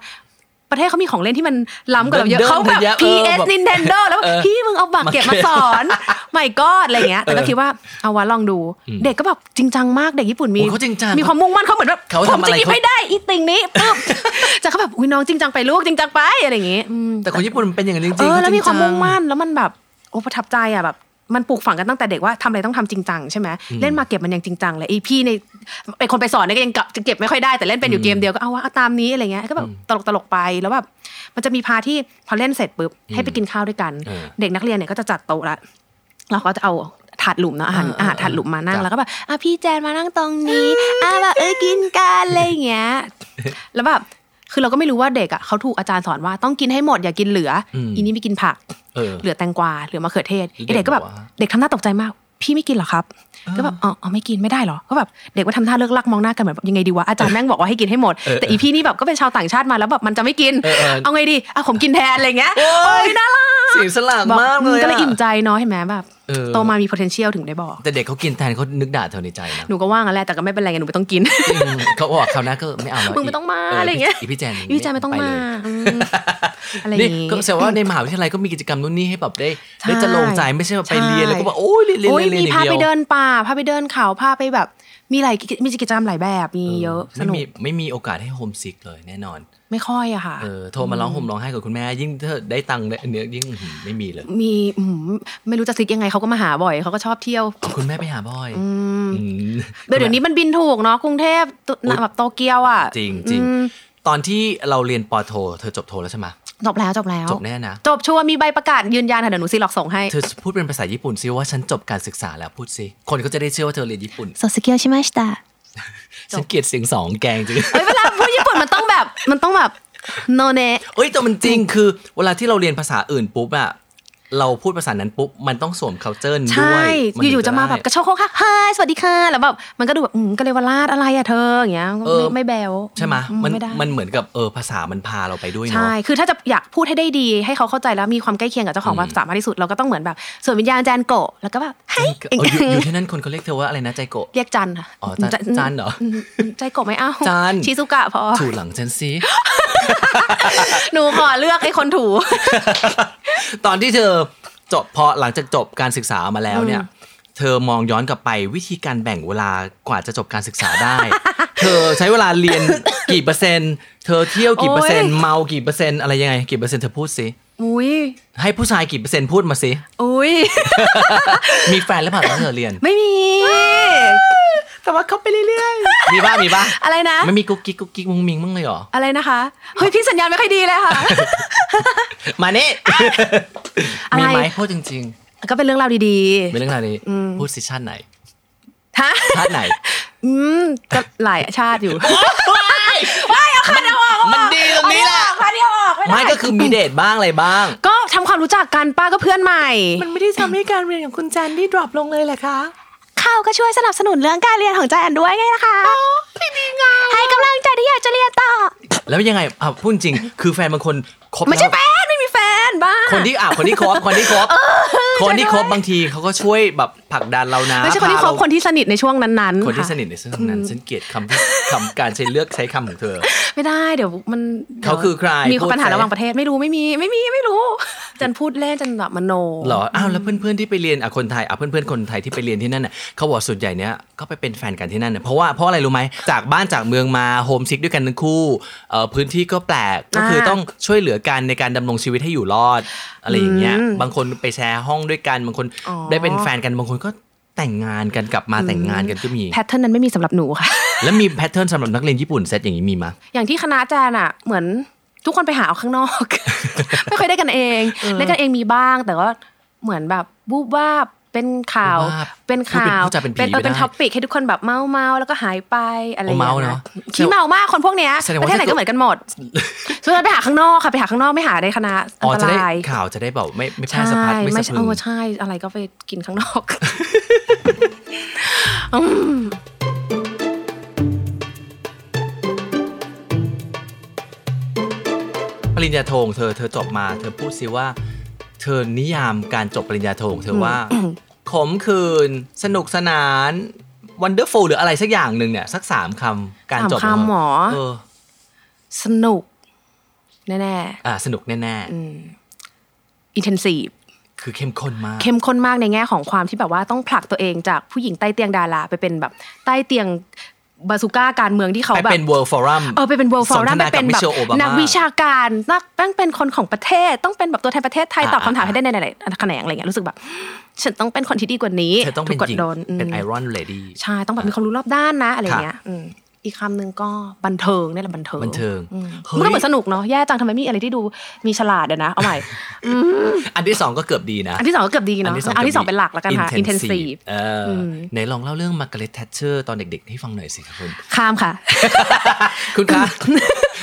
[SPEAKER 3] ประเทศเขามีของเล่นที่มันล้ำกว่าเราเยอะ
[SPEAKER 4] เดิมๆ
[SPEAKER 3] เขาแบบ
[SPEAKER 4] เยอะเออ
[SPEAKER 3] PS
[SPEAKER 4] แบบ
[SPEAKER 3] Nintendo แล้วแบบ
[SPEAKER 4] เออ
[SPEAKER 3] พี่มึงเอาบักเก็บมาสอนไม่กอดอะไรเงี้ย แต่ก็คิดว่าเอาวะลองดู
[SPEAKER 4] อืม
[SPEAKER 3] เด็กก็แบบจริงจังมากเด็กญี่ปุ่นมี
[SPEAKER 4] โอ้เขาจริงจัง
[SPEAKER 3] มีความมุ่งมั่นเขาเหมือนแบบ
[SPEAKER 4] เขา
[SPEAKER 3] ผม
[SPEAKER 4] ทำอะ
[SPEAKER 3] จะ
[SPEAKER 4] ไร
[SPEAKER 3] หยิบ
[SPEAKER 4] เขา
[SPEAKER 3] ให้ได้อีติ่งนี้ปึ๊บ [LAUGHS] จะเขาแบบอุ้ยน้องจริงจังไปลูกจริงจังไปอะไรอย่างงี้อืม
[SPEAKER 4] แต่คนญี่ปุ่นมันเป็นอย่างนั้นจริงๆ
[SPEAKER 3] เออแล้วมีความ
[SPEAKER 4] เขจริ
[SPEAKER 3] มุ่ง
[SPEAKER 4] จั
[SPEAKER 3] มั่นแล้วมันแบบโอ้ประทับใจอ่ะแบบ มันปลูกฝังกันตั้งแต่เด็กว่าทำอะไรต้องทำจริงจังใช่ไหมเล่นมาเก็บมันยังจริงจังเลยไอพี่ในไอคนไปสอนเนี่ยก็ยังเก็บไม่ค่อยได้แต่เล่นเป็นอยู่เกมเดียวก็เอาวะเอาตามนี้อะไรเงี้ยก็แบบตลกตลกๆไปแล้วแบบมันจะมีพาร์ทที่พอเล่นเสร็จปุ๊บให้ไปกินข้าวด้วยกัน
[SPEAKER 4] เออ
[SPEAKER 3] เด็กนักเรียนเนี่ยก็จะจัดโต๊ะละเราก็จะเอาถาดหลุมเนาะอาหาร
[SPEAKER 4] เออเออ
[SPEAKER 3] อาหารถาดหลุมมานั่ง
[SPEAKER 4] จ้ะ
[SPEAKER 3] แล้วก็แบบอ่ะพี่แจนมานั่งตรงนี้อ่ะแบบเออกินกันอะไรอย่างเงี้ย [LAUGHS] แล้วแบบคือเราก็ไม่รู้ว่าเด็กอ่ะเขาถูกอาจารย์สอนว่าต้องกินให้หมดอย่ากินเหลืออ
[SPEAKER 4] ม
[SPEAKER 3] อีนี่ไม่กินผัก
[SPEAKER 4] เออ
[SPEAKER 3] เหลือแตงกวาเหลือมะเขือเทศ
[SPEAKER 4] อีก
[SPEAKER 3] ไอ้เด็กก็แบบ
[SPEAKER 4] เด็กบอกว่า
[SPEAKER 3] เด็กทำหน้าตกใจมาก พี่ไม่กินเหรอครับ ก็แบบอ๋ออ๋อไม่กินไม่ได้เหรอก็แบบเด็กก็ทำท่าเลิกลักมองหน้ากันเหมือนแบบยังไงดีวะอาจารย์แม่งบอกว่าให้กินให้หมด
[SPEAKER 4] เออ
[SPEAKER 3] แต่อีพี่นี่แบบก็เป็นชาวต่างชาติมาแล้วแบบมันจะไม่กิน
[SPEAKER 4] เออเออ
[SPEAKER 3] เอาไงดีอ่ะผมกินแทนอะไรเงี้ย
[SPEAKER 4] โอ้ย
[SPEAKER 3] น่ารัก
[SPEAKER 4] เสียงสลากมากเล
[SPEAKER 3] บออื
[SPEAKER 4] ย
[SPEAKER 3] ก็เลยอิ่ม
[SPEAKER 4] อะ
[SPEAKER 3] ใจเนาะเห็นไหมแบบ
[SPEAKER 4] เออ
[SPEAKER 3] โตมามี potential ถึงได้บอก
[SPEAKER 4] แต่เด็กเขากินแทนเขานึกด่าเธอในใจนะ
[SPEAKER 3] หนูก็ว่างนแหละแต่ก็ไม่เป็นไรไงหนูไม่ต้องกิน [LAUGHS]
[SPEAKER 4] อืมเขาบอกคราวหน้าก็ไม่เอาแล้ว
[SPEAKER 3] มึงไม่ต้องมาอะไรอย่างเงี้ย
[SPEAKER 4] อีพี่แจน
[SPEAKER 3] อีพี่แจนไม่ต้อง
[SPEAKER 4] ป
[SPEAKER 3] มา
[SPEAKER 4] เลย
[SPEAKER 3] อืม
[SPEAKER 4] [LAUGHS]
[SPEAKER 3] อะไรอย่า
[SPEAKER 4] นี่
[SPEAKER 3] งงี้
[SPEAKER 4] ก็แสดงว่าในมหาวิทยาลัยก็มีกิจกรรมนู่นนี่ให้แบบได้
[SPEAKER 3] ใช่
[SPEAKER 4] ได้จะลงใจไม่ใช่แบบไป
[SPEAKER 3] ใช่
[SPEAKER 4] เรียนแล้วก็แบบโอ้ยเรียนเรียน
[SPEAKER 3] โอ้ย
[SPEAKER 4] เรียนเรีย
[SPEAKER 3] มี
[SPEAKER 4] นอย่า
[SPEAKER 3] พาง
[SPEAKER 4] เดียว
[SPEAKER 3] ไปเดินป่าพาไปเดินเขาพาไปแบบ มีหลายกิจมีกิจกรรมหลายแบบมีเยอะส
[SPEAKER 4] ไม่
[SPEAKER 3] นุก
[SPEAKER 4] มีไม่มีโอกาสให้โฮมซิกเลยแน่นอน
[SPEAKER 3] ไม่ค่อยอะค่ะ
[SPEAKER 4] เออโทรมาร้องห่มร้องไห้กับคุณแม่ ยิ่งถ้าได้ตังค์ได้อันเนี้ยยิ่งอื้อหือไม่มีเลย
[SPEAKER 3] มีอืมไม่รู้จะซิกยังไงเขาก็มาหาบ่อยเขาก็ชอบเที่ยว
[SPEAKER 4] คุณแม่ไปหาบ่อย
[SPEAKER 3] อืม
[SPEAKER 4] อืม
[SPEAKER 3] เดี๋ยวเดี๋ยวนี้มันบินถูกเนาะกรุงเทพตุ
[SPEAKER 4] อุ๊ย
[SPEAKER 3] แบบโตเกียวอะ
[SPEAKER 4] จริงจริง
[SPEAKER 3] อืม
[SPEAKER 4] ตอนที่เราเรียนปอโท เธอจบโทแล้วใช่ไหม
[SPEAKER 3] จบแล้วจบแล้ว
[SPEAKER 4] จบแน่นะ
[SPEAKER 3] จบชัวร์มีใบประกาศยืนยันค่ะเดี๋ยวหนูซีหลอกส่งให้
[SPEAKER 4] เธอพูดเป็นภาษาญี่ปุ่นซิว่าฉันจบการศึกษาแล้วพูดซิคนเขาจะได้เชื่อว่าเธอเรียนญี่ปุ่น
[SPEAKER 3] โซซิเกียวใช่ไหมชิตา
[SPEAKER 4] ฉันเกลียดเสียงสองแกง [LAUGHS] จริง
[SPEAKER 3] เอ้ยเวลาพูดญี่ปุ่นมันต้องแบบมันต้องแบบโนเน
[SPEAKER 4] เอ้ยแต่มันจริงคือเวลาที่เราเรียนภาษาอื่นปุ๊บอะเราพูดภาษานั้นปุ๊บ มันต้องสวม culture นั้นด้
[SPEAKER 3] ใช่
[SPEAKER 4] วยนถึง
[SPEAKER 3] อยู่ๆจะมาแบบ
[SPEAKER 4] ได้
[SPEAKER 3] กระโชกโคกค่ะฮายสวัสดีค่ะ แล้วแบบมันก็ดูแบบอืมกะเลวราชอะไรอะเธออย่างเงี้ย
[SPEAKER 4] เออ
[SPEAKER 3] ไม่ไม่แบว
[SPEAKER 4] ใช่ไหม
[SPEAKER 3] อื
[SPEAKER 4] มัน
[SPEAKER 3] ไม่ได้
[SPEAKER 4] มันเหมือนกับเออภาษามันพาเราไปด้วยเนาะ
[SPEAKER 3] ใช่ คือถ้าจะอยากพูดให้ได้ดี ให้เขาเข้าใจแล้วมีความใกล้เคียงกับเจ้าของ
[SPEAKER 4] อืม
[SPEAKER 3] ภาษามากที่สุดเราก็ต้องเหมือนแบบ ส่วนวิญญาณจานโกะแล้วก็แบบไฮ
[SPEAKER 4] เอออยู่อยู่ที่นั่นคนเขาเรียกเธอว่าอะไรนะใจโกะ
[SPEAKER 3] เรียกจันค่ะ
[SPEAKER 4] อ๋อจันจันเหรอ
[SPEAKER 3] ใจโกะไม่เอา
[SPEAKER 4] จัน
[SPEAKER 3] ชิซุกะพอ
[SPEAKER 4] ถูหลังฉันสิ
[SPEAKER 3] หนูขอเลือกไอ้คนถู
[SPEAKER 4] ตอนที่เธอจบพอหลังจากจบการศึกษามาแล้วเนี่ย เธอมองย้อนกลับไปวิธีการแบ่งเวลากว่าจะจบการศึกษาได้ เธอใช้เวลาเรียนกี่เปอร์เซ็นต์เธอเที่ยวกี่เปอร์เซ็นต์
[SPEAKER 3] โอ๊ย
[SPEAKER 4] เมากี่เปอร์เซ็นต์อะไรยังไงกี่เปอร์เซ็นต์เธอพูดสิ
[SPEAKER 3] อุ้ย
[SPEAKER 4] ให้ผู้ชายกี่เปอร์เซ็นต์พูดมาสิ
[SPEAKER 3] อุ้
[SPEAKER 4] [LAUGHS]
[SPEAKER 3] ย
[SPEAKER 4] มีแฟนหรือเปล่าตอนที่เธอเรียน
[SPEAKER 3] ไม่มี
[SPEAKER 4] แต่ว่าเขาไปเรื่อยๆ มีป่ะ มีป่ะ
[SPEAKER 3] อะไรนะ
[SPEAKER 4] ไม่มีกุ๊กกิ๊กกุ๊กกิ๊กมุงมิงมั้างเลยเหรอ
[SPEAKER 3] อะไรนะคะเฮ้ยพี่สัญญาณไม่ค่อยดีเลย
[SPEAKER 4] [LAUGHS]
[SPEAKER 3] ค่ะ
[SPEAKER 4] มาเนี่
[SPEAKER 3] อะไร
[SPEAKER 4] มีไหมพูดจริง
[SPEAKER 3] ก็เป็นเรื่องราวดี
[SPEAKER 4] ๆ เป็นเรื่องอะไราวนี้พูดสิชาติไหน
[SPEAKER 3] ๆฮะ
[SPEAKER 4] ชาติไหน
[SPEAKER 3] อืมก็หลายชาติอยู่
[SPEAKER 4] มันดีตรงนี้แหละไม่ก็คือมีเดทบ้างอะไรบ้าง
[SPEAKER 3] ก็ทำความรู้จักกันป้าก็เพื่อนใหม่
[SPEAKER 5] มันไม่ได้ทำให้การเรียนของคุณแจนที่ดรอปลงเลยแหละคะ
[SPEAKER 3] ข้าวก็ช่วยสนับสนุนเรื่องการเรียนของใจแอนด้วยไงนะคะให้กำลังใจที่อยากจะเรียนต่อ
[SPEAKER 4] แล้วยังไงอ่ะพูดจริง คือแฟนบางคนคบ
[SPEAKER 3] ไม่ใช่
[SPEAKER 4] แล้ว
[SPEAKER 3] แฟนไม่มีแฟนบ้า
[SPEAKER 4] คนที่อ่ะคนที่คบคนที่คบคนที่คบบางทีเขาก็ช่วยแบบผลักดันเรานะ
[SPEAKER 3] ไม่ใช่คนที่คบ
[SPEAKER 4] พาเรา
[SPEAKER 3] คนที่สนิทในช่วงนั้นๆ
[SPEAKER 4] คนที่
[SPEAKER 3] ะ
[SPEAKER 4] สนิทในเรื่องนั้นฉันเกลียดคำที่คำการใช้เลือกใช้คำของเธอ
[SPEAKER 3] ไม่ได้เดี๋ยวมัน
[SPEAKER 4] เขาคือใคร
[SPEAKER 3] มี
[SPEAKER 4] พูด
[SPEAKER 3] ปัญหา
[SPEAKER 4] สิ
[SPEAKER 3] ระหว่างประเทศไม่รู้ไม่มีไม่มีไม่รู้ [LAUGHS] จันพูดเล่นจันแบบมโน
[SPEAKER 4] เหรอ อ้าว แล้วเพื่อนๆที่ไปเรียนอ่ะคนไทยอ่ะเพื่อนๆคนไทยที่ไปเรียนที่นั่นน่ะเขาบอกส่วนใหญ่เนี้ยก็ไปเป็นแฟนกันที่นั่นเน่ยเพราะว่าเพราะอะไรรู้ไหมจากบ้านจากเมืองมาโฮมซิกด้วยกันทั้งคู่เอ่อพื้นที่ก็แปลกก็คือต้องช่วยเหลือกันในการดำรงชีวิตให้อยู่รอดอะไรอย่างเงี้ย
[SPEAKER 3] อืม
[SPEAKER 4] บางคนไปแชร์ห้องด้วยกันบางคน
[SPEAKER 3] อ๋อ
[SPEAKER 4] ได้เป็นแฟนกันบางคนก็แต่งงานกันกลับมาแต่งงานกันก็มี
[SPEAKER 3] แพทเทิร์นนั้นไม่มีสำหรับหนูค่ะ
[SPEAKER 4] แล้วมีแพทเทิร์นสำหรับนักเรียนญี่ปุ่นเซตอย่างนี้มีมะ
[SPEAKER 3] อย่างที่คณะแจนอะเหมือนทุกคนไปหาเอาข้างนอก [LAUGHS] ไม่ค่อยได้กันเองได้กันเองมีบ้าง แต่ว่าเหมือนแบบบูบว่าบเป็นข่าว
[SPEAKER 4] บูบวาบ
[SPEAKER 3] เป็นข่าว
[SPEAKER 4] พูดเป็นพูดจาเป็นผี
[SPEAKER 3] เออ
[SPEAKER 4] ไม่ได้
[SPEAKER 3] เป็นท็อปิกให้ทุกคนแบบเมาเมาๆแล้วก็หายไปอะไรอย่า
[SPEAKER 4] โอ้
[SPEAKER 3] ง
[SPEAKER 4] เมา
[SPEAKER 3] เงี้
[SPEAKER 4] เน
[SPEAKER 3] ย
[SPEAKER 4] อะ
[SPEAKER 3] ขี้เมามากคนพวกเนี้ย
[SPEAKER 4] แสดง
[SPEAKER 3] ป
[SPEAKER 4] ว่า
[SPEAKER 3] ระเทศไหนก็เหมือนกันหมดส่วนใหญ่ไปหาข้างนอกค่ะไปหาข้างนอกไม่หาในคณะอั
[SPEAKER 4] อ๋
[SPEAKER 3] น
[SPEAKER 4] อ
[SPEAKER 3] ต
[SPEAKER 4] จะได้
[SPEAKER 3] ราย
[SPEAKER 4] ข่าวจะได้แบบไม่ไม่แพร่สะพัดไม่
[SPEAKER 3] ไม่
[SPEAKER 4] สะพ
[SPEAKER 3] ใช่เอ
[SPEAKER 4] รึง
[SPEAKER 3] อใช่อะไรก็ไปกินข้างนอก
[SPEAKER 4] ริญญาโทของเธอเธอจบมา เธอพูดสิว่า เธอนิยามการจบปริญญาโทของเธอว่า [COUGHS] ขมขื่นสนุกสนาน วันเดอร์ฟูลหรืออะไรสักอย่างหนึ่งเนี่ย สักสามคำการจบ
[SPEAKER 3] สามคำหมอ
[SPEAKER 4] เออ
[SPEAKER 3] [LAUGHS] สนุก แน่
[SPEAKER 4] อ่ะสนุกแน่
[SPEAKER 3] ๆอินเทนซีฟ
[SPEAKER 4] ๆ คือเข้มข้นมาก
[SPEAKER 3] เข้มข้นมากในแง่ของความที่แบบว่าต้องผลักตัวเองจากผู้หญิงใต้เตียงดาราไปเป็นแบบใต้เตียงบาซูก้าการเมืองที่เขา
[SPEAKER 4] ไป
[SPEAKER 3] แบบ
[SPEAKER 4] เป็น World Forum
[SPEAKER 3] เออไปเป็น world
[SPEAKER 4] ส
[SPEAKER 3] forum
[SPEAKER 4] น
[SPEAKER 3] ไป
[SPEAKER 4] ทนากับ
[SPEAKER 3] เป็นแบบ
[SPEAKER 4] Michelle Obama
[SPEAKER 3] นักวิชาการนักต้องเป็นคนของประเทศต้องเป็นแบบตัวแทนประเทศไทย
[SPEAKER 4] อ่า
[SPEAKER 3] ตอบคำถาม
[SPEAKER 4] อ่า
[SPEAKER 3] ให้ได้ในหลายๆแขนงอะไรเงี้ยรู้สึกแบบ ฉันต้องเป็นคนที่ดีกว่านี้
[SPEAKER 4] เธอต้องเป็น
[SPEAKER 3] ถูก
[SPEAKER 4] ห
[SPEAKER 3] กด
[SPEAKER 4] ญิง
[SPEAKER 3] โดนอืม
[SPEAKER 4] เป็นไอรอนเลดี้
[SPEAKER 3] ใช่ต้องแบบมีความรู้รอบด้านนะอะไรเงี้ยอืมอีกคำหนึ่งก็บันเทิงนี่แหละบันเทิง
[SPEAKER 4] บันเทิง
[SPEAKER 3] อืม
[SPEAKER 4] เฮ้ย
[SPEAKER 3] มันก็เหมือนสนุกเนาะแย่จังทำไมไมมีอะไรที่ดูมีฉลาดเดี๋ยวนะเอาใหม่
[SPEAKER 4] อันที่สองก็เกือบดีนะ
[SPEAKER 3] อันที่สองก็เกือบดีเนาะอันที่สองเป็นหลักแล้วกันค่ะ intensive
[SPEAKER 4] เอออไหนลองเล่าเรื่องมาร์กาเร็ตแทชเชอร์ตอนเด็กๆ ให้ฟังหน่อยสิครับคุณ
[SPEAKER 3] ข้ามค่ะ
[SPEAKER 4] คุณ
[SPEAKER 3] [LAUGHS]
[SPEAKER 4] คะ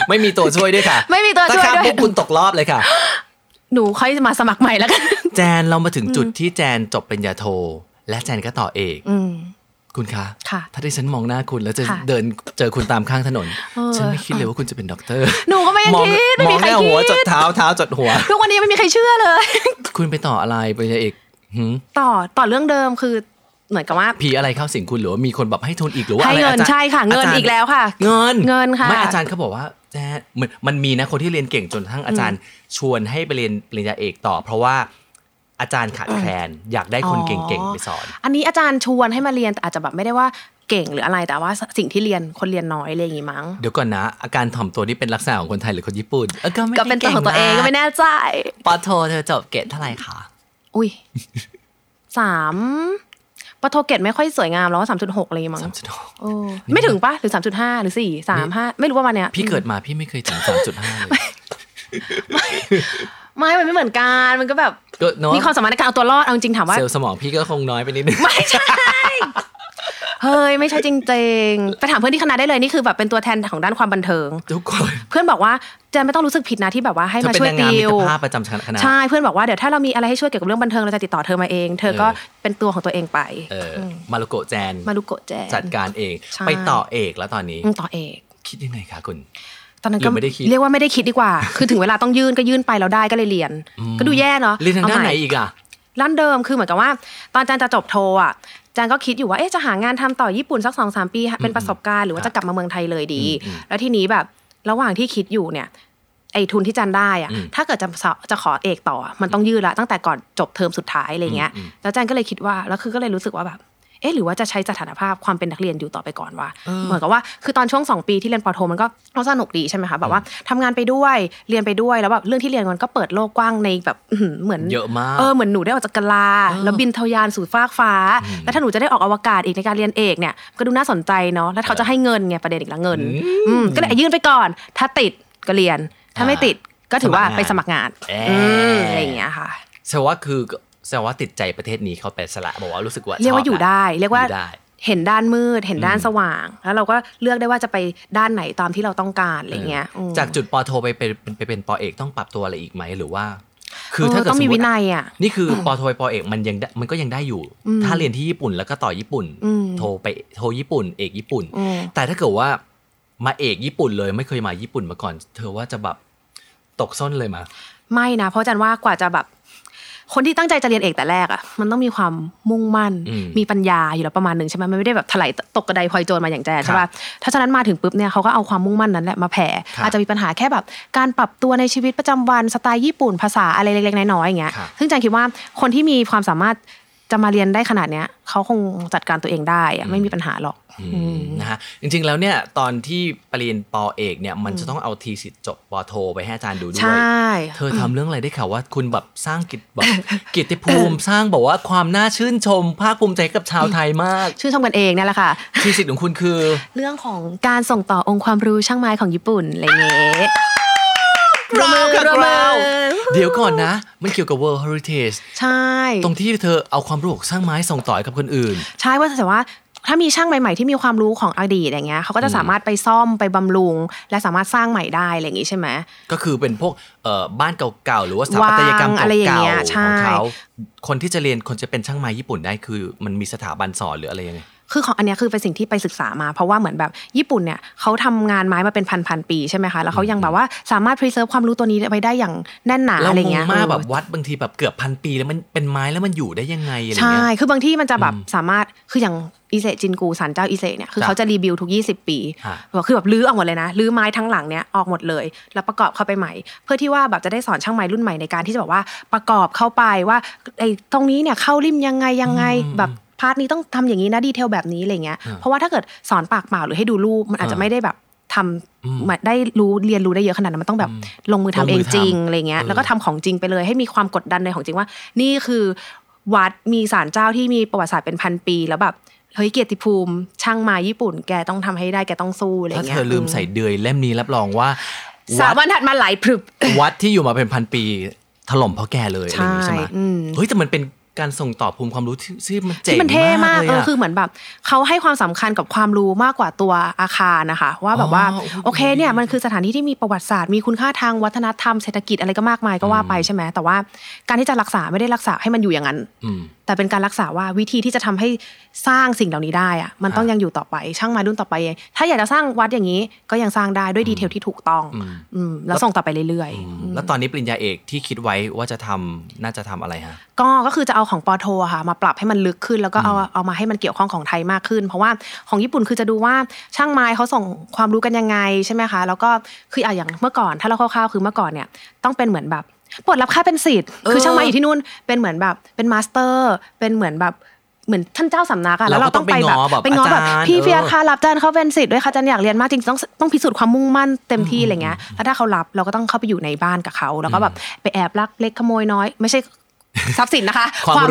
[SPEAKER 4] ไม่มีตัวช่วยด้วยค่ะ
[SPEAKER 3] ไม่มีตัวช่วย
[SPEAKER 4] ถ้าข้าม
[SPEAKER 3] ด้
[SPEAKER 4] ปุ๊
[SPEAKER 3] วย
[SPEAKER 4] บคุณตกรอบเลยค่ะ
[SPEAKER 3] หนูค่อยมาสมัครใหม่แล้วกัน [LAUGHS]
[SPEAKER 4] แจนเรามาถึงจุดที่แจนจบปริญญาโท และแจนก็ต่อเอก
[SPEAKER 3] อืม
[SPEAKER 4] คุณคะ
[SPEAKER 3] ค่ะ
[SPEAKER 4] ถ้าได้ฉันมองหน้าคุณแล้วจะ
[SPEAKER 3] ค่ะ
[SPEAKER 4] เดินเจอคุณตามข้างถนน
[SPEAKER 3] เออ
[SPEAKER 4] ฉันไม่คิดเลยว่าคุณจะเป็นด็อกเตอร์
[SPEAKER 3] หนูก็ไม่
[SPEAKER 4] มอง
[SPEAKER 3] คิด
[SPEAKER 4] ม
[SPEAKER 3] ไม่
[SPEAKER 4] อ
[SPEAKER 3] มี
[SPEAKER 4] ง
[SPEAKER 3] ใคร
[SPEAKER 4] แค่
[SPEAKER 3] คิ
[SPEAKER 4] หัวจ
[SPEAKER 3] ด
[SPEAKER 4] ดเท้าเท้าจดหัว
[SPEAKER 3] ทุกวันนี้ยังไม่มีใครเชื่อเลย [LAUGHS]
[SPEAKER 4] คุณไปต่ออะไรปริญญาเอกหืม
[SPEAKER 3] ต่อต่อเรื่องเดิมคือเหมือนกับว่า
[SPEAKER 4] ผีอะไรเข้าสิงคุณหรือว่ามีคนแบบให้ทุนอีกหรือว่า
[SPEAKER 3] ให้
[SPEAKER 4] อะไร
[SPEAKER 3] เงิน
[SPEAKER 4] อาจารย์
[SPEAKER 3] ใช่ค่ะ เงินา
[SPEAKER 4] จารย์
[SPEAKER 3] อีกแล้วค่ะ
[SPEAKER 4] เงิน
[SPEAKER 3] เงินค่ะ
[SPEAKER 4] ไม่อาจารย์เขาบอกว่าแจ๊ดเหมือนมันมีนะคนที่เรียนเก่งจนกระทั้งอาจารย์ชวนให้ไปเรียนปริญญาเอกต่อ เพราะว่าอาจารย์ขาดแคลนอยากได้คนเก่งๆไปสอน
[SPEAKER 3] อันนี้อาจารย์ชวนให้มาเรียนแต่อาจจะแบบไม่ได้ว่าเก่งหรืออะไรแต่ว่าสิ่งที่เรียนคนเรียนน้อยอะไรอย่างงี้มั้ง
[SPEAKER 4] เดี๋ยวก่อนนะ อาการถ่อมตัวนี่เป็นลักษณะของคนไทยหรือคนญี่ปุ่นเออก็ไม่ได้
[SPEAKER 3] ก็เป็นตัวของตัวเองก็
[SPEAKER 4] ก่ะ
[SPEAKER 3] ไม่แน่ใจ
[SPEAKER 4] ปอโทเธอจบเกรดเท่าไหร่คะ
[SPEAKER 3] อุ้ยสามปะโทเกตไม่ค่อยสวยงามแล้วสามจุดหกอะไรอย่างงี้มั้ง
[SPEAKER 4] สามจุดหก
[SPEAKER 3] โอ้ไม่ถึงปะหรือสามจุดห้าหรือสี่สามห้าไม่รู้ว่าวันเนี้ย
[SPEAKER 4] พี่เกิดมาพี่ไม่เคยถึงสามจุดห้าเลย
[SPEAKER 3] ไม่ มันไม่เหมือนกัน มันก็แบบ
[SPEAKER 4] ก็เนาะ
[SPEAKER 3] มีความสามารถในการเอาตัวรอด เอาจริงๆถามว่า
[SPEAKER 4] เซลล์สมองพี่ก็คงน้อยไปนิดนึง
[SPEAKER 3] ไม่ใช่ เฮ้ย ไม่ใช่จริงๆ ไปถามเพื่อนที่คณะได้เลย นี่คือแบบเป็นตัวแทนของด้านความบันเทิง
[SPEAKER 4] ทุกคน
[SPEAKER 3] เพื่อนบอกว่าเจนไม่ต้องรู้สึกผิดนะที่แบบว่าให้
[SPEAKER 4] เธอ
[SPEAKER 3] มา
[SPEAKER 4] เป็น
[SPEAKER 3] ช่วย
[SPEAKER 4] นางงาม
[SPEAKER 3] ติ
[SPEAKER 4] มิ
[SPEAKER 3] ว
[SPEAKER 4] ตรภาพประจำคณะ
[SPEAKER 3] ใช่ เพื่อนบอกว่าเดี๋ยวถ้าเรามีอะไรให้ช่วยเกี่ยวกับเรื่องบันเทิงเราจะติดต่อเธอมาเอง เธอก็
[SPEAKER 4] เออ
[SPEAKER 3] เป็นตัวของตัวเองไป
[SPEAKER 4] เอออมารุโกะแจน
[SPEAKER 3] มารุโกะแจน
[SPEAKER 4] จัดการเอง
[SPEAKER 3] ใช่
[SPEAKER 4] ไปต่อเอกแล้วตอนนี้
[SPEAKER 3] อืมต่อเอก
[SPEAKER 4] คิดยังไงคะคุณ
[SPEAKER 3] ตอนนั้นก็
[SPEAKER 4] หรือไม่ได้คิด
[SPEAKER 3] เรียกว่าไม่ได้คิดดีกว่า คือถึงเวลาต้องยื่นก็ยื่นไปเราได้ก็เลยเรียน ก็ดูแย่เนาะ
[SPEAKER 4] เรียนทางด้าน
[SPEAKER 3] เอ
[SPEAKER 4] ไห
[SPEAKER 3] ให
[SPEAKER 4] น
[SPEAKER 3] ม่
[SPEAKER 4] อีกอ่ะ
[SPEAKER 3] ร้านเดิมคือเหมือนกับว่า ตอนจันจะจบโทอ่ะจันก็คิดอยู่ว่าเอ๊ะจะหางานทำต่อญี่ปุ่นสักสองสามปีเป็นประสบการณ์หรือว่าจะกลับมาเมืองไทยเลยดี
[SPEAKER 4] อืม
[SPEAKER 3] แล้วทีนี้แบบระหว่างที่คิดอยู่เนี่ยไอ้ทุนที่จันได้อะ
[SPEAKER 4] อืม
[SPEAKER 3] ถ้าเกิดจะสอบจะขอเอกต่ออะมันต้องยืดละตั้งแต่ก่อนจบเทอมสุดท้ายอะไรเงี้ย
[SPEAKER 4] อืมอืม
[SPEAKER 3] แล้วจันก็เลยคิดว่าแล้วคือก็เลยรู้สึกว่าแบบเอ๊ะหรือว่าจะใช้สถานภาพความเป็นนักเรียนอยู่ต่อไปก่อนว่า เหมือนกับว่าคือตอนช่วงสองปีที่เรียนปอโทมันก็สนุกดีใช่ไหมคะแบบว่าทำงานไปด้วยเรียนไปด้วยแล้วแบบเรื่องที่เรียนมันก็เปิดโลกกว้างในแบบอื้อหือเหมือน
[SPEAKER 4] เยอะมาก
[SPEAKER 3] เออเหมือนหนูได้ออกจากกะลา แล้วบินทะยานสู่ฟากฟ้า แล้วถ้าหนูจะได้ออกอวกาศอีกในการเรียนเอกเนี่ยก็ดูน่าสนใจเนาะแล้วเขาจะให้เงินไงประเด็นอีกละเงินอืมก็เลยยื่นไปก่อน ถ้าติดก็เรียน ถ้าไม่ติดก็ถือว่าไปสมัครงาน
[SPEAKER 4] เอ่ออื
[SPEAKER 3] อืมอะไรอย่างเงี้ยค่ะ
[SPEAKER 4] แสดงว่าคือแสดงว่าติดใจประเทศนี้เขาไปสละบอกว่ารู้สึกว่า
[SPEAKER 3] เรียกว่า
[SPEAKER 4] ชบ
[SPEAKER 3] อยู่
[SPEAKER 4] ละ
[SPEAKER 3] ได้เรียกว่า
[SPEAKER 4] อยู่ได้
[SPEAKER 3] เห็นด้านมืดเห็นด้านสว่าง แล้วเราก็เลือกได้ว่าจะไปด้านไหนตามที่เราต้องการอะไรเงี้ย
[SPEAKER 4] ออ
[SPEAKER 3] ม
[SPEAKER 4] จากจุดปอโทไปเป็นไปเป็นปอเอกต้องปรับตัวอะไรอีกไหมหรือว่า คือถ้าเกิด
[SPEAKER 3] เต้อง
[SPEAKER 4] ส
[SPEAKER 3] มี
[SPEAKER 4] มม
[SPEAKER 3] วิ
[SPEAKER 4] ติ
[SPEAKER 3] นัยอ่ะ
[SPEAKER 4] นี่คือปอโทไปปอเอกมันยังได้มันก็ยังได้อยู่ ถ้าเรียนที่ญี่ปุ่นแล้วก็ต่อญี่ปุ่น โทรไปโทรญี่ปุ่น เอกญี่ปุ่น
[SPEAKER 3] อืม
[SPEAKER 4] แต่ถ้าเกิดว่ามาเอกญี่ปุ่นเลยไม่เคยมาญี่ปุ่นมาก่อน เธอว่าจะแบบตกส้นเลยมา
[SPEAKER 3] ไม่นะ เพราะอาจันว่ากว่าจะแบบ คนที่ตั้งใจจะเรียนเอกแต่แรกอะ่ะ มันต้องมีความมุ่งมั่น
[SPEAKER 4] อืม
[SPEAKER 3] มีปัญญาอยู่แล้วประมาณหนึ่งใช่ไหมมันไม่ได้แบบถลายตกกระไดพลอยโจรมาอย่างแจน
[SPEAKER 4] ค
[SPEAKER 3] ใช่
[SPEAKER 4] รั
[SPEAKER 3] ป่ะ
[SPEAKER 4] บ
[SPEAKER 3] ถ้าฉะนั้นมาถึงปุ๊บเนี่ยเขาก็เอาความมุ่งมั่นนั้นแหละมาแผ่
[SPEAKER 4] ครับ
[SPEAKER 3] อาจจะมีปัญหาแค่แบบ การปรับตัวในชีวิตประจำวันสไตล์ญี่ปุ่นภาษาอะไรเล็กๆน้อยๆอย่างเงี้ย
[SPEAKER 4] ครับ
[SPEAKER 3] ซึ่งอาจันคิดว่าคนที่มีความสามารถจะมาเรียนได้ขนาดเนี้ยเขาคงจัดการตัวเองได้อะไม่มีปัญหาหรอก
[SPEAKER 4] อืมนะฮะจริงๆแล้วเนี่ยตอนที่ปริญญาปอเอกเนี่ยมันจะต้องเอาทีสิทธิ์จบปอโทไปให้อาจารย์ดูด้
[SPEAKER 3] ใช
[SPEAKER 4] วย
[SPEAKER 3] ่
[SPEAKER 4] เธอทำเรื่องอะไรได้ข่าวว่าคุณแบบสร้างกิจ
[SPEAKER 3] [LAUGHS]
[SPEAKER 4] แบบ เกียรติภูมิสร้างบอกว่าความน่าชื่นชม ภาคภูมิใจกับชาวไทยมาก
[SPEAKER 3] ชื่นชมกันเองเนี่ยแหละค่ะ
[SPEAKER 4] ที่สิทธิ์ของคุณคือ
[SPEAKER 3] เรื่องของการส่งต่อองค์ความรู้ช่างไม้ของญี่ปุ่นอะไรเงี้ย
[SPEAKER 4] กราวค่ะ
[SPEAKER 3] รวมมือก
[SPEAKER 4] ราว
[SPEAKER 3] รวมมือ
[SPEAKER 4] เดี๋ยวก่อนนะ มันเกี่ยวกับ World Heritage
[SPEAKER 3] ใช่
[SPEAKER 4] ตรงที่เธอเอาความรู้สร้างไม้ส่งต่อให้กับคนอื่น
[SPEAKER 3] ใช่ว่าแต่ว่าถ้ามีช่างใหม่ๆที่มีความรู้ของอดีตอย่างเงี้ยเขาก็จะสามารถไปซ่อมไปบำรุง และสามารถสร้างใหม่ได้อะไรอย่างงี้ใช่ไหม
[SPEAKER 4] ก็คือเป็นพวกเอ่อบ้านเก่าๆ หรือว่าสถาปัตยกรรม
[SPEAKER 3] วาง
[SPEAKER 4] เก่
[SPEAKER 3] อะไรอย่าง
[SPEAKER 4] า
[SPEAKER 3] เงี้ย
[SPEAKER 4] ๆ
[SPEAKER 3] ใช่
[SPEAKER 4] ของเขาคนที่จะเรียนคนจะเป็นช่างไม้ญี่ปุ่นได้คือ มันมีสถาบันสอนหรืออะไรยังไง
[SPEAKER 3] คือของอันเนี้ยคือเป็นสิ่งที่ไปศึกษามา เพราะว่าเหมือนแบบญี่ปุ่นเนี่ยเขาทำงานไม้มาเป็นพันๆปีใช่ไหมคะแล้วเขายังแบบว่าสามารถ preserve ความรู้ตัวนี้ไปได้อย่างแน่นหนา
[SPEAKER 4] เรา
[SPEAKER 3] อะไร
[SPEAKER 4] งง
[SPEAKER 3] เงี้ย
[SPEAKER 4] มากแบบ
[SPEAKER 3] เออ
[SPEAKER 4] วัดบางทีแบบเกือบพันปีแล้วมันเป็นไม้แล้วมันอยู่ได้ยังไงอะไร
[SPEAKER 3] ใช่
[SPEAKER 4] เงี้ย
[SPEAKER 3] คือบางที่มันจะแบบ
[SPEAKER 4] อืม
[SPEAKER 3] สามารถ คืออย่างอิเซจินกูศาลเจ้าอิเซเนี่ย คือ
[SPEAKER 4] จ้ะ
[SPEAKER 3] เขาจะรีบิวทุก 20 ปี
[SPEAKER 4] ฮะ
[SPEAKER 3] แบบคือแบบรื้อออกหมดเลยนะ รื้อไม้ทั้งหลังเนี่ยออกหมดเลย แล้วประกอบเข้าไปใหม่ เพื่อที่ว่าแบบจะได้สอนช่างไม้รุ่นใหม่ในการที่จะบอกว่าประกอบเข้าไปว่าไอ้ตรงนี้เนี่ยเข้าริมยังไงยังไง
[SPEAKER 4] อืม
[SPEAKER 3] แบบพาร์ทนี้ต้องทำอย่างนี้นะดีเทลแบบนี้อะไรเงี้ย
[SPEAKER 4] อ่า
[SPEAKER 3] เพราะว่าถ้าเกิดสอนปากเปล่าหรือให้ดูรูปมันอาจจะ
[SPEAKER 4] อ่า
[SPEAKER 3] ไม่ได้แบบท
[SPEAKER 4] อืม
[SPEAKER 3] ำเหมือนได้รู้เรียนรู้ได้เยอะขนาดนั้นมันต้องแบบ
[SPEAKER 4] อืม
[SPEAKER 3] ลงมือทำ
[SPEAKER 4] ลงมือ
[SPEAKER 3] เองจริง
[SPEAKER 4] ทำ
[SPEAKER 3] อะไรเงี้ย
[SPEAKER 4] เออ
[SPEAKER 3] แล้วก็ทำของจริงไปเลยให้มีความกดดันในของจริงว่า นี่คือวัดมีศาลเจ้าที่มีประวัติศาสตร์เป็นพันปี แล้วแบบเฮ้ยเกียรติภูมิ ช่างมาญี่ปุ่น แกต้องทำให้ได้แกต้องสู้อะไร
[SPEAKER 4] ถ้า
[SPEAKER 3] เงี้
[SPEAKER 4] เธ
[SPEAKER 3] ย
[SPEAKER 4] อลืมใส่เดือยเล่มนี้รับรองว่า
[SPEAKER 3] สา
[SPEAKER 4] วั
[SPEAKER 3] ม
[SPEAKER 4] ด
[SPEAKER 3] วันถัดมาหลายพรึบ
[SPEAKER 4] วัดที่อยู่มาเป็นพันปีถล่มเพราะแกเลยอะไรอย่างงี้ใช่ไหม
[SPEAKER 3] ใช่อืม
[SPEAKER 4] เฮ้ยแต่มันเป็นการส่งต่อภูมิความรู้ที่ที่มันเจ๋ง
[SPEAKER 3] ที่มันเท่มาก
[SPEAKER 4] เลย
[SPEAKER 3] เออ
[SPEAKER 4] อะ
[SPEAKER 3] คือเหมือนแบบเขาให้ความสำคัญกับความรู้มากกว่าตัวอาคารนะคะ ว่าแบบว่า
[SPEAKER 4] อ๋อโอ้โห
[SPEAKER 3] โอเคเนี่ยมันคือสถานที่ที่มีประวัติศาสตร์มีคุณค่าทางวัฒนธรรมเศรษฐกิจอะไรก็มากมายก็ว่าไปใช่ไหมแต่ว่าการที่จะรักษาไม่ได้รักษาให้มันอยู่อย่างนั้น
[SPEAKER 4] อืม
[SPEAKER 3] แต่เป็นการรักษาว่าวิธีที่จะทำให้สร้างสิ่งเหล่านี้ได้อะมันต้องยังอยู่ต่อไป ช่างมารุ่นต่อไปเองถ้าอยากจะสร้างวัดอย่างนี้ก็ยังสร้างได้ด้วยดีเทลที่ถูกต้องอืมแล้วส่งต่อไปเรื่อยๆ
[SPEAKER 4] แล้วตอนนี้ปริญญาเอกที่คิดไว้ว่าจะทำน่าจะทำอะไรฮะ
[SPEAKER 3] ก็ก็คือจะเอาของปอโทอะค่ะมาปรับให้มันลึกขึ้น แล้วก็เอาเอามาให้มันเกี่ยวข้องของไทยมากขึ้น เพราะว่าของญี่ปุ่นคือจะดูว่าช่างไม้เขาส่งความรู้กันยังไงใช่ไหมคะแล้วก็คืออ่ะอย่างเมื่อก่อนถ้าเราคร่าวๆคือเมื่อก่อนเนี่ยต้องเป็นเหมือนแบบปลดรับค่าเป็นสิทธิ์คือช่างไม้อยู่ที่นู่นเป็นเหมือนแบบเป็นมาสเตอร์เป็นเหมือนแบบเหมือนท่านเจ้าสำนักอะแล้ว
[SPEAKER 4] เรา
[SPEAKER 3] เรา
[SPEAKER 4] ก็ต้
[SPEAKER 3] ต้
[SPEAKER 4] อ
[SPEAKER 3] อง ง
[SPEAKER 4] ไป
[SPEAKER 3] ไป
[SPEAKER 4] ง้
[SPEAKER 3] แบ
[SPEAKER 4] อบ แบบ
[SPEAKER 3] ไปง้อแบบ
[SPEAKER 4] อาจารย์
[SPEAKER 3] พี่เฟียส
[SPEAKER 4] เออ
[SPEAKER 3] ค่ะรับอาจารย์เข้าเป็นสิทธิ์ด้วยค่ะอาจารย์อยากเรียนมากจริงๆต้องต้องพิสูจน์ความมุ่งมั่นเต็มที่อะไรเงี้ยแล้วถ้าเขารับเราก็ต้องเข้าไปอยู่ในบ้านกับเขาแล้วก็แบบไปแอบลักเล็กขโมยน้อยไม่ใช่
[SPEAKER 4] [LAUGHS]
[SPEAKER 3] ทรัพย์สินนะคะ
[SPEAKER 4] อืม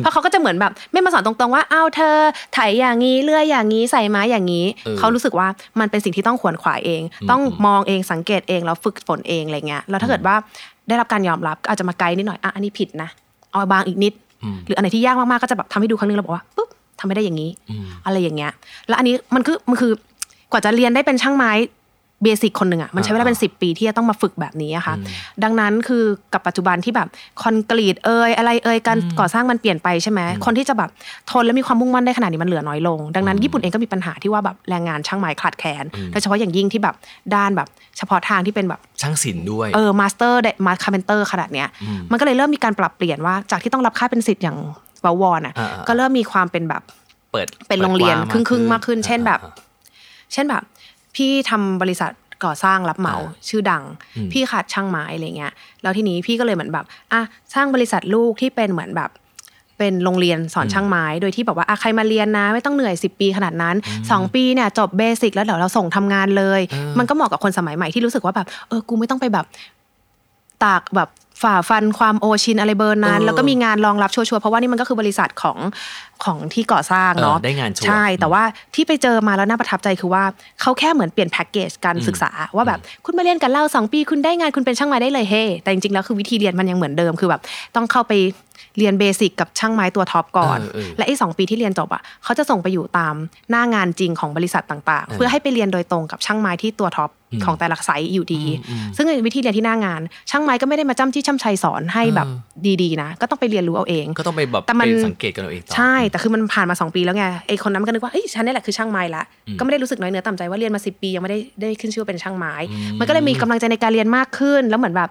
[SPEAKER 3] เพราะเขาก็จะเหมือนแบบไม่มาสอนตรงๆว่าอ้าวเธอไถอย่างนี้เลื่อยอย่างนี้ใส่ไม้อย่างนี้
[SPEAKER 4] เออ
[SPEAKER 3] เขารู้สึกว่ามันเป็นสิ่งที่ต้องขวนขวายเอง ต้องมองเองสังเกตเองแล้วฝึกฝนเองอะไรเงี้ยแล้วถ้าเกิดว่าได้รับการยอมรับก็อาจจะมาไกด์นิดหน่อยอ่ะอันนี้ผิดนะเอาบางอีกนิด
[SPEAKER 4] อืม
[SPEAKER 3] หรืออันไหนที่ยากมากๆก็จะแบบทำให้ดูครั้งนึงแล้วบอกว่าปุ๊บทำไม่ได้อย่างนี้
[SPEAKER 4] อืม
[SPEAKER 3] อะไรอย่างเงี้ย แล้วอันนี้มันคือมันคือกว่าจะเรียนได้เป็นช่างไม้เบสิกคนหนึ่งอะมันใช้เวลาเป็น 10 ปีที่จะต้องมาฝึกแบบนี้อะค่ะ ดังนั้นคือกับปัจจุบันที่แบบคอนกรีตเอ่ยอะไรเอ่ยการก่อสร้างมันเปลี่ยนไปใช่ไหมคนที่จะแบบทนและมีความมุ่งมั่นได้ขนาดนี้มันเหลือน้อยลง ดังนั้นญี่ปุ่นเองก็มีปัญหาที่ว่าแบบแรงงานช่างไม้ขาดแคลนโดยเฉพาะอย่างยิ่งที่แบบด้านแบบ เฉพาะทางที่เป็นแบบ
[SPEAKER 4] ช่างศิลป์ด้วย
[SPEAKER 3] เออมาสเตอร์มาคาเพนเตอร์ขนาดเนี้ยมันก็เลยเริ่มมีการปรับเปลี่ยนว่าจากที่ต้องรับค่าเป็นสิทธิ์อย่างวาวอนอ่ะ
[SPEAKER 4] อ่าๆ
[SPEAKER 3] ก็เริ่มมีความเป็นแบบ
[SPEAKER 4] เปิด
[SPEAKER 3] เป็นโรงเรียน
[SPEAKER 4] ปิดกว้า
[SPEAKER 3] ครึ่งครึ่งๆมากขึ้น เช่นแบบ
[SPEAKER 4] อ่า
[SPEAKER 3] เช่นแบบ พี่ทำบริษัทก่อสร้างรับเหมา
[SPEAKER 4] อ่า
[SPEAKER 3] ชื่อดัง พี่ขาดช่างไม้อะไรเงี้ยแล้วทีนี้พี่ก็เลยเหมือนแบบอ่ะสร้างบริษัทลูกที่เป็นเหมือนแบบ เป็นโรงเรียนสอนช่างไม้ โดยที่แบบว่าอ่ะใครมาเรียนนะ ไม่ต้องเหนื่อย 10 ปีขนาดนั้น 2 ปีเนี่ยจบเบสิกแล้วเดี๋ยวเราส่งทำงานเลย มันก็เหมาะกับคนสมัยใหม่ที่รู้สึกว่าแบบเออกูไม่ต้องไปแบบ ตากแบบฝ่าฟันความโอชินอะไรเบอร์นั้น
[SPEAKER 4] เออ
[SPEAKER 3] แล้วก็มีงานรองรับชัวร์ๆเพราะว่านี่มันก็คือบริษัทของของที่ก่อสร้างเนาะ
[SPEAKER 4] เออได้งานชัวร์
[SPEAKER 3] ใช่ แต่ว่าที่ไปเจอมาแล้วน่าประทับใจคือว่าเขาแค่เหมือนเปลี่ยนแพ็กเกจการศึกษา ว่าแบบคุณมาเรียนกับเราสองปี คุณได้งานคุณเป็นช่างไม้ได้เลยเฮ้แต่จริงๆแล้วคือวิธีเรียนมันยังเหมือนเดิมคือแบบต้องเข้าไปเรียนเบสิกกับช่างไม้ตัวท็อปก่อน
[SPEAKER 4] เออเออ
[SPEAKER 3] และไอ้สองปีที่เรียนจบอ่ะเขาจะส่งไปอยู่ตามหน้างานจริงของบริษัทต่างๆ เพื่อให้ไปเรียนโดยตรงกับช่างไม้ที่ตัวท็อปของแต่ละไซต์อยู่ดี ซึ่งวิธีเรียนที่หน้างาน ช่างไม้ก็ไม่ได้มาจ้ำที่ช่ำชัยสอนให้แบบดีๆนะ ก็ต้องไปเรียนรู้เอาเอง
[SPEAKER 4] ก็ต้องไปแบบ
[SPEAKER 3] แต่มัน
[SPEAKER 4] ไปสังเกตกันเอาเองต่อ
[SPEAKER 3] ใช่แต่คือมันผ่านมา 2 ปีแล้วไงไอคนนั้นมันก็นึกว่าเอ้ยฉันนี่แหละคือช่างไม้ละก็ไม่ได้รู้สึกน้อยเนื้อต่ำใจว่าเรียนมา 10 ปียังไม่ได้ได้ขึ้นชื่อว่าเป็นช่างไม้ มันก็เลยมีกำลังใจในการเรียนมากขึ้น แล้วเหมือนแบบ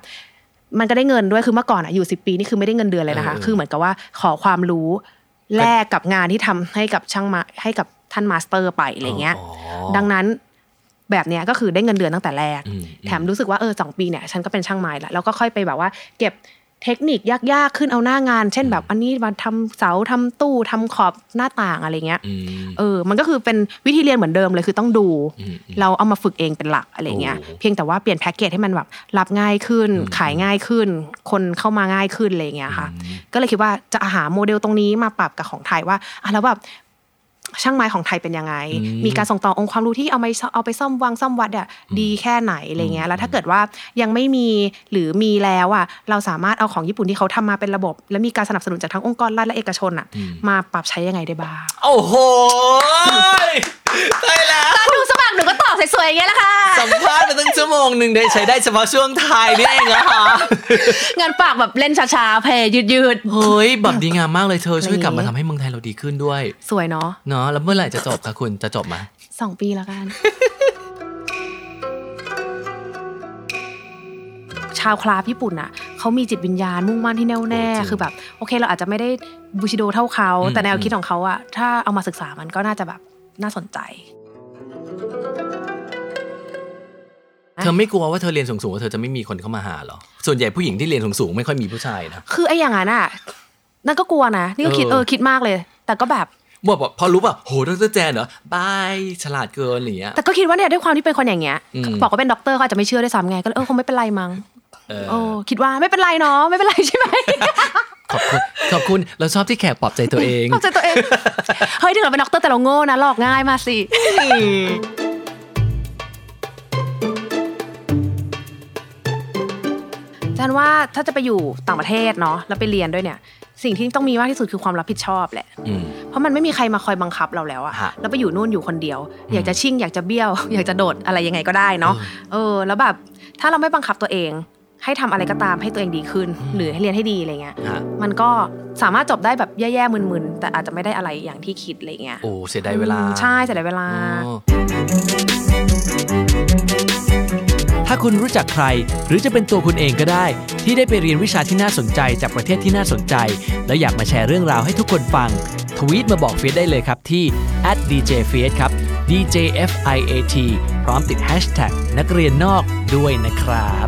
[SPEAKER 3] มันก็ได้เงินด้วยคือเมื่อก่อนอ่ะอยู่ 10 ปีนี่คือไม่ได้เงินเดือนเลยนะคะ
[SPEAKER 4] เออ
[SPEAKER 3] คือเหมือนกับว่าขอความรู้แลกกับงานที่ทำให้กับช่างไม้ให้กับท่านมาสเตอร์ไปอะไรเงี้ย
[SPEAKER 4] อ๋อ
[SPEAKER 3] ดังนั้นแบบเนี้ยก็คือได้เงินเดือนตั้งแต่แรก
[SPEAKER 4] อืม
[SPEAKER 3] แถมรู้สึกว่าเออสองปีเนี่ยฉันก็เป็นช่างไม้ละแล้วก็ค่อยไปแบบว่า เก็บเทคนิคยากๆขึ้นเอาหน้างาน เช่นแบบอันนี้มาทำเสาทำตู้ทำขอบหน้าต่างอะไรเงี้ย
[SPEAKER 4] อืม
[SPEAKER 3] เออ มันก็คือเป็นวิธีเรียนเหมือนเดิมเลยคือต้องดู
[SPEAKER 4] อืม
[SPEAKER 3] เราเอามาฝึกเองเป็นหลักอะไรเงี้ย
[SPEAKER 4] โอ้
[SPEAKER 3] เพียงแต่ว่าเปลี่ยนแพ็กเกจให้มันแบบรับง่ายขึ้น ขายง่ายขึ้น คนเข้ามาง่ายขึ้นอะไรเงี้ยค่ะ ก็เลยคิดว่าจะหาโมเดลตรงนี้มาปรับกับของไทยว่าอ่ะแล้วแบบ ช่างไม้ของไทยเป็นยังไง มีการส่งต่อองค์ความรู้ที่เอาไปเอาไปซ่อมวังซ่อมวัดอ่ะดีแค่ไหนอะไรเงี้ย แล้วถ้าเกิดว่ายังไม่มีหรือมีแล้วอ่ะเราสามารถเอาของญี่ปุ่นที่เขาทำมาเป็นระบบ และมีการสนับสนุนจากทั้งองค์กรรัฐและเอกชนอ่ะ มาปรับใช้ยังไงได้บ้าง
[SPEAKER 4] โอ้โหได้แล้ว
[SPEAKER 3] ดูสมัครหนูก็ตอบสวยๆอย่างเงี้ยแหละ [LAUGHS] ค่ะ
[SPEAKER 4] สัมภาษณ์มาตั้งชั่วโมงหนึ่งได้ใช้ได้เฉพาะช่วงท้ายนี่เองนะคะ
[SPEAKER 3] งานปากแบบเล่นช้าๆเพยยืดๆ
[SPEAKER 4] เฮ้ยแบบดีงามมากเลยเธอช่วยกลับมาทำให้เมืองไทยเรา
[SPEAKER 6] เราดีขึ้นด้วย
[SPEAKER 3] สวยเนาะ
[SPEAKER 6] เนาะแล้วเมื่อไหร่จะจบคะคุณจะจบไหม
[SPEAKER 3] สองปีแล้วกัน [LAUGHS] ชาวคลาฟญี่ปุ่นอ่ะเขามีจิตวิญญาณมุ่งมั่นที่แน่วแน่คือแบบ โอเค เราอาจจะไม่ได้บูชิโดเท่าเขา แต่แนวคิดของเขาอ่ะถ้าเอามาศึกษามันก็น่าจะแบบน่าสนใจ
[SPEAKER 6] เธอไม่กลัวว่าเธอเรียนสูงๆว่าเธอจะไม่มีคนเข้ามาหาเหรอส่วนใหญ่ผู้หญิงที่เรียนสูงๆไม่ค่อยมีผู้ชายนะ
[SPEAKER 3] คือไอ้อย่างนั้นอ่ะนั่นก็กลัวนะนี่ก็คิด
[SPEAKER 6] เออ
[SPEAKER 3] เออคิดมากเลย แต่ก็แบบ
[SPEAKER 6] บอกบอกพอรู้ป่ะโหดรแจนเหรอบายฉลาดเกินอะไรอย่างเงี้ย
[SPEAKER 3] แต่ก็คิดว่าเนี่ยด้วยความที่เป็นคนอย่างเงี้ย
[SPEAKER 6] อืม
[SPEAKER 3] บอกว่าเป็นด็อกเตอร์ก็อาจจะไม่เชื่อด้วยซ้ำไงก็เลยเออคงไม่เป็นไรมั้ง
[SPEAKER 6] เออ
[SPEAKER 3] โอ้คิดว่าไม่เป็นไรเนาะไม่เป็นไรใช่ไหม
[SPEAKER 6] ขอบคุณขอบคุณเราชอบที่แขกปลอบใจตัวเอง
[SPEAKER 3] เข้าใจ
[SPEAKER 6] [LAUGHS]
[SPEAKER 3] ตัวเอง เฮ้ยถึงเราเป็นด็อกเตอร์แต่เราโง่นะหลอกง่ายมาสิ อาจารย์ว่าถ้าจะไปอยู่ต่างประเทศเนาะแล้วไปเรียนด้วยเนี่ย สิ่งที่ต้องมีมากที่สุดคือความรับผิดชอบแหละ
[SPEAKER 6] อืม
[SPEAKER 3] เพราะมันไม่มีใครมาคอยบังคับเราแล้วอะ
[SPEAKER 6] ฮะ
[SPEAKER 3] แล้วไปอยู่นู่นอยู่คนเดียว อยากจะชิ่งอยากจะเบี้ยว อยากจะโดดอะไรยังไงก็ได้เนาะ เออ แล้วแบบถ้าเราไม่บังคับตัวเอง ให้ทำอะไรก็ตามให้ตัวเองดีขึ้น หรือให้เรียนให้ดีอะไรเงี้ย
[SPEAKER 6] ฮะ
[SPEAKER 3] มันก็สามารถจบได้แบบแย่ๆมึนๆ แต่อาจจะไม่ได้อะไรอย่างที่คิดอะไรเงี้ย
[SPEAKER 6] โอ้เสียดายเวลา
[SPEAKER 3] อืมใช่เสียดายเวลา
[SPEAKER 6] โอ้
[SPEAKER 4] ถ้าคุณรู้จักใคร หรือจะเป็นตัวคุณเองก็ได้ ที่ได้ไปเรียนวิชาที่น่าสนใจจากประเทศที่น่าสนใจ แล้วอยากมาแชร์เรื่องราวให้ทุกคนฟัง ทวีตมาบอกเฟียสได้เลยครับที่ @djfiat ครับ djfiat พร้อมติด hashtag นักเรียนนอกด้วยนะครับ